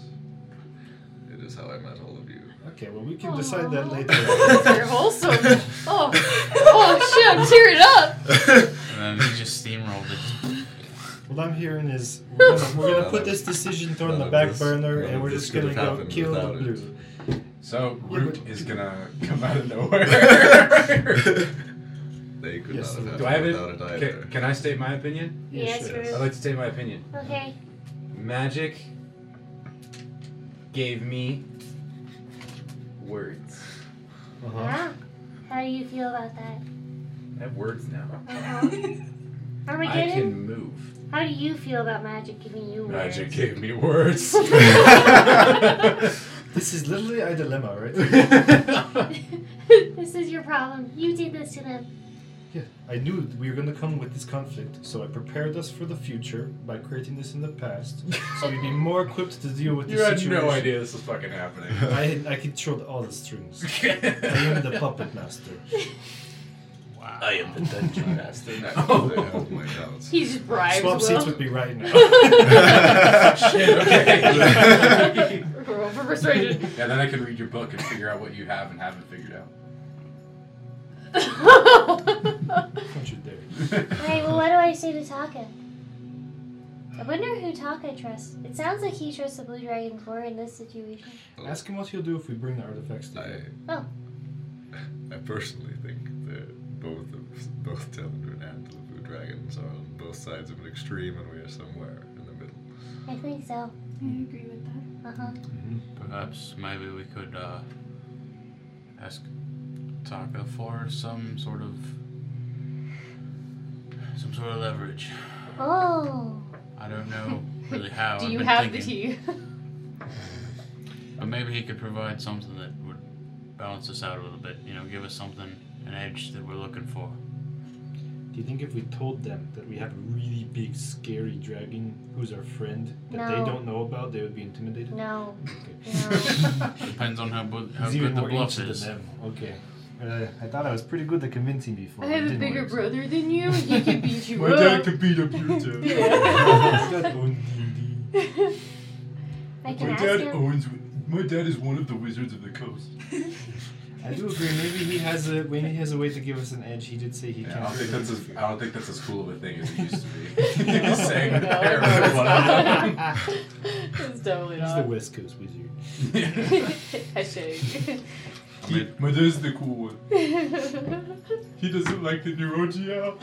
S8: it is how I met all of you.
S6: Okay, well, we can decide
S4: Aw.
S6: that
S2: That's
S6: later.
S2: very wholesome. Oh, oh shit! I'm tearing up.
S9: And then he just steamrolled it.
S6: what I'm hearing is we're gonna, we're gonna
S8: None
S6: put
S8: of-
S6: this decision toward the
S8: none of
S6: back
S8: this-
S6: burner
S8: none
S6: and
S8: of
S6: we're
S8: this
S6: just
S8: could
S6: gonna
S8: have
S6: go
S8: happened
S6: kill the
S8: without it.
S6: blue.
S1: So
S6: Yeah,
S1: Root
S6: but-
S1: is gonna come out of nowhere.
S8: They could
S6: Yes,
S8: not have
S1: Do I have
S8: happened
S1: it?
S8: without it either.
S1: Can, can I state my opinion?
S6: Yeah,
S7: yes,
S6: sure.
S7: Ruth.
S1: I'd like to state my opinion.
S7: Okay.
S1: Magic gave me words.
S6: Uh-huh.
S7: Yeah. How do you feel about that?
S1: I have words now.
S7: Uh-huh.
S1: I
S7: Armageddon.
S1: can move.
S7: How do you feel about magic giving you words?
S1: Magic gave me words.
S6: This is literally a dilemma, right?
S7: this is your problem. You did this to them.
S6: Yeah, I knew we were gonna come with this conflict, so I prepared us for the future by creating this in the past, so we'd be more equipped to deal with
S1: you
S6: this
S1: had
S6: situation.
S1: no idea this was fucking happening.
S6: I had, I controlled all the strings. I am the puppet master.
S9: Wow.
S8: I am the dungeon master.
S1: Oh.
S8: They have my doubts.
S2: He just bribes
S6: Swap
S2: Will.
S6: seats with me right now.
S1: Shit, okay.
S2: Roll for persuasion.
S1: yeah, then I can read your book and figure out what you have and haven't figured out.
S6: Don't you dare.
S7: Alright, well, what do I say to Taka? I wonder who Taka trusts. It sounds like he trusts the Blue Dragon Corps in this situation.
S6: Ask him what he'll do if we bring the artifacts to
S8: I,
S6: him.
S7: Oh.
S8: I personally think that both of both Telendrin and the Blue Dragons are on both sides of an extreme, and we are somewhere in the middle.
S7: I think so.
S4: I agree with that.
S7: Uh huh.
S6: Mm-hmm.
S9: Perhaps maybe we could uh, ask Taka for some sort of some sort of leverage.
S7: Oh.
S9: I don't know really how.
S2: Do
S9: I've
S2: you
S9: been
S2: have the
S9: thinking,
S2: tea?
S9: But maybe he could provide something that would balance us out a little bit. You know, give us something an edge that we're looking for.
S6: Do you think if we told them that we have a really big, scary dragon who's our friend that
S7: No.
S6: they don't know about, they would be intimidated?
S7: No.
S6: Okay.
S7: No.
S9: Depends on how, bu- how
S6: He's
S9: good
S6: even
S9: the
S6: more
S9: bluff
S6: ancient
S9: is.
S6: than them. Okay. Uh, I thought I was pretty good at convincing before.
S2: I
S6: but it
S2: have a
S6: didn't
S2: bigger
S6: work.
S2: brother than you. He can beat you
S1: My dad
S2: up.
S1: could beat up your dad.
S6: He's got own D&D.
S7: I can ask him.
S1: owns. My dad is one of the wizards of the coast.
S6: I do agree. Maybe he has a when he has a way to give us an edge. He did say he
S1: Yeah, I
S6: can.
S1: don't think
S6: really-
S1: that's as I don't think that's as cool of a thing as it used to be.
S6: No.
S1: saying
S2: No,
S1: that
S2: it's
S1: everyone-
S2: not. It's totally
S6: He's the
S2: not.
S6: West Coast wizard.
S2: Hashtag.
S9: I mean,
S1: My dad's the cool one. He doesn't like the neurogia.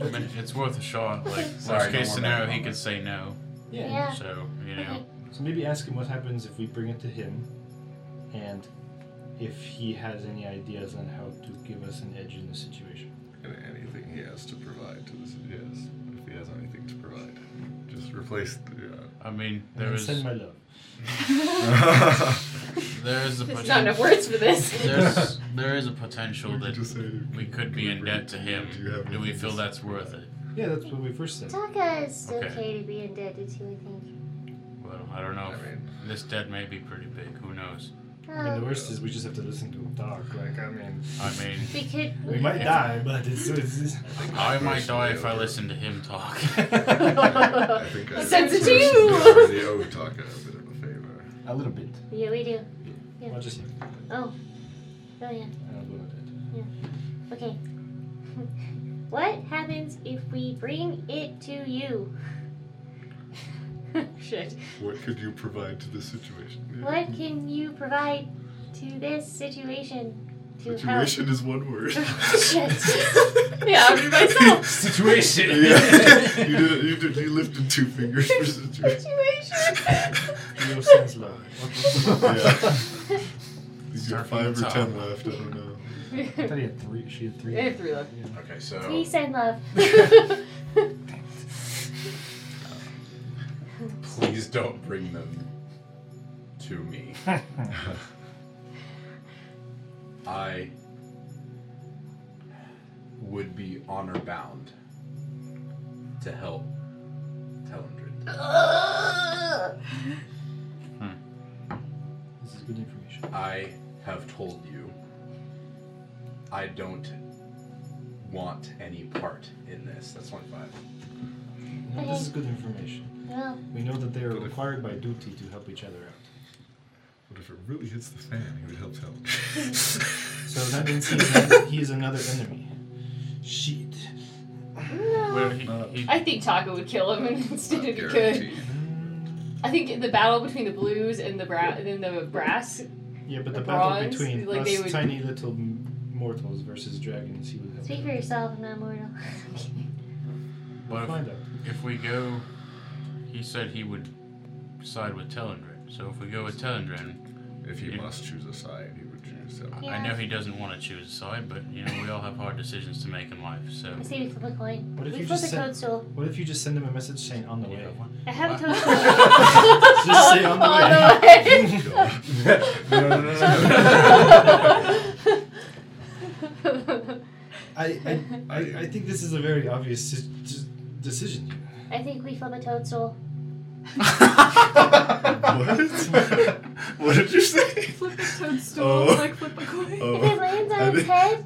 S9: I mean, it's worth a shot.
S1: Sorry,
S9: Like worst
S1: no
S9: case
S1: more
S9: scenario,
S1: bad
S9: he
S1: on
S9: could
S1: that.
S9: say no.
S7: Yeah.
S9: So you know,
S6: So maybe ask him what happens if we bring it to him, and if he has any ideas on how to give us an edge in the situation.
S8: And anything he has to provide to this, yes, if he has anything to provide, just replace. The,
S9: I mean,
S6: And
S9: there
S6: then
S9: is
S6: send my love.
S8: yeah.
S9: there is the
S2: There's not enough
S9: potential.
S2: words for this.
S9: There's there is a potential that
S5: Just say it.
S9: we could be in debt to him.
S5: Do you have
S9: Do we
S5: anything
S9: feel
S5: to
S9: that's worth it?
S6: Yeah, that's what we first said.
S7: Taka is okay.
S9: Okay.
S7: to be indebted to, I think.
S9: Well, I don't know.
S8: I mean,
S9: This debt may be pretty big. Who knows?
S6: I mean, the
S7: Oh.
S6: worst is we just have to listen to him talk. Like, I mean,
S9: I mean,
S7: We could.
S6: we might die, but it's, it's, it's
S9: I might die if I
S8: personally,
S9: listen to him talk.
S8: I think I
S2: Sends it to
S8: personally
S2: you.
S8: already owe Taka a bit of a favor.
S6: a little bit.
S7: Yeah, we do. Yeah.
S6: Not just him.
S7: Oh, yeah.
S6: I don't know about that.
S7: Okay. What happens if we bring it to you?
S2: Shit.
S5: What could you provide to this situation? Yeah.
S7: What can you provide to this situation to
S5: Situation is one word.
S7: help? Shit.
S2: Yeah, I'll do myself.
S1: Situation.
S5: yeah. you did. You did. You lifted two fingers for situation.
S2: Situation.
S6: No sense, love.
S5: Yeah. You get
S9: Start from
S5: five
S9: the
S5: or ten
S9: top.
S5: left. I don't know.
S6: I thought he had three. She had three.
S2: I have three left.
S1: Okay, so
S7: We send love.
S1: please don't bring them to me. I would be honor bound to help Telendrid.
S6: This is good information.
S1: I have told you I don't want any part in this. That's one five.
S6: No, this is good information.
S7: well,
S6: We know that they are required by duty to help each other out.
S5: What if it really hits the fan? He would help tell.
S6: So that means he's another, he is another enemy. Shit.
S9: Well, he, he,
S2: I think Taco would kill him, and instead it'd be good.
S8: Guaranteed.
S6: Mm.
S2: I think the battle between the blues and the bra- and the brass.
S6: Yeah, but the
S2: The
S6: battle
S2: bronze,
S6: between
S2: like, they
S6: us
S2: would-
S6: tiny little m- mortals versus dragons, he would help.
S7: speak for yourself, I'm not mortal.
S9: what
S6: We'll
S9: if-
S6: find out.
S9: If we go, he said he would side with Telendrin. So if we go with Telendrin,
S8: If he
S9: Yeah.
S8: must choose a side, he would choose him.
S9: I- I
S7: Yeah.
S9: know he doesn't want to choose a side, but you know we all have hard decisions to make in life. So
S7: I say we flip a coin.
S6: What if
S7: we
S6: you
S7: flip
S6: just
S7: a
S6: said-
S7: code stool.
S6: What if you just send him a message saying on the
S9: You
S6: way?
S9: have one?
S7: I have a
S9: Wow.
S7: code stool.
S6: just say on the
S2: On
S6: way.
S2: the way.
S1: No, no, no, no, no.
S6: I, I, I, I think this is a very obvious s- s- decision. here.
S7: I think we flip a toadstool.
S5: what? what did you say?
S4: Flip a toadstool,
S5: Oh.
S4: like flip a coin.
S5: Oh,
S7: If it lands
S5: I
S7: on its
S5: didn't-
S7: head,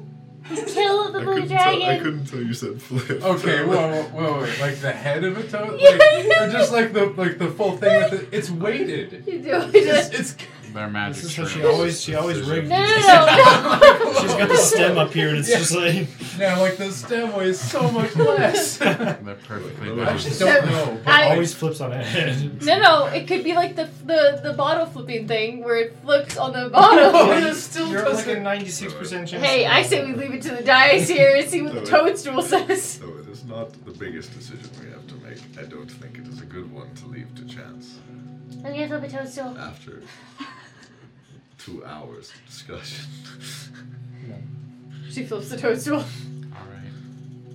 S7: kill the
S5: I
S7: blue
S5: couldn't tell. I
S7: dragon.
S5: couldn't tell you said
S1: Okay,
S5: flip.
S1: whoa, whoa, whoa, wait, like the head of a toad,
S2: Yeah,
S1: like, or just like the like the full thing with it. It's weighted.
S2: You do
S1: It's,
S2: it.
S1: it's
S9: Their magic
S6: This is how she
S9: tricks.
S6: always she always rigged.
S2: No,
S6: it.
S5: "Oh
S2: no, no.
S6: She's got the stem up here, and it's
S1: Yeah.
S6: just like
S1: now like the stem weighs so much less. I
S9: They're perfectly
S5: Wait,
S9: balanced.
S1: just don't know. But
S2: I-
S6: always flips on its head.
S2: No, no, it could be like the the the bottle flipping thing where it flips on the bottle.
S1: No.
S5: Oh.
S1: it still
S6: You're
S1: doesn't-
S6: like a ninety-six percent chance.
S2: hey, I say we leave it to the dice here and see what the
S5: No.
S2: toadstool says.
S8: So it is not the biggest decision we have to make. I don't think it is a good one to leave to chance.
S7: I'm gonna flip a toadstool.
S8: After two hours of discussion.
S2: She flips the toadstool.
S9: All right.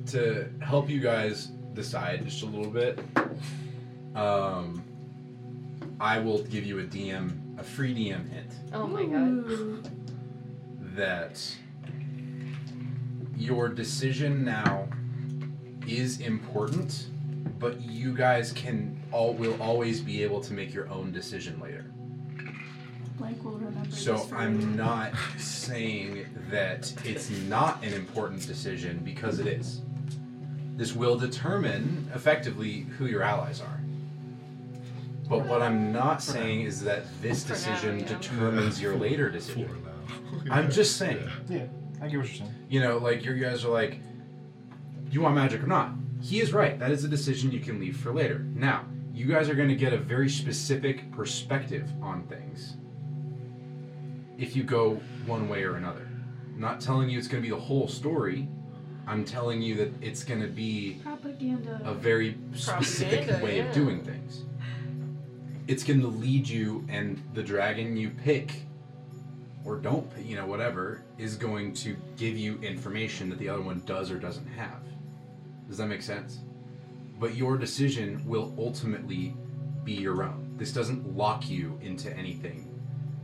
S1: to help you guys decide just a little bit, um, I will give you a DM, a free DM hint
S2: Oh my god.
S4: Ooh.
S1: that your decision now is important, but you guys can all will always be able to make your own decision later.
S4: Blank will remember this
S1: So
S4: for
S1: I'm
S4: you.
S1: not saying that it's not an important decision because it is. This will determine effectively who your allies are. But what I'm not saying is that this
S2: For now,
S1: decision
S2: yeah.
S1: determines your later
S5: Four
S1: decision.
S5: now.
S1: I'm just saying,
S6: Yeah, I get what you're saying.
S1: you know, like your guys are like, you want magic or not? He is right. That is a decision you can leave for later. Now, you guys are going to get a very specific perspective on things if you go one way or another. I'm not telling you it's going to be the whole story. I'm telling you that it's going to be
S4: Propaganda.
S1: a very specific
S2: Propaganda,
S1: way
S2: yeah.
S1: of doing things. It's going to lead you, and the dragon you pick, or don't, pick, you know, whatever, is going to give you information that the other one does or doesn't have. Does that make sense? But your decision will ultimately be your own. This doesn't lock you into anything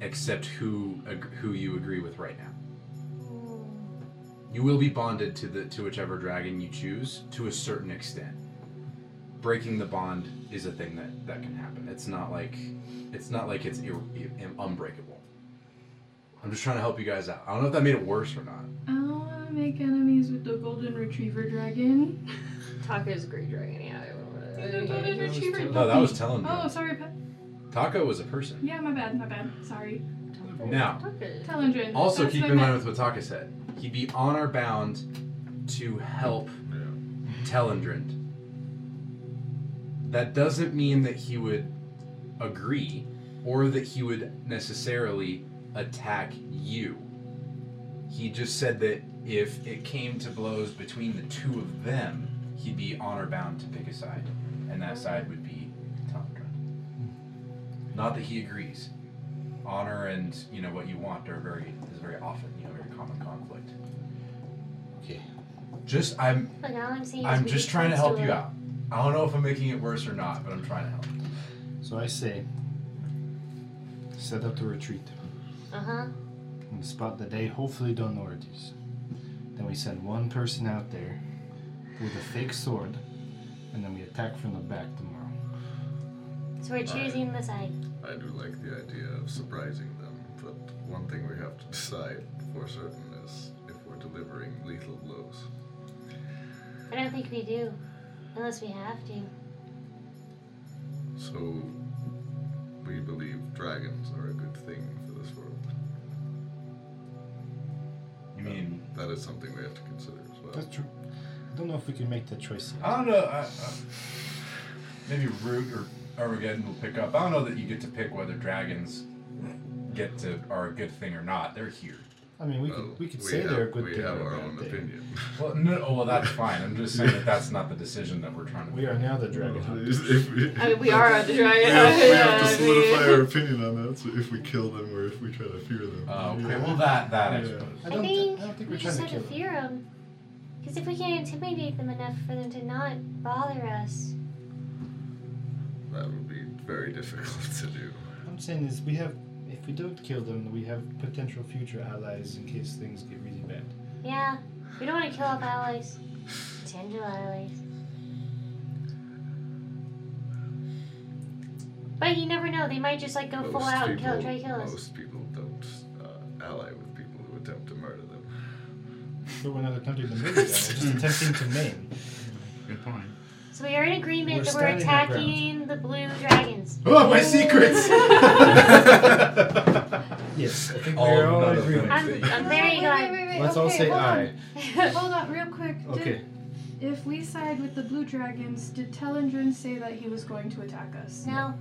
S1: except who ag- who you agree with right now. You will be bonded to the to whichever dragon you choose to a certain extent. Breaking the bond is a thing that that can happen. It's not like it's not like it's ir- im- unbreakable. I'm just trying to help you guys out. I don't know if that made it worse or not.
S4: I don't want to make enemies with the golden retriever dragon.
S2: Taco's a great dragon. Yeah. I don't
S4: The golden
S2: wanna-
S4: retriever
S6: terrible.
S1: No, that was telling me.
S4: Oh, sorry. Pe-
S1: Taco was a person.
S4: yeah, my bad, my bad. Sorry.
S1: Now,
S2: Taco.
S4: Telendrin.
S1: also
S4: that's
S1: keep
S4: my
S1: in
S4: bad.
S1: mind with what Taka said. He'd be honor bound to help Telendrind. That doesn't mean that he would agree or that he would necessarily attack you. He just said that if it came to blows between the two of them, he'd be honor bound to pick a side, and that side would be Tundra. Not that he agrees. Honor and you know what you want are very is very often you know very common conflict.
S6: Okay.
S1: Just I'm
S7: But all I'm saying is
S1: I'm
S7: we
S1: just
S7: could
S1: trying to uh,
S7: still
S1: help you
S7: let-
S1: out. I don't know if I'm making it worse or not, but I'm trying to help.
S6: So I say, set up the retreat
S7: Uh huh.
S6: and spot that they hopefully don't know where it is. Then we send one person out there with a fake sword, and then we attack from the back tomorrow.
S7: So we're choosing the side.
S8: I do like the idea of surprising them, but one thing we have to decide for certain is if we're delivering lethal blows.
S7: I don't think we do, unless we have to.
S8: So we believe dragons are a good thing for this world.
S1: You mean
S8: That is something we have to consider as well.
S6: That's true. I don't know if we can make that choice yet.
S1: I don't know. I, I, maybe Root or Armageddon will pick up. I don't know that you get to pick whether dragons get to are a good thing or not. They're here.
S6: I mean, we
S8: Well,
S6: could we could say they're a good
S8: we
S6: thing.
S8: have
S6: or a
S8: our
S6: bad
S8: own
S6: thing.
S8: opinion.
S1: Well, no. oh, Well, that's fine. I'm just saying that that's not the decision that we're trying to.
S6: We are now the dragon hunters.
S5: Oh, If we,
S2: I mean, we are the dragon.
S5: we have, we have to
S2: hunters, yeah, I mean-
S5: solidify our opinion on that. So if we kill them or if we try to fear them.
S1: Uh, okay.
S5: Yeah.
S1: Well, that that I
S5: Yeah.
S1: suppose.
S6: I
S7: I
S6: don't,
S7: think,
S6: I don't think
S7: we
S6: we're trying
S7: just
S6: to
S7: have to
S6: kill them.
S7: fear them. Because if we can intimidate them enough for them to not bother us,
S8: That would be very difficult to do.
S6: I'm saying is we have if we don't kill them, we have potential future allies in case things get really bad.
S7: yeah, we don't want to kill off allies, potential allies. But you never know; they might just like go full out and kill, try to kill us.
S8: most people don't uh, ally with people who attempt to murder them.
S6: So we're not attempting to murder them. We're just attempting to maim.
S9: Good point.
S7: So we are in agreement
S6: We're
S7: that we're
S6: standing our ground.
S7: attacking the blue dragons.
S1: Oh, my secrets.
S6: Yes, I think
S1: All
S6: we're all
S1: another
S6: agreeing.
S1: thing.
S7: I'm, I'm very glad.
S6: Let's all say aye.
S4: Hold on, real quick. Did-
S6: Okay.
S4: if we side with the blue dragons, did Telendrin say that he was going to attack us?
S7: No,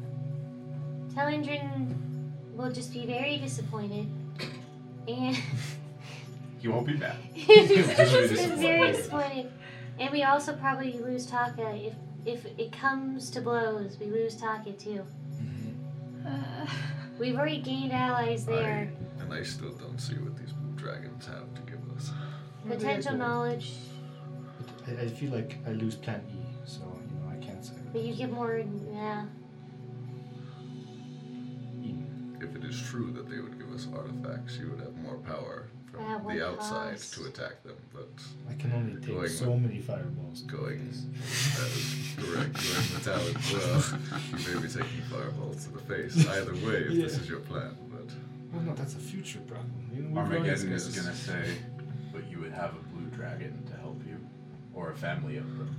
S7: Telendrin will just be very disappointed. And
S1: he won't be back.
S7: just
S1: disappointed.
S7: very disappointed. And we also probably lose Taka if if it comes to blows. We lose Taka too.
S4: Uh,
S7: We've already gained allies there.
S8: And I still don't see what these blue dragons have to give us.
S7: Potential knowledge,
S6: I, I feel like I lose Plan E, so you know I can't say
S7: but you get more. Yeah,
S6: E.
S8: If it is true that they would give us artifacts, you would have more power from
S7: At what
S8: the outside
S7: cost?
S8: to attack them. But
S6: I can only take
S8: Going
S6: so many fireballs.
S8: going, that is correct. Going metallic, well, you may be taking fireballs to the face. Either way, if this
S6: Yeah.
S8: is your plan, but
S6: Well, no, that's a future problem. You know, we've already
S1: Armageddon is
S6: discussed-
S1: gonna say, but you would have a blue dragon to help you, or a family of them.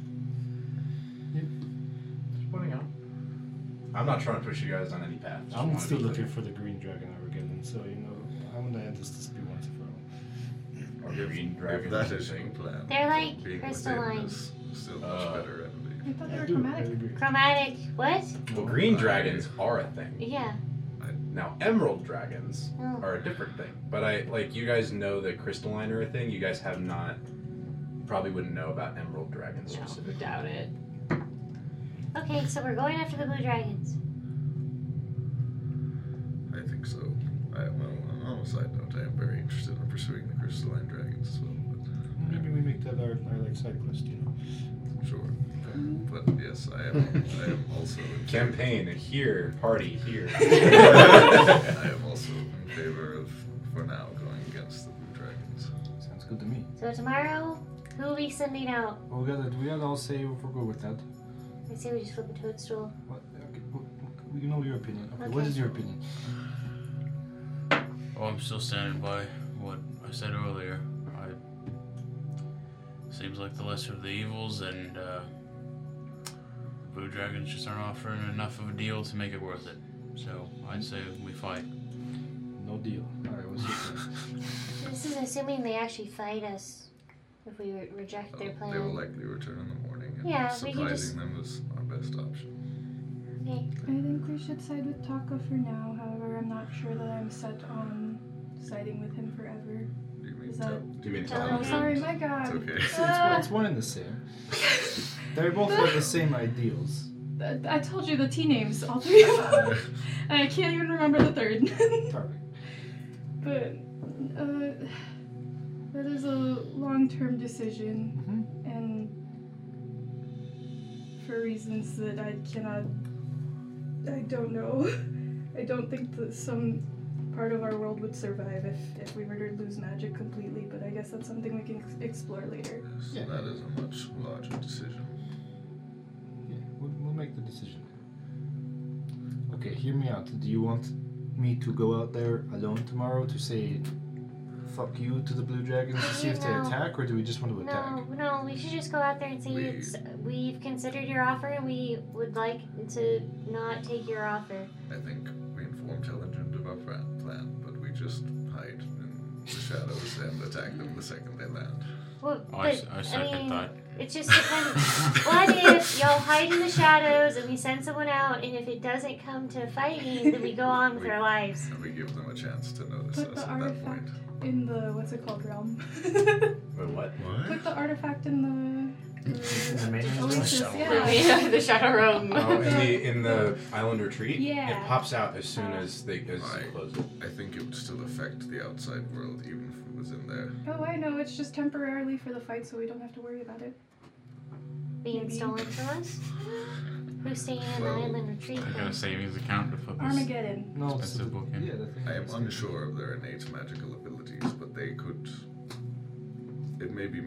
S6: Yep.
S1: Just pointing out. I'm not trying to push you guys on any path. Just
S6: I'm
S1: wanna
S6: still
S1: be
S6: looking
S1: clear.
S6: for the green dragon Armageddon, so you know I want to end this dispute once and for all.
S1: Or green
S8: if
S1: dragon.
S8: that is your
S1: thing.
S8: plan, then
S7: They're like
S8: being within
S7: crystalline.
S8: is still much
S1: Uh,
S8: better, I believe.
S4: I thought they
S6: I
S4: were
S6: do. I
S4: chromatic.
S6: agree.
S7: chromatic. What?
S1: Well, green dragons are a thing.
S7: Yeah.
S1: Now, emerald dragons
S7: Oh.
S1: are a different thing. But I like you guys know that crystalline are a thing. You guys have not, probably wouldn't know about emerald dragons
S2: No,
S1: specifically.
S2: doubt it.
S7: Okay, so we're going after the blue dragons.
S8: I think so. I, well, on a side note, I am very interested in pursuing the crystalline dragons as well.
S6: Maybe we make that our, our like side quest, you know.
S8: But sure.
S7: Mm-hmm.
S8: But yes, I am. I am also in
S1: Campaign here, party here.
S8: I am also in favor of, for now, going against the blue dragons.
S6: Sounds good to me.
S7: So tomorrow, who are we sending out?
S6: Well, we gotta, we gotta all say if we're good with that.
S7: I say we just flip a toadstool.
S6: What, okay, what, what- we know your opinion. Okay, what
S7: Okay.
S6: is your opinion?
S9: Oh, I'm still standing by what I said earlier. I seems like the lesser of the evils, and uh, blue dragons just aren't offering enough of a deal to make it worth it. So I'd say we fight.
S6: No deal. All right, what's your
S7: This is assuming they actually fight us. if we re- reject
S9: Oh,
S7: their
S8: Um, They will
S7: plan.
S8: likely return in the morning. And
S7: Yeah, we
S8: surprising
S7: can just-
S8: them is our best option.
S7: Okay.
S4: I think we should side with Taka for now. However, I'm not sure that I'm set on siding with him forever.
S8: Do you mean
S4: Is that-
S1: Do you mean
S7: Tell
S4: Oh,
S7: him.
S1: Tom?
S4: sorry, my
S8: It's
S4: God.
S8: okay.
S6: It's, it's, it's one and the same. They both have the same ideals.
S4: I, I told you the T names, all three of them. and I can't even remember the third.
S6: Perfect.
S4: but uh, that is a long-term decision.
S6: Mm-hmm.
S4: and for reasons that I cannot, I don't know. I don't think that some part of our world would survive if, if we were to lose magic completely, but I guess that's something we can ex- explore later.
S8: So That is a much larger decision.
S6: Yeah, we'll, we'll make the decision. Okay, hear me out. Do you want me to go out there alone tomorrow to say fuck you to the blue dragons to see if they
S7: No.
S6: attack, or do we just want to
S7: No,
S6: attack?
S7: no, we should just go out there and say
S8: We-
S7: it's, we've considered your offer and we would like to not take your offer.
S8: I think we inform Telligent of our pra- plan, but we just hide in the shadows and attack them the second they land.
S7: Well,
S9: Oh, I,
S7: but,
S9: s- I second
S7: mean,
S9: thought.
S7: It just depends. what if y'all hide in the shadows and we send someone out, and if it doesn't come to fighting, then we go on with our lives?
S8: And we give them a chance to notice
S4: Put
S8: us
S4: the
S8: at that
S4: artifact
S8: point.
S4: in the, what's it called, realm.
S1: Wait, what?
S4: Put the artifact in the.
S6: The maintenance
S4: oasis,
S6: room?
S4: yeah. Oh,
S2: the Shadow Realm.
S1: Oh, in the in the island retreat.
S4: Yeah.
S1: It pops out as soon as they as
S8: Right.
S1: it closes.
S8: I think it would still affect the outside world even if it was in there.
S4: Oh, I know, it's just temporarily for the fight, so we don't have to worry about it.
S7: Being stolen from us? Who's staying in the
S8: Well,
S7: island retreat?
S9: I got a
S7: then?
S9: savings account to put this.
S4: Armageddon.
S6: No, it's
S9: Expensive
S6: the-
S9: book, yeah.
S6: yeah, the thing
S8: I am
S6: is-
S8: unsure of their innate magical abilities, but they could. It may be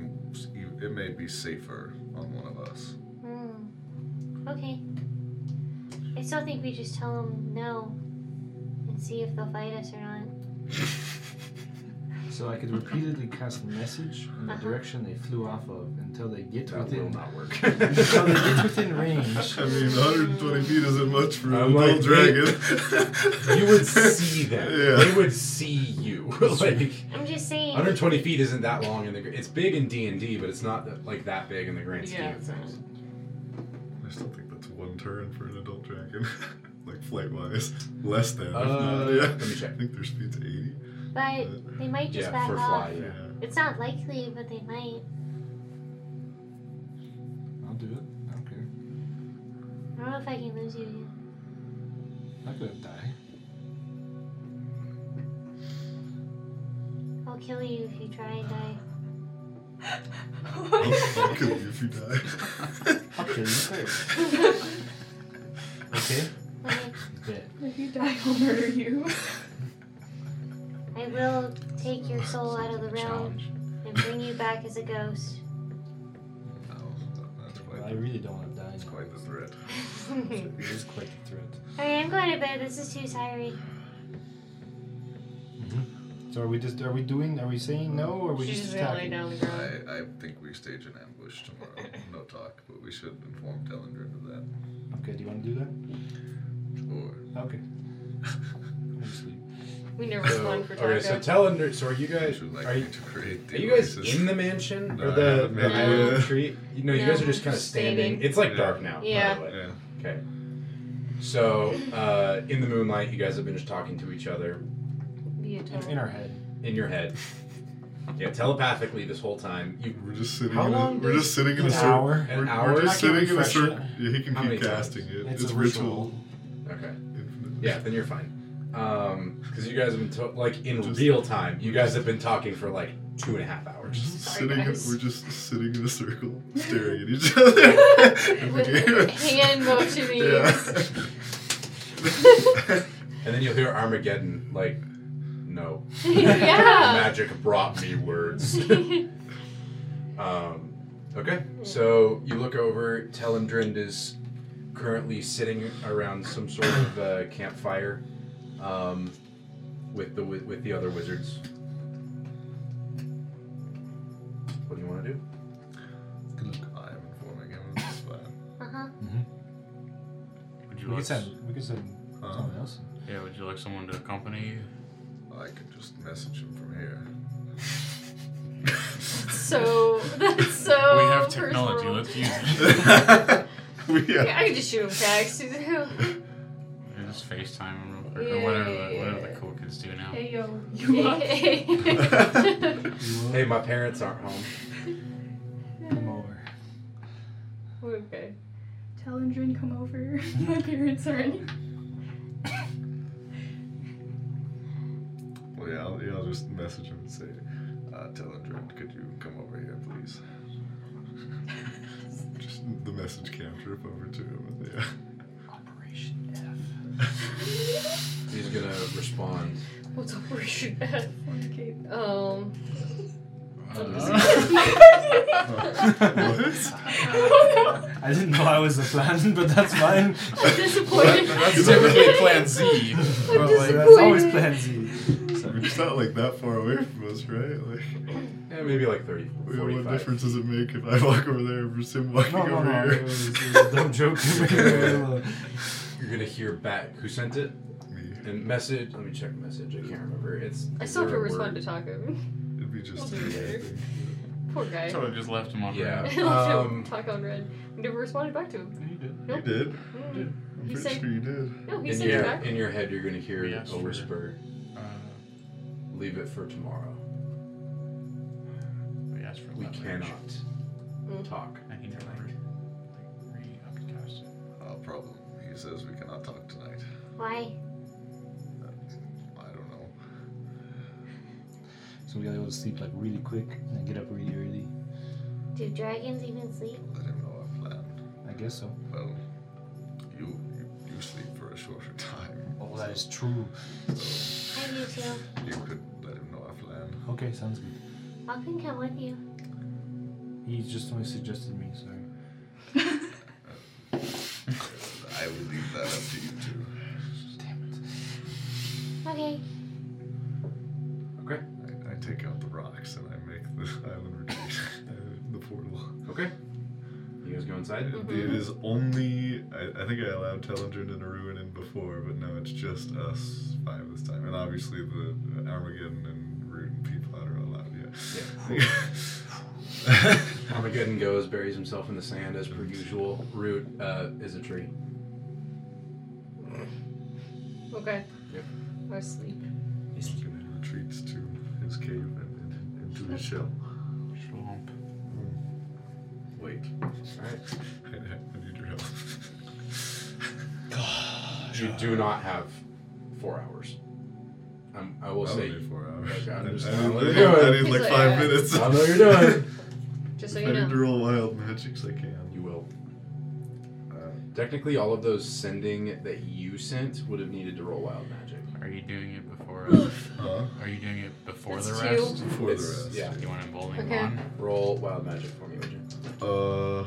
S8: it may be safer on one of us.
S7: Hmm. Okay. I still think we just tell them no and see if they'll fight us or not.
S6: So I could repeatedly cast message in the
S7: Uh-huh.
S6: direction they flew off of until they get
S1: That will
S6: within
S1: not work.
S6: until they get within range.
S5: I mean, 120 feet isn't much for
S1: I'm
S5: an
S1: like,
S5: adult dragon.
S1: you would see them.
S5: Yeah.
S1: They would see you. like
S7: I'm just saying.
S1: 120 feet isn't that long in the. gr- It's big in D and D, but it's not that, like that big in the grand scheme
S2: Yeah,
S1: of
S2: it's not.
S1: things.
S5: I still think that's one turn for an adult dragon, like flight wise. Less than. if not,
S1: Uh,
S5: yeah.
S1: let me check.
S5: I think their speed's 80.
S7: But they might just
S1: Yeah,
S7: back
S1: for
S7: off.
S1: fly. Yeah.
S7: It's not likely, but they might.
S6: I'll do it. I don't care.
S7: I don't know if I can lose you again.
S6: I could die.
S7: I'll kill you if you try and die.
S5: I'll, I'll kill you if you die.
S6: I'll kill you first. Okay.
S7: Okay.
S6: Bet.
S4: If you die, I'll murder you.
S7: I will take your soul out of the realm
S9: Challenge.
S7: and bring you back as a ghost.
S8: No, Oh, that's quite
S6: I really don't want to die.
S8: that's quite the threat.
S7: Alright,
S6: It is quite a threat.
S7: I'm going to bed. This is too tiring.
S6: Mm-hmm. So are we just are we doing are we saying no or are we
S2: She's
S6: just
S2: just gonna lay
S6: attacking?
S2: down on the ground.
S8: I, I think we stage an ambush tomorrow. No talk, but we should inform Telendrin of that.
S6: Okay, do you want to do that?
S8: Or
S6: Okay. I'm gonna sleep.
S2: We nervous
S1: So,
S2: one for Taco.
S1: okay, so tell under. So are you guys?
S8: would you like
S1: Are
S8: me
S1: you,
S8: to create the
S1: are you guys
S8: oasis?
S1: in the mansion
S5: No,
S1: or
S5: I
S1: the,
S5: haven't
S1: the
S5: made
S2: it
S1: island
S5: yet.
S1: retreat? You, no, you guys
S2: No,
S1: are just kind of standing.
S2: standing.
S1: It's like
S5: Yeah.
S1: dark now. by the
S2: Yeah.
S1: way.
S5: Yeah.
S1: Okay. So uh, in the moonlight, you guys have been just talking to each other
S2: Be a
S6: In,
S2: total.
S6: in our head.
S1: in your head. Yeah, telepathically this whole time. You
S5: We're just sitting.
S1: How
S5: in a,
S1: long
S5: we're
S1: does-
S5: just sitting in
S6: An
S5: a circle.
S6: hour.
S1: An
S5: we're,
S1: hour?
S5: We're
S1: I
S5: just
S6: can
S5: sitting in a
S6: refresh
S5: circle.
S6: it.
S5: Yeah, he can
S1: How many
S5: keep
S1: times?
S5: casting it.
S6: It's
S5: It's,
S6: a
S5: ritual.
S1: okay?
S5: Infinite.
S1: Yeah, then you're fine. Um, because you guys have been to- like in
S5: Just-
S1: real time. You guys have been talking for like two and a half hours.
S5: Just
S2: Sorry,
S5: sitting in,
S2: guys.
S5: we're just sitting in a circle, staring at each other. In the
S2: With
S5: game.
S2: hand motioning.
S5: Yeah.
S1: And then you'll hear Armageddon like, no,
S2: yeah.
S1: magic brought me words. Um, okay, so you look over. Telendrind is currently sitting around some sort of uh, campfire um, with the wi- with the other wizards. What do you want to do?
S6: Good luck.
S8: I'm informing him of this plan.
S7: Uh huh.
S9: Would you
S6: We
S9: like
S6: could
S9: s-
S6: send we could send
S1: Oh,
S5: Uh-huh.
S6: someone
S8: Um,
S6: else.
S9: yeah, would you like someone to accompany you?
S8: Oh, I could just message him from here.
S2: So No, that's so.
S9: we have
S2: first
S9: technology.
S2: world.
S9: Let's use it.
S8: we have
S2: Yeah, I could just shoot him text. hey
S9: Yeah, Just FaceTime him real quick,
S2: Yeah,
S9: or whatever,
S2: yeah,
S9: the,
S2: yeah,
S9: whatever
S2: yeah.
S9: the cool kids do now.
S4: yo, you up?
S2: hey.
S1: Hey, my parents aren't home.
S6: More.
S2: okay.
S4: Tell Indrin come over. My parents aren't.
S8: Well, yeah, I'll, yeah, I'll just message him and say, uh, tell Andrin, could you come over here, please?
S5: Just the message cam trip over to him. Yeah.
S6: Operation F.
S1: He's gonna respond.
S2: What's Operation F?
S4: Fornicate.
S2: Um.
S6: I didn't know I was the plan, but that's fine.
S2: I'm disappointed.
S9: That's typically Plan Z.
S2: I'm
S6: But, like, that's always
S2: disappointed.
S6: Plan Z.
S5: It's not like that far away from us, right? Like,
S1: Yeah, maybe like 30,
S5: what
S1: 45.
S5: difference does it make if I walk over there versus him walking
S6: No, no,
S5: over
S6: no.
S5: here?
S6: It was, it was a dumb joke.
S1: You're gonna hear back who sent it
S5: Me.
S1: and message. Let me check message. I can't remember. It's.
S2: I still have
S1: is
S2: to
S1: there a
S2: respond to
S1: word?
S2: Taco.
S5: It'd be just.
S2: I'll do it Poor guy.
S9: Totally just left him on
S1: Yeah.
S9: red.
S2: I left him
S1: Um,
S2: Taco on red. Never responded back to him.
S5: You
S2: Mm.
S5: did. Hmm. I'm
S2: He
S5: pretty
S2: said-
S5: sure you did.
S2: No, he
S1: In
S2: sent it
S1: your,
S2: back.
S1: in your head, you're gonna hear
S9: Yeah,
S1: a
S9: sure.
S1: whisper.
S9: Uh,
S1: Leave it for tomorrow.
S9: we asked for
S1: We
S9: leverage.
S1: cannot
S2: Mm.
S1: talk.
S9: I need to like, re upcast it.
S8: Uh, problem. He says we cannot talk tonight.
S7: Why?
S8: I don't know.
S6: So we gotta go to sleep like really quick and then get up really early.
S7: Do dragons even sleep?
S8: Let him know our plan.
S6: I guess so.
S8: Well, you you, you sleep for a shorter time.
S6: Oh, that is true.
S7: I do too.
S8: You could let him know our plan.
S6: Okay, sounds good.
S7: I can come with you.
S6: He just only suggested me, sorry.
S8: I will leave that up to you two.
S6: Damn
S7: Okay.
S8: I, I take out the rocks and I make the island retreat, uh, the portal.
S1: Okay. You guys go inside.
S2: Mm.
S8: It is only I, I think I allowed Telendrin and Aruin in before, but now it's just us five this time, and obviously the Armageddon and Root and Peapod are allowed. Yeah.
S1: Armageddon goes, buries himself in the sand as per usual. Root uh, is a tree.
S2: Okay.
S1: Yep.
S2: I was asleep.
S8: Armageddon retreats to his cave and, and into his shell.
S9: Swamp.
S8: Wait,
S1: All right.
S8: I, I need your help.
S1: You
S9: Uh.
S1: do not have four hours. Um, I will
S8: I only
S1: say.
S8: need four hours.
S1: Okay, I'm
S8: I-
S1: just-
S8: I,
S1: I'm
S8: need-
S1: gonna do
S8: I
S1: it.
S8: need like
S2: He's like,
S8: five
S2: yeah.
S8: minutes.
S1: I know you're doing.
S2: Just so
S8: I
S2: you
S8: need to
S2: know.
S8: roll wild magics. I can.
S1: You will.
S8: Uh,
S1: Technically, all of those sending that you sent would have needed to roll wild magic.
S9: Are you doing it before?
S8: huh?
S9: Are you doing it before
S2: That's
S9: the
S2: two.
S9: rest?
S8: For the
S1: It's-
S8: rest.
S1: Yeah.
S9: You want to bowling
S2: Okay.
S9: one?
S1: Roll wild magic for me, would you?
S8: Uh, I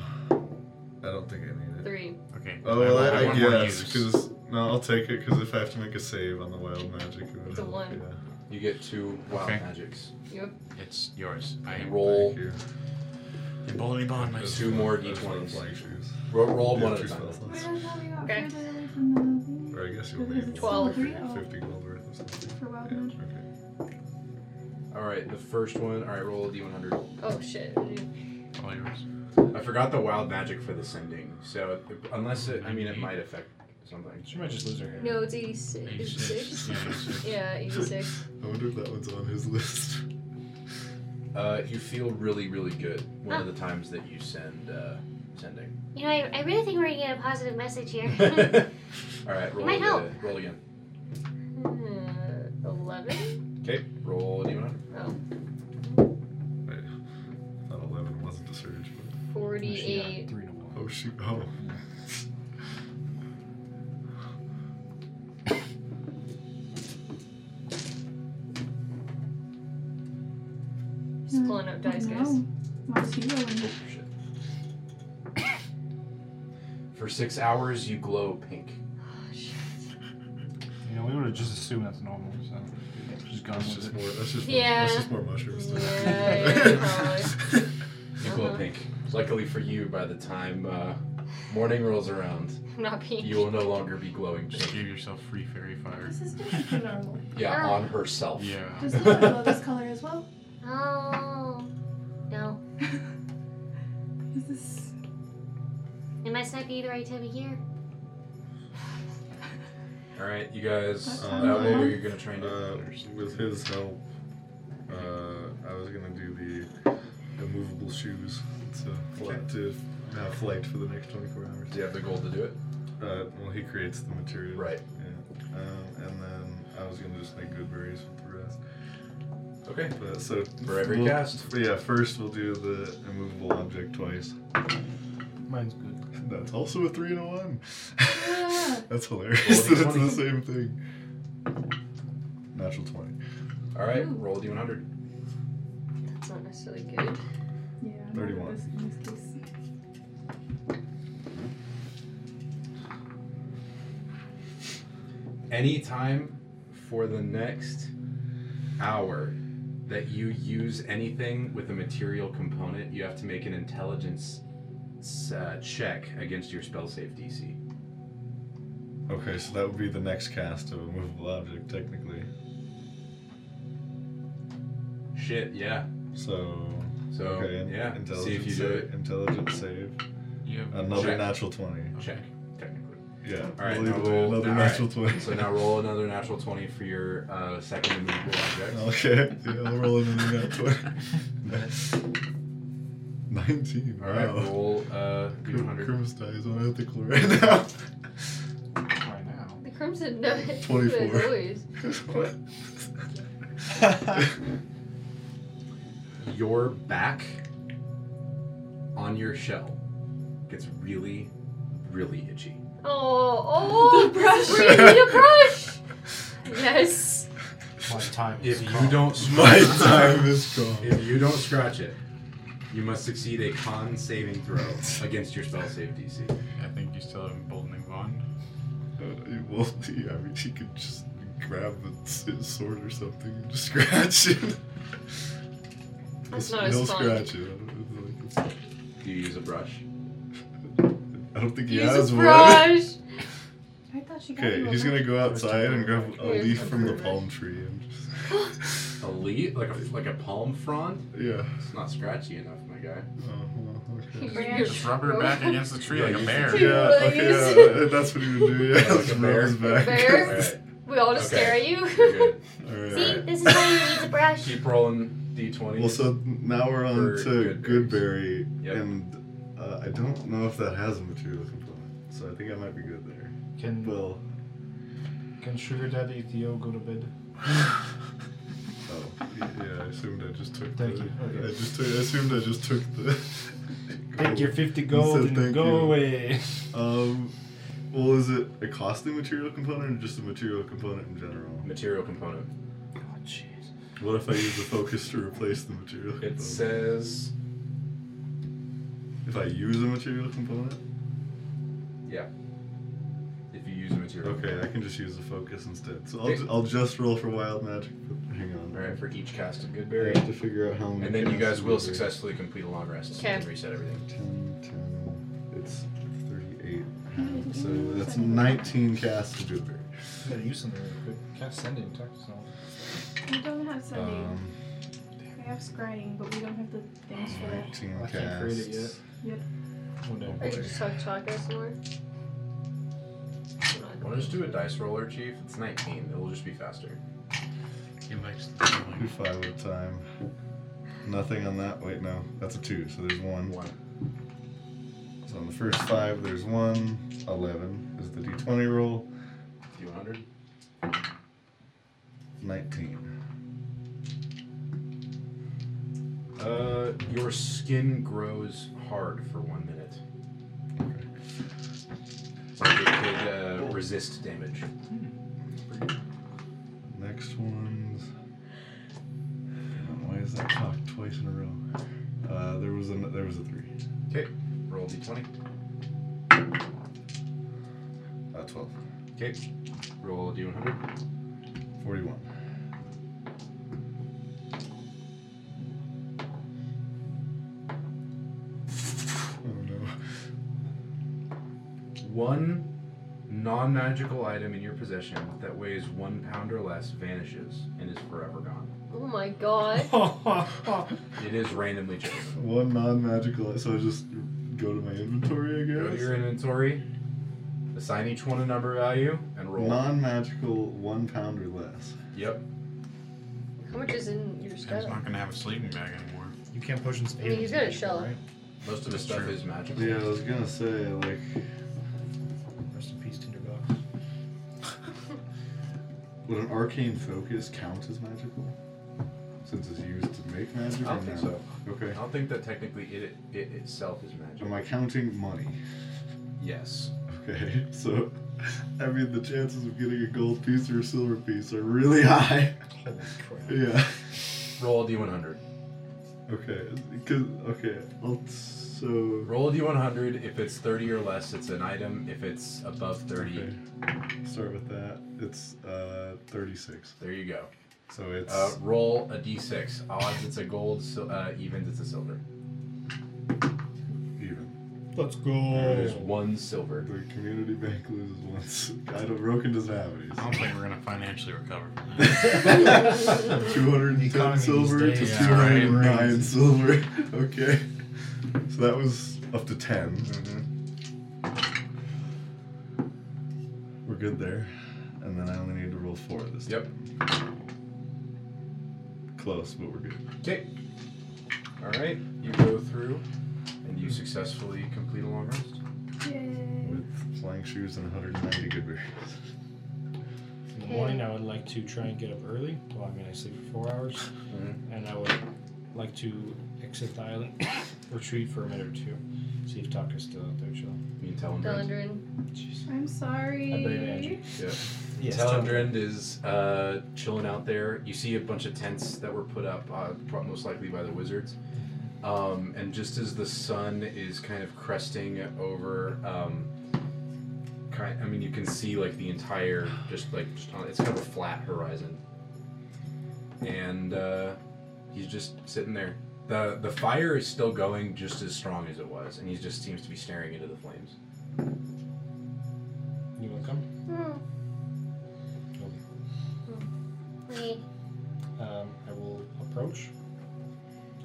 S8: don't think I need it.
S2: Three.
S9: Okay.
S8: Oh, well,
S9: have
S8: I, I
S9: one more
S8: guess
S9: use.
S8: because no, I'll take it because if I have to make a save on the wild magic, it would
S2: It's a
S8: help,
S2: one.
S8: Yeah.
S1: You get two wild
S9: Okay.
S1: magics.
S9: it's yours. I
S1: Roll,
S8: Thank you.
S9: The bowling bond.
S8: That's
S1: two more
S8: that's
S1: D20s.
S8: one flank shoes.
S1: roll, roll
S8: Yeah,
S1: one at
S8: two
S1: a time.
S8: spell
S4: Where
S8: slots.
S4: the hell we got
S2: Okay.
S4: further away from the thing?
S8: Or I guess you'll
S4: Because
S8: need
S4: it's
S2: Twelve.
S4: still
S8: like
S4: green.
S8: 50 gold worth or something.
S4: For wild
S8: Yeah,
S4: magic.
S8: okay.
S1: All right, the first one. All right, roll a d100.
S2: Oh shit.
S9: All yours.
S1: I forgot the wild magic for the sending. So it- unless it, I mean, it might affect something.
S6: She might just lose her hair.
S2: No, it's 86.
S9: Eighty-six. Yeah, eighty-six.
S2: Yeah, 86.
S5: I wonder if that one's on his list.
S1: Uh, you feel really, really good one of the
S7: Ah.
S1: times that you send uh, sending.
S7: You know, I, I really think we're gonna get a positive message here.
S1: All right, roll
S7: might help.
S1: again. Roll again.
S2: Uh, 11?
S1: Okay, roll a d100.
S2: Oh,
S8: I thought 11 wasn't a surge, but
S2: 48.
S6: Three to one.
S5: Oh shoot! Oh,
S2: Just pulling out dice,
S4: no.
S2: guys.
S4: My zero and
S1: Oh shit. For six hours, you glow pink.
S6: You know, we would have just assumed that's normal, so just gone with
S8: that's just
S6: it.
S8: more. That's just
S2: Yeah.
S8: more, that's just more mushroom stuff.
S2: Yeah, yeah,
S1: You glow
S2: Uh-huh.
S1: pink. Luckily for you, by the time uh, morning rolls around,
S2: I'm not being.
S1: you will no longer be glowing
S9: Just
S1: pink.
S9: give yourself free fairy fire.
S4: This is different from normal.
S1: Yeah,
S7: Ah.
S1: on herself.
S9: Yeah.
S4: Does the love this color as well?
S7: Oh. No.
S4: This is
S7: It must not be the right time of year.
S1: All right, you guys.
S4: That's
S1: Uh,
S4: fine.
S1: what were you gonna try and do?
S5: Uh, with his help, uh, I was gonna do the immovable shoes to fly, to have flight for the next 24 hours.
S1: Do you have the gold to do it?
S5: Uh, well, he creates the material.
S1: Right.
S5: Yeah. Um, and then I was gonna just make good berries with the rest.
S1: Okay.
S5: But so
S1: For every
S5: we'll-
S1: cast.
S5: Yeah. First, we'll do the immovable object twice.
S6: Mine's good.
S5: That's also a three and a one.
S4: Yeah.
S5: That's hilarious.
S6: Well,
S5: that it's
S6: twenty.
S5: the same thing. Natural twenty.
S1: All right,
S4: Ooh.
S1: roll a d100.
S2: That's not necessarily good.
S4: yeah. not
S5: 31.
S4: This, in this case.
S1: Any time for the next hour that you use anything with a material component, you have to make an intelligence s- uh, check against your spell save DC.
S5: Okay, so that would be the next cast of a movable object, technically.
S1: Shit, yeah.
S5: So.
S1: So
S5: okay, in-
S1: yeah,
S5: Intelligence
S1: see if you
S5: save,
S1: do it.
S5: Intelligence save.
S9: You have
S5: Another
S1: Check.
S5: natural twenty.
S1: Check technically.
S5: Yeah.
S1: All right,
S5: we'll leave
S1: now
S5: it
S1: roll-
S5: another
S1: all right.
S5: natural twenty.
S1: So now roll another natural twenty for your uh, second immovable object.
S5: Okay. Yeah, I'll roll another natural twenty. Nineteen.
S1: All right,
S5: Wow.
S1: roll uh,
S5: Crim-
S1: d100.
S5: Crimus die is unethical right now.
S6: Right now.
S2: The crimson nut.
S5: 24.
S2: Always.
S5: what?
S1: Your back on your shell gets really, really itchy.
S2: Oh, oh,
S4: The brush.
S2: We need a brush. Yes.
S6: My time
S1: If
S6: is
S1: you
S6: gone.
S1: don't
S5: My
S1: scratch,
S5: time is gone.
S1: if you don't scratch it, you must succeed a con saving throw against your spell save DC.
S9: I think you still have emboldening bond.
S5: Uh, well, he, I mean, he could just grab a s- his sword or something and just scratch it.
S2: That's
S5: He'll-
S2: not as
S5: He'll
S2: fun.
S5: scratch it. I don't, it's like
S1: Do you use a brush?
S5: it's- I don't think he
S2: Use
S5: has
S2: a
S5: one.
S2: brush.
S4: I thought she got
S5: Okay,
S4: you
S5: he's
S4: a
S5: gonna go outside and grab a
S2: Here's
S5: leaf
S2: my
S5: from the
S2: brush.
S5: palm tree and just.
S1: A leaf, like a like a palm frond.
S5: Yeah.
S1: It's not scratchy enough, my guy.
S5: Oh, well, okay.
S9: Just rub her back against the tree like a bear.
S5: Yeah,
S2: Really?
S5: okay, yeah, that's what he would do. Yeah,
S1: Like a
S5: just rub his back.
S2: Bear?
S1: Alright,
S2: We all just
S1: Okay.
S2: stare at you.
S1: you're good.
S5: Alright.
S7: See, this is why you need to brush.
S1: Keep rolling d20.
S5: Well, so now we're on
S1: For
S5: to
S1: good
S5: Goodberry,
S1: Yep.
S5: and uh, I don't know if that has a material component, so I think I might be good there.
S6: Can
S5: Well,
S6: Can Sugar Daddy Theo go to bed?
S5: oh, yeah, I assumed I just took
S6: Thank
S5: the.
S6: you. Okay.
S5: I just took, I assumed I just took the.
S6: Take your 50
S5: gold
S6: gold
S5: said and
S6: and
S5: thank go
S6: go
S5: you.
S6: away.
S5: Um, well, is it a costly material component or just a material component in general?
S1: Material component.
S6: Oh, jeez.
S5: What if I use the focus to replace the material component?
S1: It says,
S5: if I use a material component?
S1: yeah. If you use a material.
S5: Okay, I can just use the focus instead. So I'll,
S1: Okay.
S5: ju- I'll just roll for wild magic. But hang on.
S1: All right, for each cast of
S5: I
S1: Goodberry.
S5: have to figure out how many.
S1: And then you
S5: casts
S1: guys will
S5: to do.
S1: successfully complete a long rest
S2: Okay.
S1: and reset everything.
S5: 10, 10, it's 38.
S4: Mm,
S5: So
S4: mm,
S5: that's
S4: mm.
S5: 19 casts to do it.
S6: Better use something really quick. Cast sending attack. So.
S4: We don't have Sunday.
S5: Um,
S4: we have scrying, but we don't have the things for that.
S5: 19
S6: I
S5: casts.
S6: can't create it yet.
S4: Yep.
S6: Oh no.
S2: Or just talk chakra some more.
S1: Well, just do a dice roller, Chief. It's 19. It will just be faster.
S9: He likes
S5: Do
S9: the
S5: five at a time. Nothing on that. Wait, no. That's a two, so there's one.
S1: One.
S5: So on the first five, there's one. 11 is the d20 roll.
S1: Do 100.
S5: 19.
S1: Uh, your skin grows hard for one minute. It could uh, resist damage.
S5: Next one's. Damn, Why is that clock twice in a row? Uh, there was a there was a three.
S1: Okay, roll d20.
S5: Uh, 12.
S1: Okay, roll d100.
S5: 41. Oh no.
S1: One non magical item in your possession that weighs one pound or less vanishes and is forever gone.
S2: Oh my god.
S1: It is randomly chosen.
S5: One non-magical, so I just go to my inventory, I
S1: Go to
S5: guess.
S1: your inventory, assign each one a number value, and roll.
S5: Non-magical, one pound or less.
S1: Yep.
S2: How much is in your
S9: He's
S2: stuff?
S9: not gonna have a sleeping bag anymore.
S6: You can't push and speed.
S2: I mean, he's got a shell.
S1: Most of the
S9: That's
S1: stuff
S9: true.
S1: is magical.
S5: Yeah, I was gonna say like
S6: Rest in peace, Tinderbox.
S5: Would an arcane focus count as magical? Since it's used to make magic?
S1: I
S5: or
S1: don't think
S5: no?
S1: so. I
S5: Okay.
S1: don't think that technically it, it itself is magic.
S5: Am I counting money?
S1: Yes.
S5: Okay, so I mean the chances of getting a gold piece or a silver piece are really high.
S6: Holy crap.
S5: yeah.
S1: Roll a d100.
S5: Okay. 'cause- okay. I'll t- so
S1: Roll a d100. If it's 30 or less, it's an item. If it's above 30,
S5: okay. Start with that. It's uh 36.
S1: there you go.
S5: So it's
S6: Oh.
S1: Uh, roll a d6. Odds it's a gold, sil uh, evens it's a silver.
S5: even.
S6: Let's
S1: There's
S6: go.
S1: one silver.
S5: The community bank loses once. I don't Roken doesn't have any.
S6: Oh.
S9: I don't think we're gonna financially recover from that.
S6: The economy
S5: 210
S6: these
S5: silver to
S6: days,
S9: yeah,
S5: 209
S6: right?
S5: silver. Okay. So that was up to 10. We're good there. And then I only need to roll 4 this
S1: Yep.
S5: time. Close, but we're good.
S1: Okay. All right. You go through, and you successfully complete a long rest.
S4: Yay.
S5: With flying shoes and 190 good berries.
S6: In the morning, I would like to try and get up early. Well, I mean, I sleep for four hours, and I would like to exit the island, retreat for a minute or two, see if Taka's still out there chilling.
S1: You can tell Telendrin.
S2: Dalandrin.
S6: Jeez.
S4: I'm sorry.
S6: I blame Angie.
S1: Yeah.
S6: Yes,
S1: Telendrin is uh, chilling out there. You see a bunch of tents that were put up, uh, pro- most likely by the wizards. Um, and just as the sun is kind of cresting over, um, kind, I mean, you can see like the entire, just like just on, it's kind of a flat horizon. And uh, he's just sitting there. the The fire is still going just as strong as it was, and he just seems to be staring into the flames.
S6: You want to come?
S7: Hmm.
S6: Okay.
S7: Hmm. Wait.
S6: Um, I will approach.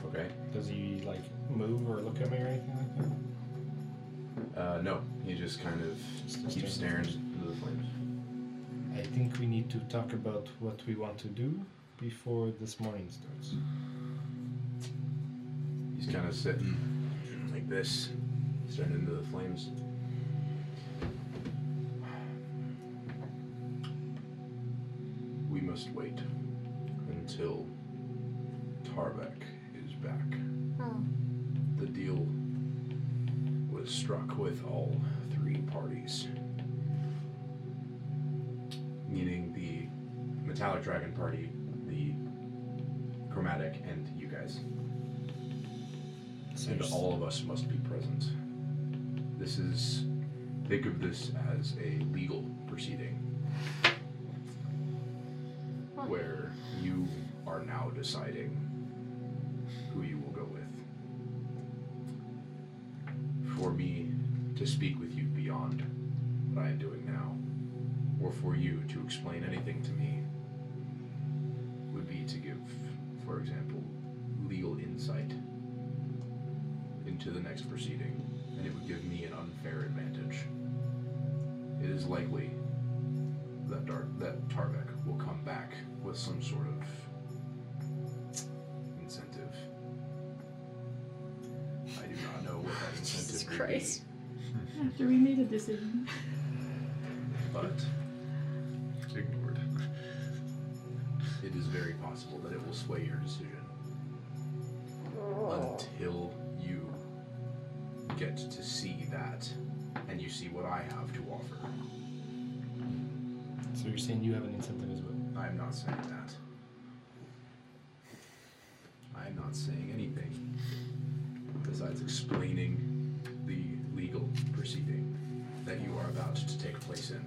S1: Okay.
S6: Does he like move or look at me or anything like that?
S1: Uh, no, he just kind of
S6: Still
S1: keeps
S6: staring.
S1: staring into the flames.
S6: I think we need to talk about what we want to do before this morning starts.
S1: He's kind of sitting like this, staring into the flames. We must wait until Tarbeck is back.
S7: Oh.
S1: The deal was struck with all three parties, meaning the Metallic Dragon Party, the Chromatic, and you guys
S6: So
S1: and
S6: you're-
S1: all of us must be present. This is, think of this as a legal proceeding where you are now deciding who you will go with. For me to speak with you beyond what I am doing now, or for you to explain anything to me, would be to give, for example, legal insight into the next proceeding, and it would give me an unfair advantage. It is likely that Dar- that Tarvek will come back with some sort of incentive. I do not know what that incentive
S2: Jesus
S1: would be,
S2: Christ.
S4: After we made a decision.
S1: but
S5: Ignored.
S1: it is very possible that it will sway your decision
S2: Oh.
S1: until you get to see that and you see what I have to offer.
S6: So you're saying you have an incentive as well?
S1: I'm not saying that. I'm not saying anything besides explaining the legal proceeding that you are about to take place in.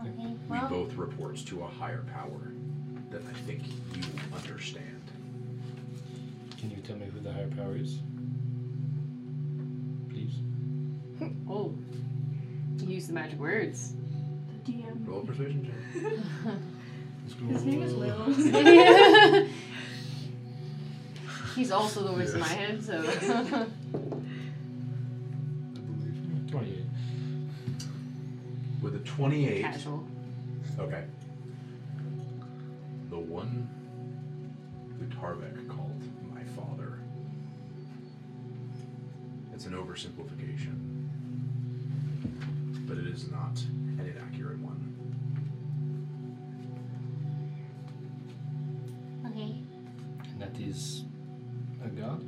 S7: Okay.
S1: We
S7: Well,
S1: both report to a higher power that I think you understand.
S6: Can you tell me who the higher power is? Please.
S2: Oh. You use the magic words.
S4: DM.
S1: Roll a persuasion check.
S4: His name is Will.
S2: He's also the worst in my head, so.
S5: I believe. you.
S6: 28.
S1: With a 28.
S2: Casual.
S1: Okay. The one who Tarvek called my father. It's an oversimplification, but it is not an inaccurate one.
S7: Okay.
S6: And that is a god?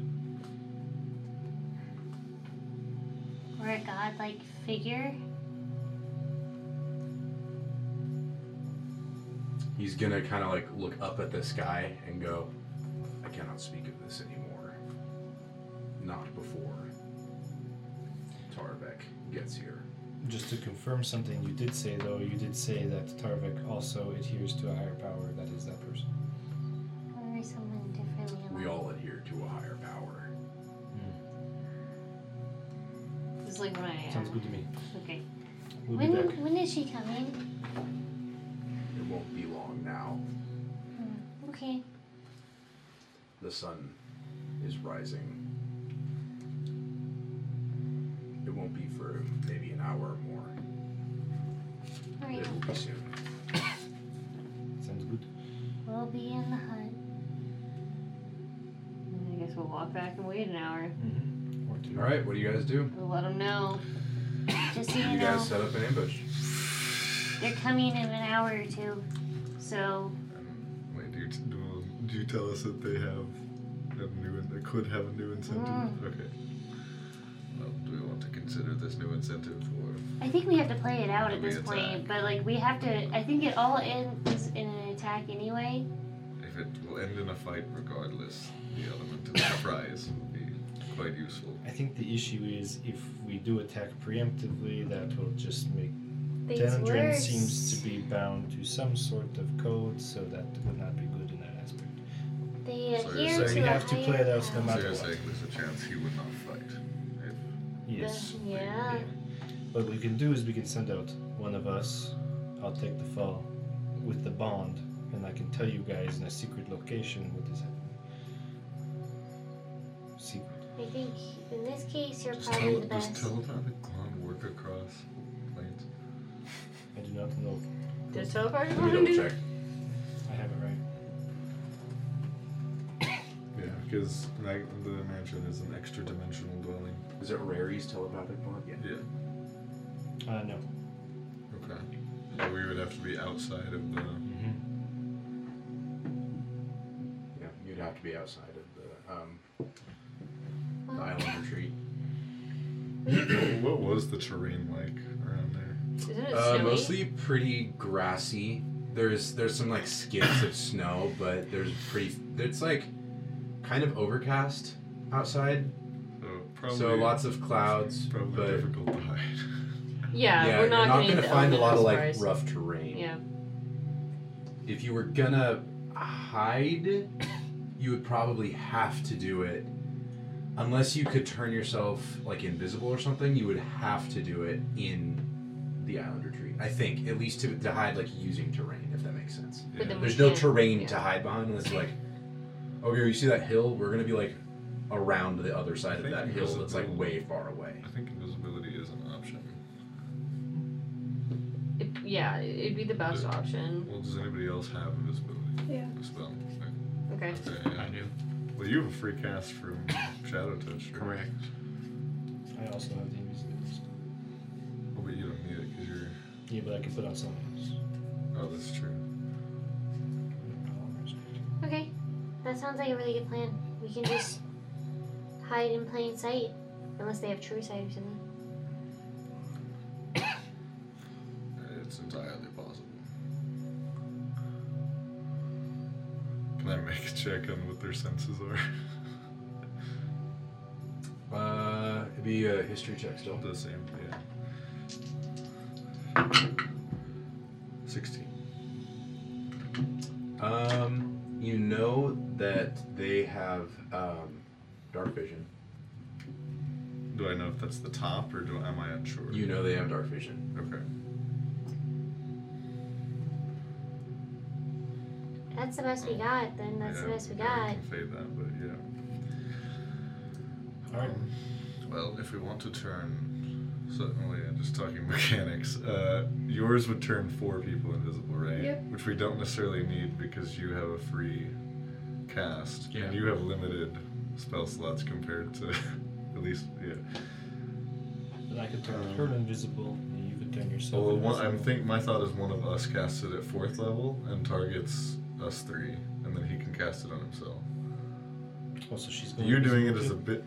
S7: Or a godlike figure.
S1: He's gonna kind of like look up at the sky and go, I cannot speak of this anymore. Not before Tarvek gets here.
S6: Just to confirm something you did say, though, you did say that Tarvik also adheres to a higher power that is that person.
S7: Or someone differently
S1: We
S7: aligned.
S1: all adhere to a higher power.
S2: It's like when I.
S6: Sounds good to me.
S7: Okay.
S6: We'll
S7: when,
S6: be back.
S7: when is she coming?
S1: It won't be long now.
S7: Hmm, Okay.
S1: The sun is rising. It won't be for maybe an hour or more.
S7: Alright.
S1: It will be soon.
S6: Sounds good.
S7: We'll be in the hut.
S2: I guess we'll walk back and wait an hour.
S6: Or two.
S1: All right, what do you guys do?
S2: We'll let them know.
S7: Just so
S1: You,
S7: you know,
S1: guys set up an ambush.
S7: they're coming in an hour or two. So,
S5: Wait, do you, t- do, do you tell us that they have a new? In- they could have a new incentive.
S7: Mm.
S5: Okay.
S8: Well, do we want to consider this new incentive or
S7: I think we have to play it out at
S8: We
S7: this point.
S8: attack.
S7: But, like, we have to. I think it all ends in an attack anyway.
S8: if it will end in a fight regardless? The element of surprise would be quite useful.
S6: I think the issue is if we do attack preemptively, that will just make
S7: Things
S6: Danadrin
S7: worse.
S6: seems to be bound to some sort of code, so that would not be good in that aspect.
S7: They
S8: So
S7: adhere
S8: you're
S7: to
S8: saying-
S7: a
S8: You
S6: have to play it
S7: higher
S6: out no
S7: power.
S8: So
S6: matter
S8: you're
S6: what.
S8: saying there's a chance he would not fight.
S6: Yes.
S7: Yeah.
S6: What we can do is we can send out one of us. I'll take the fall with the bond, and I can tell you guys in a secret location what is happening. Secret.
S7: I think in this case, you're
S8: Just
S7: probably
S8: tell,
S7: the
S8: does
S7: best.
S8: telepathic clone work across planes?
S6: I do not know.
S2: Does teleport
S1: Let me double check.
S6: I have it right.
S5: Yeah, because the mansion is an extra dimensional dwelling.
S1: Is it Rary's telepathic bond? Yeah.
S5: Yeah.
S6: Uh, no.
S5: Okay. So we would have to be outside of the.
S6: Mm-hmm.
S1: Yeah, you'd have to be outside of the, um, the
S7: Well,
S1: island retreat.
S5: what was the terrain like around there?
S2: Isn't it
S1: Uh,
S2: snowy?
S1: mostly pretty grassy. There's there's some like skids of snow, but there's pretty. It's like kind of overcast outside,
S5: So probably.
S1: so lots of clouds.
S5: Probably
S1: but
S5: difficult to hide.
S2: Yeah,
S1: yeah,
S2: we're not,
S1: you're not
S2: getting
S1: gonna
S2: the
S1: find a
S2: element
S1: lot of like
S2: surprise.
S1: rough terrain.
S2: Yeah.
S1: If you were gonna hide, you would probably have to do it. Unless you could turn yourself like invisible or something, you would have to do it in the island retreat. I think, at least to, to hide like using terrain, if that makes sense.
S2: But then we
S1: There's no
S2: can't-
S1: terrain
S2: yeah.
S1: to hide behind unless you're like, okay, you see that hill? We're gonna be like around the other
S5: I
S1: side of
S5: think
S1: that hill that's like
S5: invisible-
S1: way far away.
S5: I think invisibility is an option.
S2: It, yeah, it'd be the best option.
S5: Well, does anybody else have invisibility?
S4: Yeah.
S5: The spell.
S2: Okay.
S5: Okay,
S9: I
S5: yeah.
S9: do.
S5: Well, you have a free cast from Shadow Touch. Right?
S9: Correct.
S6: I also have the invisibility. stuff.
S5: Oh, but you don't need it because you're.
S6: Yeah, but I can put on something else.
S5: Oh, that's true.
S7: okay. That sounds like a really good plan. We can just hide in plain sight. Unless they have true sight or something.
S8: It's entirely possible.
S5: Can I make a check on what their senses are?
S1: Uh, it'd be a history check still.
S5: the same. Yeah. Sixteen.
S1: Um, you know that they have um, dark vision.
S5: Do I know if that's the top or do am I unsure?
S1: You know they have dark vision.
S5: Okay.
S7: That's the best we got, then that's the
S5: Yeah,
S7: best we
S5: yeah, I
S7: got.
S5: can fade that, but yeah.
S6: All right.
S5: Well, if we want to turn, so oh yeah, just talking mechanics. Uh, yours would turn four people invisible, right?
S4: Yep.
S5: Which we don't necessarily need because you have a free cast
S1: Yeah.
S5: and you have limited spell slots compared to at least yeah.
S6: Then I could turn
S5: Um,
S6: her invisible, and you could turn yourself.
S5: Well, one,
S6: invisible.
S5: I'm think my thought is one of us casts it at fourth level and targets us three, and then he can cast it on himself.
S6: Oh, so she's going
S5: You're doing it
S6: invisible
S5: as a
S6: too?
S5: bit.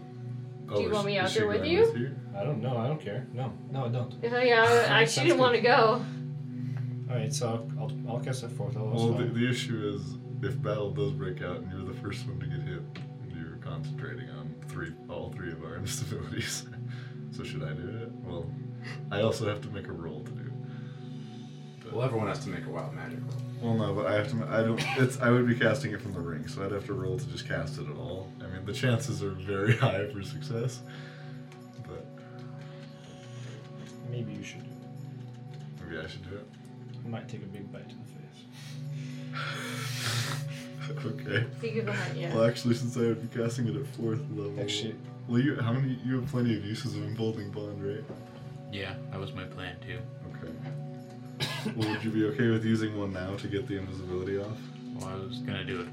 S5: Oh,
S2: Do you
S5: is-
S2: want me
S5: is
S2: out
S5: she
S2: there with
S5: going
S2: you?
S6: I don't know. I don't care. No, no, I don't.
S2: Oh, yeah, I, I, she
S6: Sounds
S2: didn't
S6: good.
S2: want to go.
S6: All right, so I'll, I'll cast a fourth level.
S5: Well,
S6: spell.
S5: the, the issue is if battle does break out and you're the first one to get hit, you're concentrating on three, all three of our instabilities. so should I do it? Well, I also have to make a roll to do. it.
S1: Well, everyone has to make a wild magic roll.
S5: Well, no, but I have to. ma- I don't. It's. I would be casting it from the ring, so I'd have to roll to just cast it at all. I mean, the chances are very high for success. But
S6: Maybe you should do it.
S5: maybe I should do it.
S6: I might take a big bite to the face.
S5: okay.
S2: So you give them that, yeah.
S5: Well, actually, since I would be casting it at fourth level.
S6: Actually,
S5: Well, you. How many? You have plenty of uses of emboldening bond, right?
S9: Yeah, that was my plan too.
S5: Okay. well, would you be okay with using one now to get the invisibility off?
S9: Well, I was gonna do it.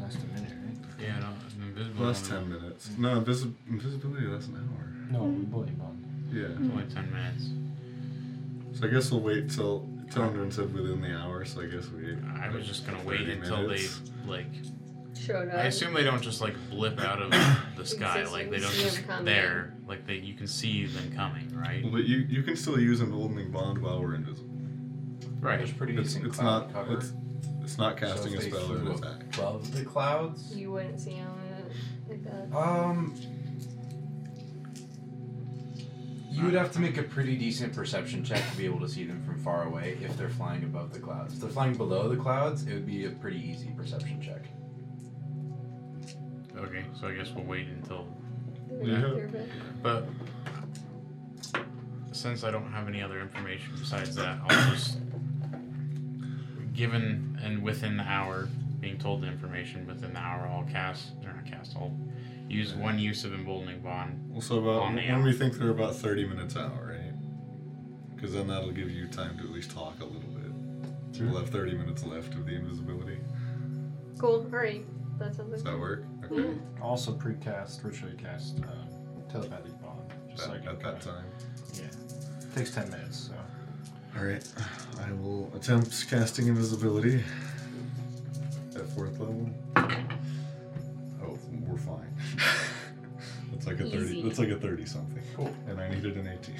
S6: last a minute, right?
S9: Yeah, no, I'm invisible.
S5: Last
S9: only-
S5: ten minutes. Um, No, invis- invisibility lasts an hour.
S6: No, I'm bullying bond.
S5: Yeah.
S9: Only ten minutes.
S5: So I guess we'll wait till. Tondrin said within the hour, so I guess we.
S9: I was just gonna wait
S5: 30
S9: until they
S5: minutes.
S9: like.
S2: Showed up.
S9: I assume they don't just like blip out of the sky,
S2: Exists,
S9: like
S2: you
S9: they
S2: can
S9: don't
S2: see
S9: just
S2: them coming.
S9: there. Like they, you can see them coming, right?
S5: Well, but you you can still use emboldening bond while we're invisible.
S9: Right.
S12: There's pretty
S5: It's,
S12: decent
S5: it's
S12: cloud
S5: not
S12: cover.
S5: it's, it's not
S12: So if
S5: casting a
S12: they
S5: spell or an
S12: flew
S5: attack.
S12: above the clouds.
S2: You wouldn't see him uh, like that.
S12: Um,
S1: You would have to make a pretty decent perception check to be able to see them from far away if they're flying above the clouds. If they're flying below the clouds, it would be a pretty easy perception check.
S9: Okay, so I guess we'll wait until.
S5: Yeah.
S9: But since I don't have any other information besides that, I'll just. Given and within the hour, being told the information within the hour, I'll cast. Or not cast, I'll use one use of Emboldening Bond.
S5: Well, so about
S9: On the
S5: when we think they're about thirty minutes out, right? Because then that'll give you time to at least talk a little bit. So We'll have thirty minutes left of the invisibility.
S2: Cool. All right. That sounds
S5: Does
S2: like
S5: that work?
S7: Mm-hmm.
S5: Okay.
S6: Also precast, ritually cast um, telepathic bond. Just like
S5: At, at that time.
S6: Yeah. Takes 10 minutes, so.
S5: All right. I will attempt casting invisibility at fourth level. Oh, we're fine. that's like a thirty.
S2: Easy.
S5: That's like a thirty something. Cool. And I needed an eighteen.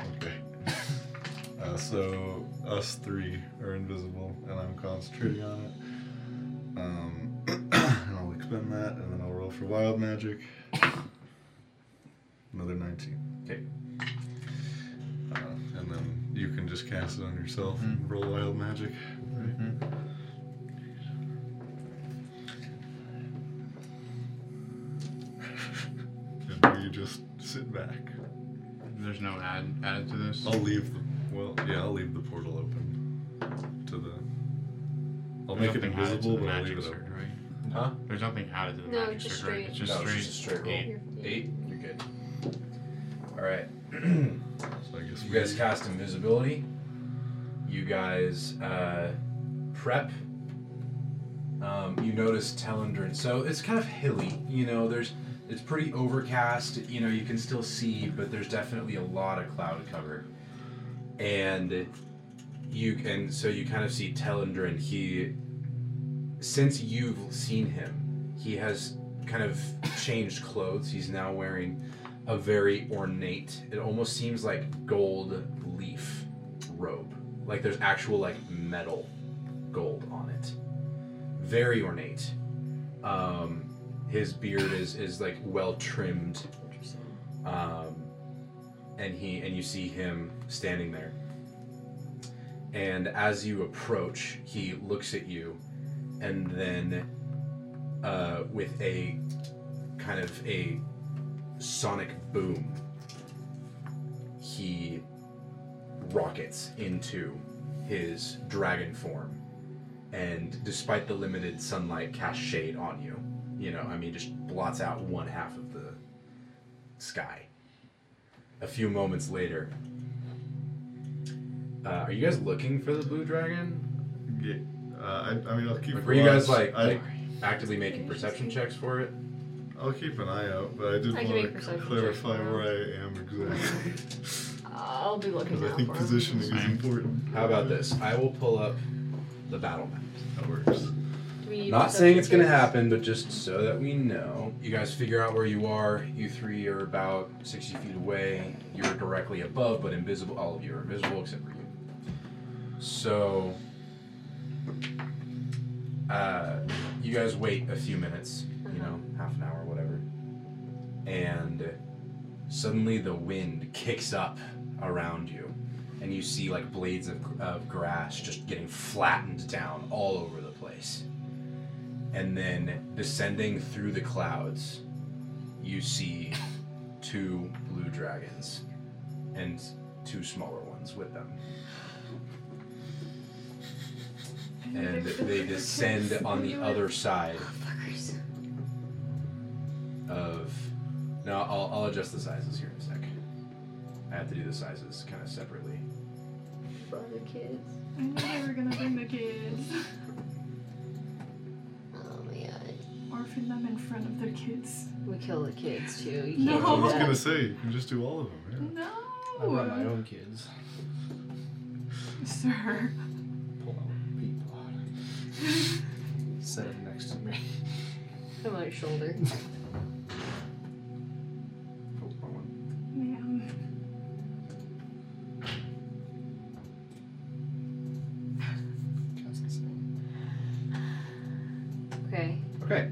S5: Okay. Uh, so us three are invisible, and I'm concentrating on it. Um, and I'll expend that, and then I'll roll for wild magic. Another nineteen.
S1: Okay.
S5: Uh, and then you can just cast it on yourself
S9: Mm-hmm.
S5: and roll wild magic. And you just sit back.
S9: There's no add added to this.
S5: I'll leave the well, yeah, I'll leave the portal open to the. I'll
S9: There's
S5: make it
S9: nothing added to
S5: invisible,
S9: the
S5: but I'll
S9: magic
S5: leave it
S9: surge,
S5: open.
S9: right?
S1: Huh?
S9: There's nothing added to the
S2: No,
S9: magic
S2: just
S9: surge, right?
S2: straight.
S9: It's just
S1: No, it's
S9: straight.
S1: just a straight roll.
S9: eight.
S2: You're-
S1: Eight, you're good. All right.
S5: So I guess
S1: You
S5: we
S1: guys cast invisibility. You guys uh, prep. Um, you notice Telendrin. So it's kind of hilly. You know, there's it's pretty overcast. You know, you can still see, but there's definitely a lot of cloud cover. And you can so you kind of see Telendrin. He since you've seen him, he has kind of changed clothes. He's now wearing a very ornate it almost seems like gold leaf robe like there's actual like metal gold on it very ornate um his beard is is like well trimmed
S2: interesting.
S1: um and he and you see him standing there and as you approach he looks at you and then uh with a kind of a sonic boom, he rockets into his dragon form, and despite the limited sunlight, casts shade on you. You know, I mean, just blots out one half of the sky. A few moments later, uh, are you guys looking for the blue dragon?
S5: Yeah. Uh, I, I mean, I'll keep.
S1: Like, were you guys
S5: watch.
S1: like,
S5: I,
S1: like actively making perception checks for it?
S5: I'll keep an eye out, but I did
S2: I can make
S5: want to
S2: perception
S5: clarify
S2: check.
S5: where I am exactly
S2: I'll be looking
S5: because I
S2: out
S5: think
S2: for 'em.
S5: positioning is important.
S1: How about this? I will pull up the battle map.
S5: That works.
S2: Do we need
S1: Not saying it's going to
S2: perception
S1: happen, but just so that we know. You guys figure out where you are. You three are about 60 feet away. You're directly above, but invisible. All of you are invisible except for you. So, uh, you guys wait a few minutes, you know, half an hour, whatever. And suddenly the wind kicks up around you, and you see like blades of, of grass just getting flattened down all over the place and then descending through the clouds, you see two blue dragons and two smaller ones with them. And they descend on the other side
S7: Fuckers.
S1: of. Now, I'll, I'll adjust the sizes here in a sec. I have to do the sizes kind of separately.
S2: For the kids.
S4: I knew they were gonna bring the kids.
S2: Oh my god.
S4: Orphan them in front of the kids.
S2: We kill the kids too. You
S4: No.
S2: can't
S5: I was
S2: do that.
S5: gonna say you can just do all of them.
S4: No!
S6: I want my own kids.
S4: Sir.
S6: Pull out people. Set it next to me.
S2: Come on, shoulder.
S1: Oh, wrong one.
S4: Ma'am.
S2: Okay.
S1: Okay.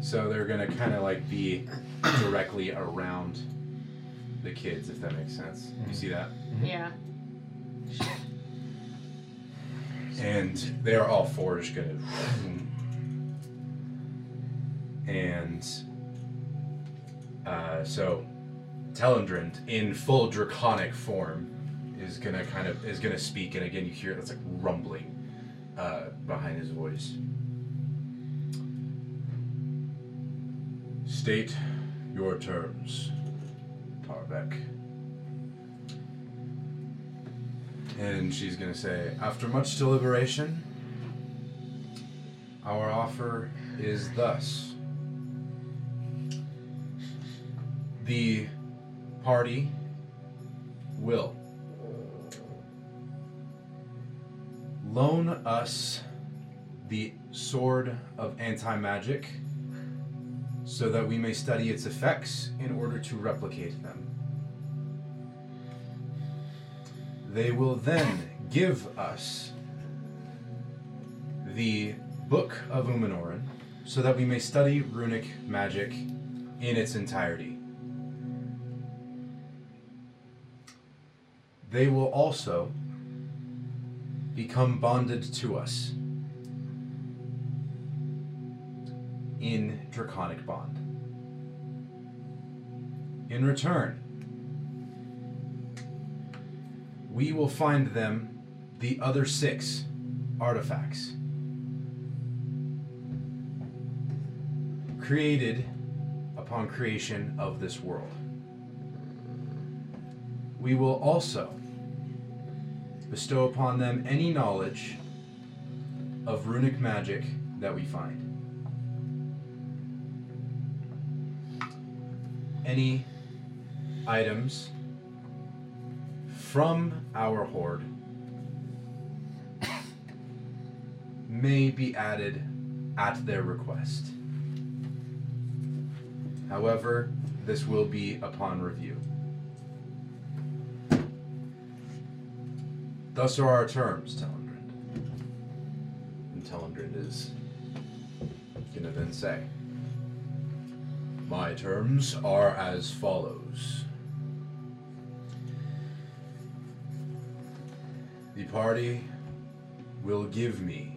S1: So they're gonna kind of like be directly around the kids, if that makes sense. You see that?
S2: Yeah.
S1: and they are all four just gonna and uh, so Telendrind in full draconic form is gonna kind of is gonna speak and again you hear that's like rumbling uh, behind his voice state your terms Tarbeck And she's going to say, After much deliberation, our offer is thus the party will loan us the sword of anti magic so that we may study its effects in order to replicate them. They will then give us the Book of Umanoran so that we may study runic magic in its entirety. They will also become bonded to us in Draconic Bond. In return, we will find them the other six artifacts created upon creation of this world. We will also bestow upon them any knowledge of runic magic that we find. Any items from our horde may be added at their request. However, this will be upon review. Thus are our terms, Telendrind. And Telendrind is gonna then say, My terms are as follows. The party will give me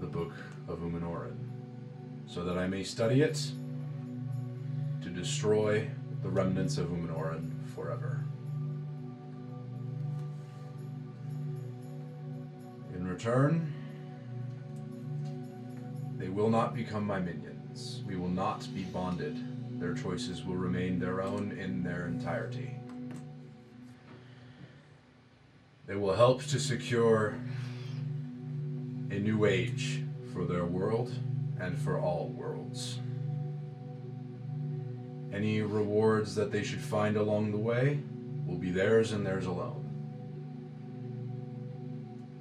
S1: the Book of Umanoran so that I may study it to, dis- destroy the remnants of Umanoran forever. In return, they will not become my minions. We will not be bonded. Their choices will remain their own in their entirety. They will help to secure a new age for their world and for all worlds. Any rewards that they should find along the way will be theirs and theirs alone.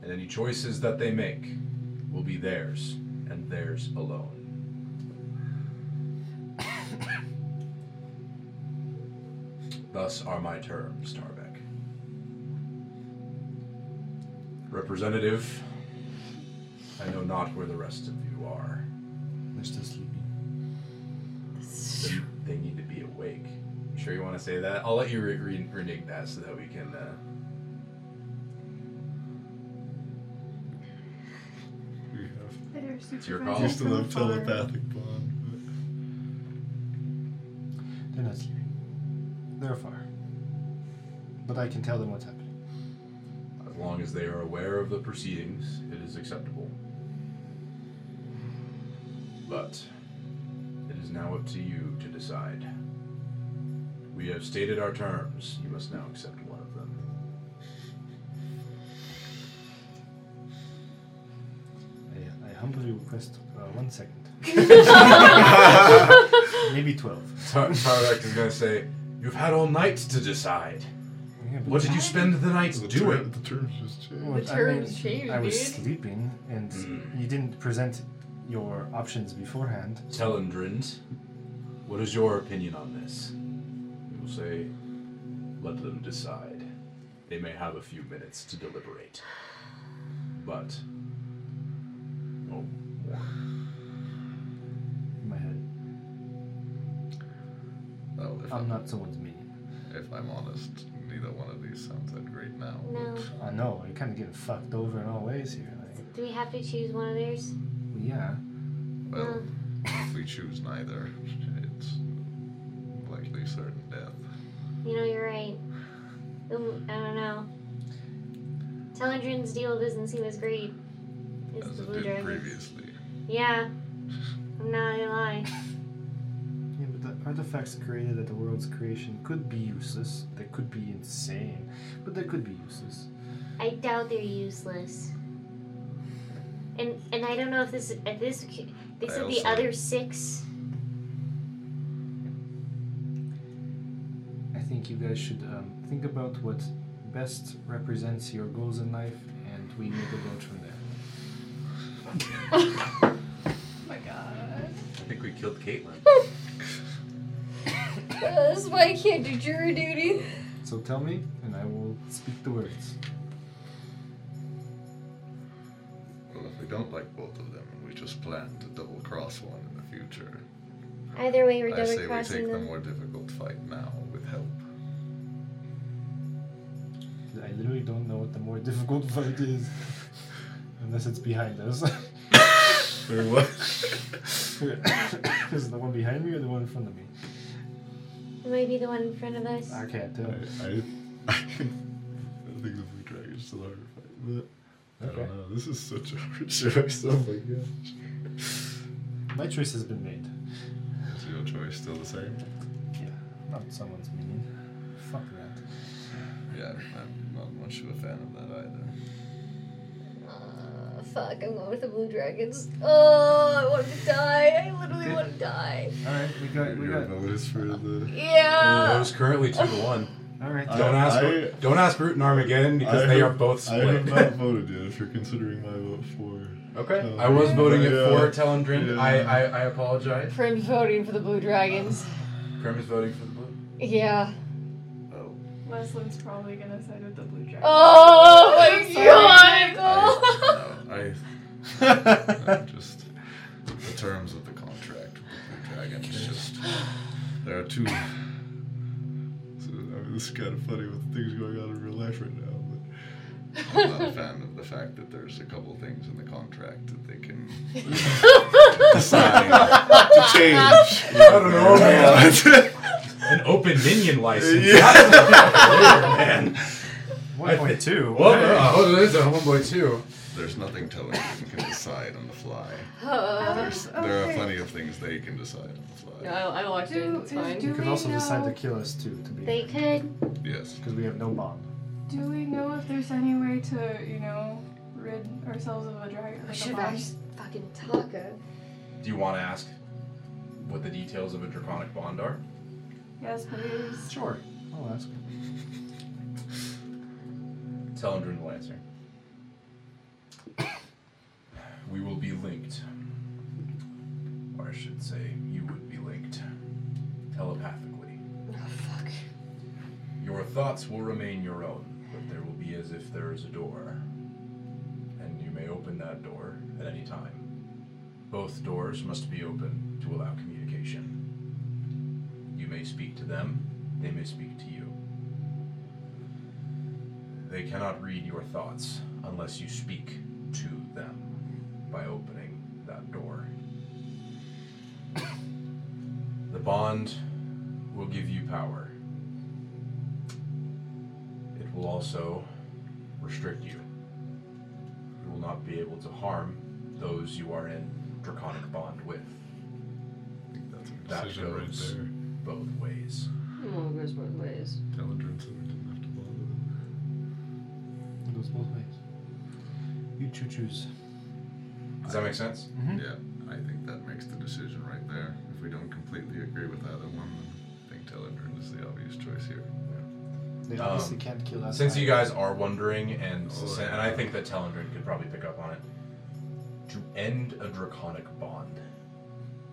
S1: And any choices that they make will be theirs and theirs alone. Thus are my terms, Tarbeck. Representative, I know not where the rest of you are.
S6: They're still sleeping.
S1: They- They need to be awake. You sure you want to say that? I'll let you re- re- renege that so that we can. Uh,
S5: We have.
S4: Better
S1: your
S4: supervise
S1: call.
S5: You
S4: it
S5: still
S4: from
S5: have
S4: afar.
S5: telepathic bond.
S6: They're not sleeping. They're afar. But I can tell them what's happening.
S1: as long as they are aware of the proceedings, it is acceptable. But it is now up to you to decide. We have stated our terms. You must now accept one of them.
S6: I, I humbly request uh, one second. Maybe 12.
S1: Tar- Tarek is going to say, You've had all night to decide.
S6: Yeah, but
S1: What did you spend the night
S5: The
S1: doing?
S5: term- The terms just changed.
S6: Well,
S2: The
S6: I
S2: terms
S6: mean,
S2: change,
S6: I was
S2: dude.
S6: sleeping, and
S1: Mm.
S6: you didn't present your options beforehand.
S1: Telendrind, what is your opinion on this? We will say, let them decide. They may have a few minutes to deliberate. But. Oh,
S6: In my head,
S8: Well, if
S6: I'm
S8: I'm,
S6: not someone's minion.
S8: if I'm honest, neither one of these sounds that great now.
S7: No.
S6: I know you're kind of getting fucked over in all ways here. Like,
S7: Do we have to choose one of theirs?
S6: well, yeah,
S7: Mm.
S8: Well, if we choose neither, it's likely certain death.
S7: You know, you're right. Um, I don't know. Telendrin's deal doesn't seem as great as
S8: As
S7: the
S8: it
S7: blue
S8: did
S7: dragon.
S8: previously.
S7: Yeah. I'm not gonna lie.
S6: yeah, but the artifacts created at the world's creation could be useless. They could be insane, but they could be useless.
S7: I doubt they're useless. And and I don't know if this if this they
S8: I
S7: said the
S8: also-
S7: other six.
S6: I think you guys should um, think about what best represents your goals in life, and we make a vote from there.
S2: Oh my god.
S1: I think we killed Caitlin.
S2: Uh, This is why I can't do jury duty.
S6: So tell me, and I will speak the words.
S8: Well, if we don't like both of them and we just plan to double cross one in the future,
S7: Either way, we're
S8: I
S7: double
S8: say we
S7: crossing
S8: take the
S7: them.
S8: more difficult fight now with help.
S6: I literally don't know what the more difficult fight is, unless it's behind us.
S5: Or what?
S6: is it the one behind me or the one in front of me?
S7: It might be the one in front of us.
S6: I can't
S5: I,
S6: tell.
S5: I, I think the blue dragon's still hard to fight, but I
S6: Okay.
S5: don't know. This is such a hard choice. Oh my gosh.
S6: My choice has been made.
S8: Is your choice still the same?
S6: Yeah, not someone's minion. Fuck that.
S8: Yeah, I'm not much of a fan of that either.
S2: Uh, fuck, I'm going with the blue dragons. Oh, I want to die. I literally want to die.
S5: Oh,
S6: All right, we got, we
S5: Your
S6: got.
S5: vote is for the.
S1: Well, it
S2: Yeah.
S1: was currently two to one.
S6: All right.
S5: I-
S1: Don't ask.
S5: I-
S1: don't ask Root and Armageddon because
S5: I
S1: they
S5: have-
S1: are both
S5: I have
S1: split.
S5: not voted yet. If you're considering my vote for,
S1: okay.
S5: Oh.
S1: I was voting it
S5: Yeah.
S1: for Telendrin.
S5: Yeah.
S1: I, I I apologize.
S2: Prim's voting for the blue dragons.
S1: Grim is voting for the blue.
S2: Yeah.
S8: Well,
S4: Leslie's probably gonna side with the blue dragon.
S2: Oh
S4: I'm
S2: my
S4: sorry.
S2: god.
S8: I, no, I just the terms of the contract with the Blue Dragon is just there are two.
S5: so, I mean, this is kind of funny with things going on in real life right now. But
S8: I'm not a fan of the fact that there's a couple things in the contract that they can sign to change. I don't know, man.
S1: An open minion license. man.
S6: One point two.
S1: Well, uh, oh, there's a homeboy too.
S8: There's nothing telling you you can decide on the fly.
S2: Uh,
S8: There's,
S4: Oh,
S8: There are
S4: Okay.
S8: plenty of things they can decide on the fly.
S2: no, I, I walked in.
S4: Do-
S2: It's
S4: is-
S2: fine.
S4: do
S6: You could
S4: we
S6: also
S4: know,
S6: decide to kill us too, to be
S7: They could.
S8: Yes.
S6: because we have no bond.
S4: Do we know if there's any way to, you know, rid ourselves of a dragon?
S2: I
S4: Like a
S2: should've
S4: bomb?
S2: asked fucking Taka.
S1: Do you want to ask what the details of a draconic bond are?
S4: Yes, please.
S6: Sure. I'll ask.
S1: Tell Andrin will answer. We will be linked. Or I should say, you would be linked. Telepathically.
S2: Oh, fuck.
S1: Your thoughts will remain your own, but there will be as if there is a door. And you may open that door at any time. Both doors must be open to allow communication. You may speak to them, they may speak to you. They cannot read your thoughts unless you speak to them by opening that door. The bond will give you power. It will also restrict you. You will not be able to harm those you are in draconic bond with.
S5: I think that's a
S1: That
S5: decision right
S1: goes.
S5: there.
S1: Both ways.
S2: Well, it goes both ways.
S5: Telendrin said we didn't have to bother them.
S6: It goes both ways. You choo choose.
S1: Does that make sense?
S6: Hmm?
S8: Yeah, I think that makes the decision right there. If we don't completely agree with either one, then I think Telendrin is the obvious choice here.
S6: They
S1: Um,
S6: obviously can't kill us.
S1: Since you guys are wondering, and
S8: Oh,
S1: and I think that Telendrin could probably pick up on it, to end a draconic bond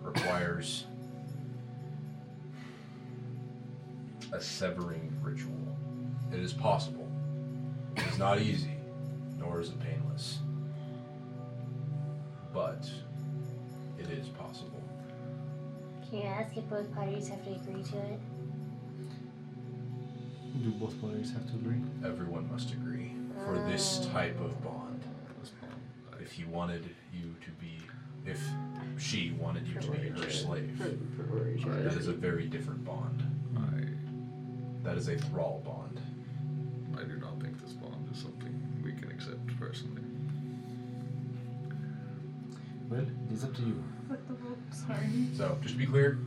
S1: requires a severing ritual. It is possible. It is not easy, nor is it painless, but it is possible.
S7: Can you ask if both parties have to agree to it?
S6: do both players have to agree?
S1: Everyone must agree for this
S7: Oh.
S1: type of bond.
S8: That's all.
S1: If he wanted you to be, if she wanted you to be her
S2: For,
S1: slave,
S2: for each
S1: that
S2: other.
S1: is a very different bond.
S8: I,
S1: That is a thrall bond.
S8: I do not think this bond is something we can accept personally.
S6: Well, it's up to you.
S4: What the Sorry.
S1: So, just to be clear,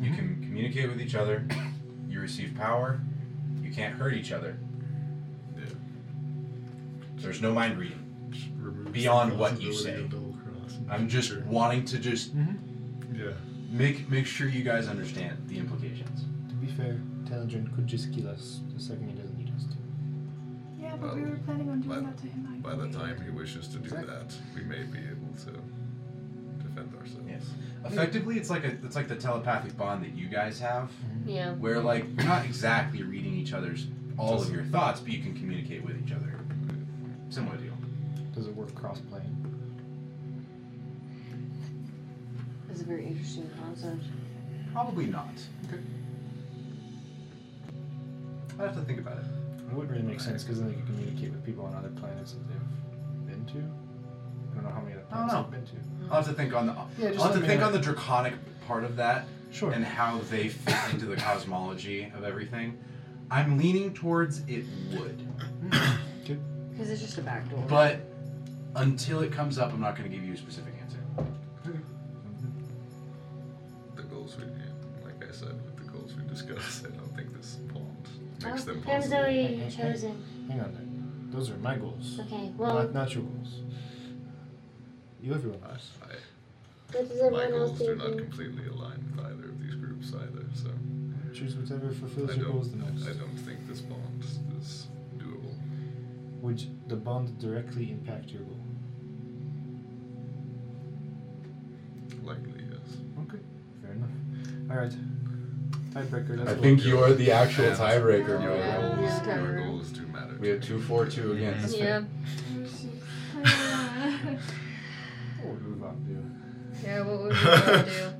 S1: you can communicate with each other, you receive power, you can't hurt each other.
S8: Yeah.
S1: There's no mind reading.
S5: Just removes the
S1: Beyond what you
S5: possibility
S1: say.
S5: of double cross in the
S1: I'm just
S5: future.
S1: wanting to just
S5: Yeah.
S1: make make sure you guys understand the implications.
S6: To be fair, Talendrin could just kill us the second he doesn't need us to.
S4: Yeah, but we
S8: Well,
S4: were planning on doing
S8: by-
S4: that to him. I
S8: By the
S4: think.
S8: time he wishes to do
S6: Exactly.
S8: that, we may be able to defend ourselves.
S1: Yes. Effectively, it's like a it's like the telepathic bond that you guys have.
S2: Yeah.
S1: where like you're not exactly reading each other's all of your thoughts, but you can communicate with each other. Similar deal.
S6: Does it work cross playing?
S2: It's a very interesting concept.
S1: Probably not. Okay. I have to think about it.
S6: It wouldn't really make sense because then they could communicate with people on other planets that they've been to. I don't know how many other
S1: I don't
S6: planets
S1: know.
S6: they've been to.
S1: I'll have to think on the
S6: Mm-hmm. Yeah, just
S1: I'll have
S6: let
S1: to
S6: me
S1: think
S6: know.
S1: on the draconic part of that
S6: Sure.
S1: and how they fit into the cosmology of everything. I'm leaning towards it would,
S2: Because it's just a back door.
S1: but until it comes up, I'm not going to give you a specific answer.
S8: The goals we, yeah, like I said, with the goals we discussed, I don't think this bond
S7: Oh,
S8: makes them
S7: depends
S8: possible.
S7: on what you've chosen.
S6: Hang on there. Those are my goals.
S7: Okay, well,
S6: not, not your goals. You have your own goals.
S8: I,
S7: what does
S8: my
S7: everyone
S8: goals
S7: else
S8: do not
S7: do?
S8: completely align with either of these groups either, so
S6: Choose whichever
S8: I
S6: fulfills your goals the
S8: don't,
S6: most.
S8: I don't think this bond is doable.
S6: Would the bond directly impact your goal?
S8: Likely, yes.
S6: Okay. Fair enough. All right. Tiebreaker. That's
S1: the actual
S8: Yeah.
S1: tiebreaker.
S8: Your
S2: Yeah.
S8: goals,
S2: Yeah.
S8: your goals do matter.
S1: We have
S8: to
S1: two,
S8: me.
S1: four, two against.
S2: yeah.
S4: We should- Ah.
S6: Oh, we move on.
S2: Yeah, what would you want to
S6: Yeah.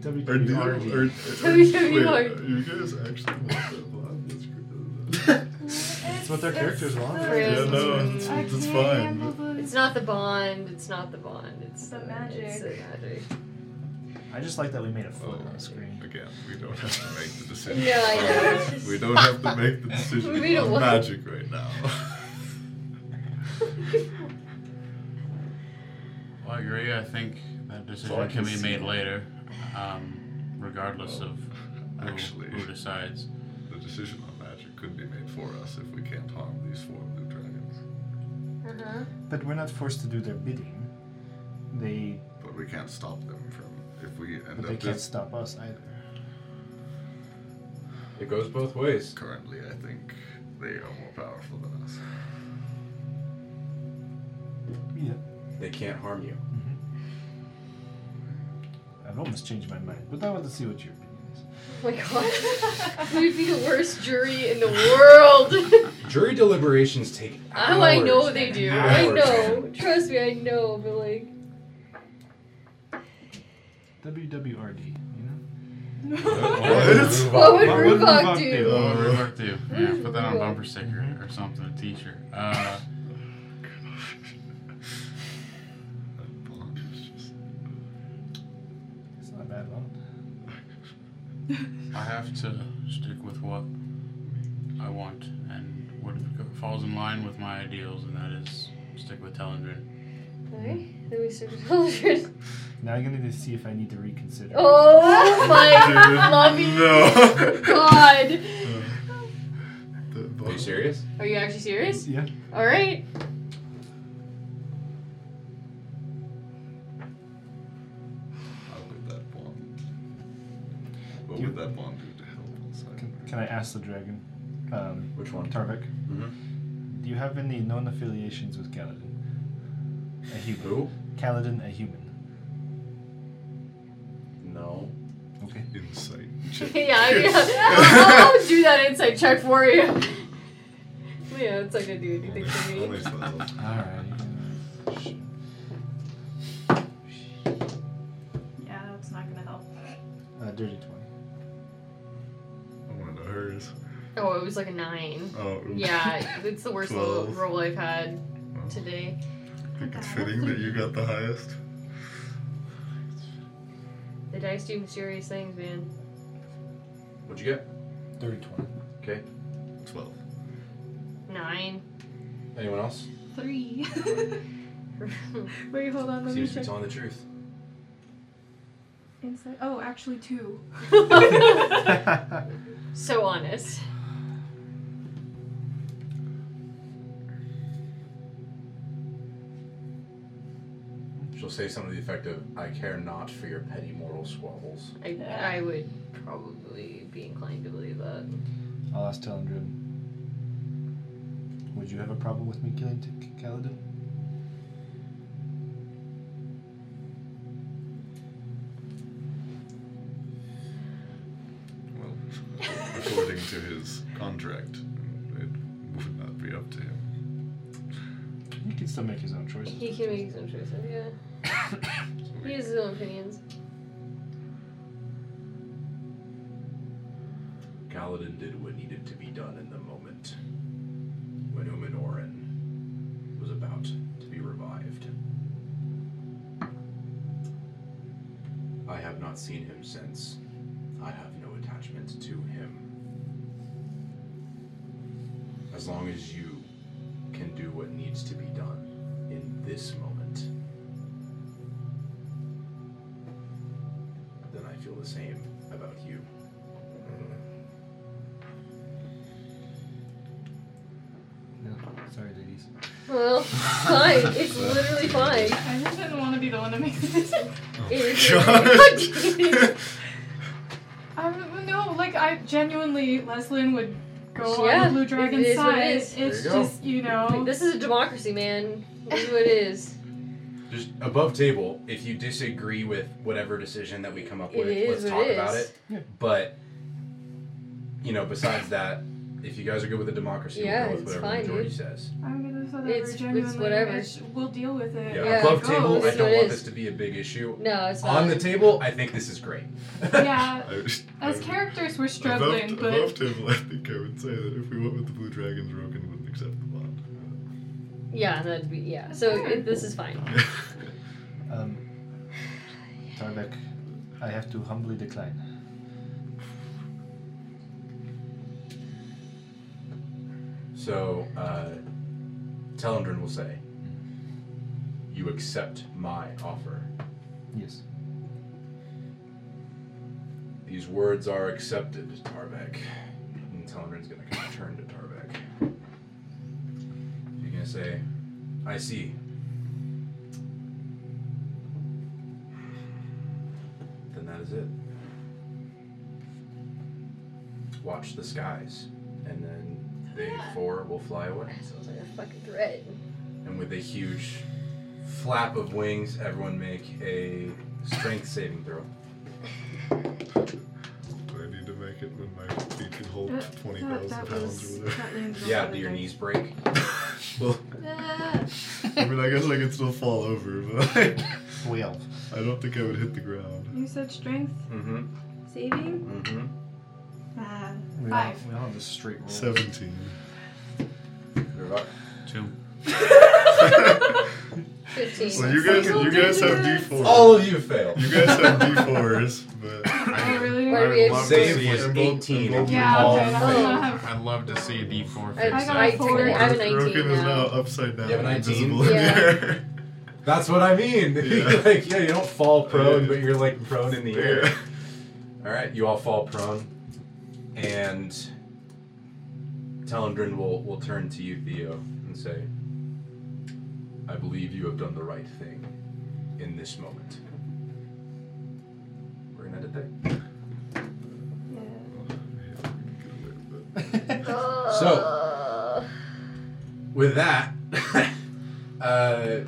S5: Are, the, are,
S6: WWRD.
S5: are,
S2: WWE
S5: wait,
S2: hard.
S5: are you guys actually want that bond? That's great.
S6: That's what their characters want.
S2: Friends.
S5: Yeah, no, it's,
S4: I
S5: it's
S4: can't
S5: fine.
S4: handle the
S2: It's not the bond. It's not the bond. It's
S4: The magic.
S2: It's the magic.
S6: I just like that we made a foot on the screen.
S8: Again, we don't have to make the decision.
S2: Yeah, I know, it's
S8: Sorry.
S2: just-
S8: We don't have to make the decision
S2: We made a
S8: on
S2: what?
S8: magic right now.
S9: Well, I agree. I think
S8: Well,
S9: that
S8: I
S9: decision
S8: can
S9: can be
S8: see
S9: made
S8: that.
S9: later, um, regardless of who,
S8: Actually,
S9: who decides.
S8: the decision on magic could be made for us if we can't harm these four blue dragons.
S7: Uh-huh.
S6: But we're not forced to do their bidding. They,
S8: But we can't stop them from. If we end
S6: but they
S8: up
S6: can't
S8: just
S6: stop us either.
S1: It goes both ways.
S8: currently, I think they are more powerful than us.
S6: Yeah.
S1: They can't harm you.
S6: I've almost changed my mind, but I want to see what your opinion is.
S2: Oh my god. We'd be the worst jury in the world.
S1: Jury deliberations take hours.
S2: oh, I know they
S1: and
S2: do. I
S1: hours.
S2: know. Trust me, I know. But like,
S6: WWRD, you know?
S8: What?
S2: what would
S6: What would
S2: Ruvok
S6: Ruvok do?
S2: do?
S9: What would
S8: Uh,
S9: Ruvok do? Yeah, put that on a
S2: Ruvok.
S9: bumper sticker or something, a T-shirt. Uh,
S8: That bond is just-
S6: It's not a bad one.
S9: I have to stick with what I want and what falls in line with my ideals, and that is stick with Telendrin.
S2: Alright, then we start with children.
S6: Now I'm gonna need to see if I need to reconsider.
S2: Oh my loving
S8: no.
S2: Oh god.
S8: The
S1: Are you
S8: bond-
S1: serious?
S2: Are you actually serious?
S6: Yeah.
S2: Alright.
S8: How would that bond? What
S6: You-
S8: would that bond do to help us? I
S6: Can,
S8: don't
S6: can I ask the dragon? Um,
S1: Which one?
S6: Tarvik.
S1: Mhm.
S6: Do you have any known affiliations with Kaladin? A human.
S1: Who?
S6: Kaladin, a human.
S1: No.
S6: Okay.
S8: know. Insight. check.
S2: yeah, I mean, I'll, I'll do that insight check for you. Yeah, it's not gonna do anything for me.
S8: Only thought.
S6: Alright.
S4: Yeah, that's not gonna help.
S6: Uh, dirty 20.
S8: I want to know hers.
S2: Oh, it was like a nine.
S8: Oh, oops.
S2: Yeah, it's the worst little
S8: Twelve.
S2: roll I've had today.
S8: I think it's fitting that you got the highest.
S2: The dice do mysterious things, man.
S1: What'd you get?
S6: Dirty 20.
S1: Okay.
S8: 12.
S2: Nine.
S1: Anyone else?
S4: Three. Wait, hold on. Let me
S1: Seems to
S4: check.
S1: be telling the truth.
S4: Inside. Oh, actually two.
S2: so honest.
S1: She'll say something to the effect of, "I care not for your petty moral squabbles."
S2: I, I would probably be inclined to believe that.
S6: I'll ask Telendrin. Would you have a problem with me killing T- Kaladin?
S8: Well, according to his contract, it would not be up to him.
S6: He can still make his own choice.
S2: He can make his own choices, yeah.
S8: So
S2: He
S8: we,
S2: has his own opinions.
S1: Kaladin did what needed to be done in the moment when Uminoran was about to be revived. I have not seen him since. I have no attachment to him. As long as you can do what needs to be done in this moment, then I feel the same about you.
S6: No. Sorry, ladies.
S2: Well, fine. It's literally fine.
S4: I just didn't want to be the one to make the decision.
S2: It is-
S4: Um, no, like I genuinely, Leslin would go on
S2: Yeah,
S4: the blue
S2: it
S4: dragon's
S2: is what it
S4: side.
S2: is.
S1: There
S4: It's
S1: you go.
S4: just you know.
S2: this is a democracy, man. This is what it is.
S1: Just above table, if you disagree with whatever decision that we come up
S2: It
S1: with,
S2: is
S1: let's
S2: what
S1: talk
S2: it
S1: about
S2: is.
S1: it. But you know, besides that, if you guys are good with the democracy, we'll
S2: Yeah,
S1: go
S2: it's
S1: with whatever
S2: fine,
S1: the majority
S2: dude.
S1: says.
S4: I'm gonna say that
S2: It's-
S4: we're
S2: it's
S4: genuinely.
S2: whatever.
S4: it's- we'll deal with it.
S1: Yeah,
S2: Yeah.
S1: above
S4: It
S1: table, I
S4: goes.
S2: This is
S1: don't
S2: what it
S1: want
S2: is.
S1: this to be a big issue.
S2: No, it's not.
S1: On the table, I think this is great.
S4: yeah.
S8: I, was-
S4: As
S8: I-
S4: characters, we're
S8: above,
S4: struggling, but
S8: above table, I think I would say that if we went with the blue dragons, Rogan wouldn't accept the bond.
S2: Yeah, that'd be yeah. So it, this is fine.
S6: Um, Tarvek, I have to humbly decline.
S1: So, uh, Telendrin will say, You accept my offer.
S6: Yes.
S1: These words are accepted, Tarvek. And Telendrin's gonna kind of turn to Tarvek. You're gonna say, I see. Then that is it. Watch the skies, and then they four will fly away.
S2: That sounds like a fucking threat.
S1: And with a huge flap of wings, everyone make a strength saving throw.
S5: Do I need to make it when my feet can hold
S4: Uh, That- that-
S5: 20,000
S4: that
S5: pounds
S4: was-
S5: or whatever?
S4: that lands
S1: Yeah,
S4: on
S1: do your
S4: another-
S1: knees break?
S5: well,
S4: Ah.
S5: I mean, I guess I could still fall over, but I
S6: Twelve.
S5: don't think I would hit the ground.
S4: You said strength
S1: Mm-hmm.
S4: saving?
S1: Mm-hmm.
S4: Ah,
S6: We all,
S4: Five.
S6: we all have this straight roll.
S5: 17.
S9: Two.
S2: Fifteen.
S5: Well, you guys,
S4: Single
S5: you guys have
S4: digits.
S5: D4.
S1: All of you fail.
S5: You guys have D4s, but
S4: Oh, really?
S2: Why
S5: I
S2: do we
S5: would
S2: have
S5: love
S1: Save
S5: to see
S1: was
S5: it.
S1: 18.
S5: Both-
S4: Yeah,
S1: All
S4: okay. that's
S1: fail.
S4: what I have.
S10: I'd love to see a D4
S9: I-
S4: I
S10: face.
S4: got
S2: I
S4: a four.
S2: I have a 19
S5: Roken is now
S2: now.
S5: upside down.
S1: You have a 19?
S5: invisible in
S2: Yeah.
S5: the air.
S1: That's what I mean.
S5: Yeah.
S1: like, yeah, you don't fall prone, but you're like prone in the air.
S5: Yeah.
S1: All right, you all fall prone, and Talendrin will will turn to you, Theo, and say, "I believe you have done the right thing in this moment." We're gonna end it there. So, with that, uh,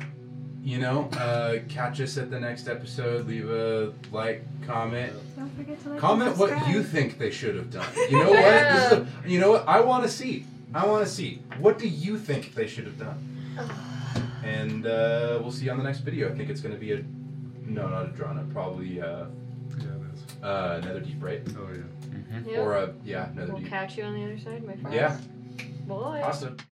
S1: you know, uh, catch us at the next episode. Leave a like, comment,
S4: Don't forget to like and
S1: Comment what
S4: subscribe.
S1: you think they should have done. You know what? This is a- you know what? I want to see. I want to see. What do you think they should have done? And uh, we'll see you on the next video. I think it's going to be a no, not a drawn up, probably uh,
S5: Yeah, it is.
S1: uh, another deep right
S5: Oh, yeah.
S2: Yep.
S9: Mm-hmm.
S1: or a yeah, another
S2: We'll
S1: deep.
S2: catch you on the other side, my friend.
S1: Yeah,
S2: Boy.
S1: awesome.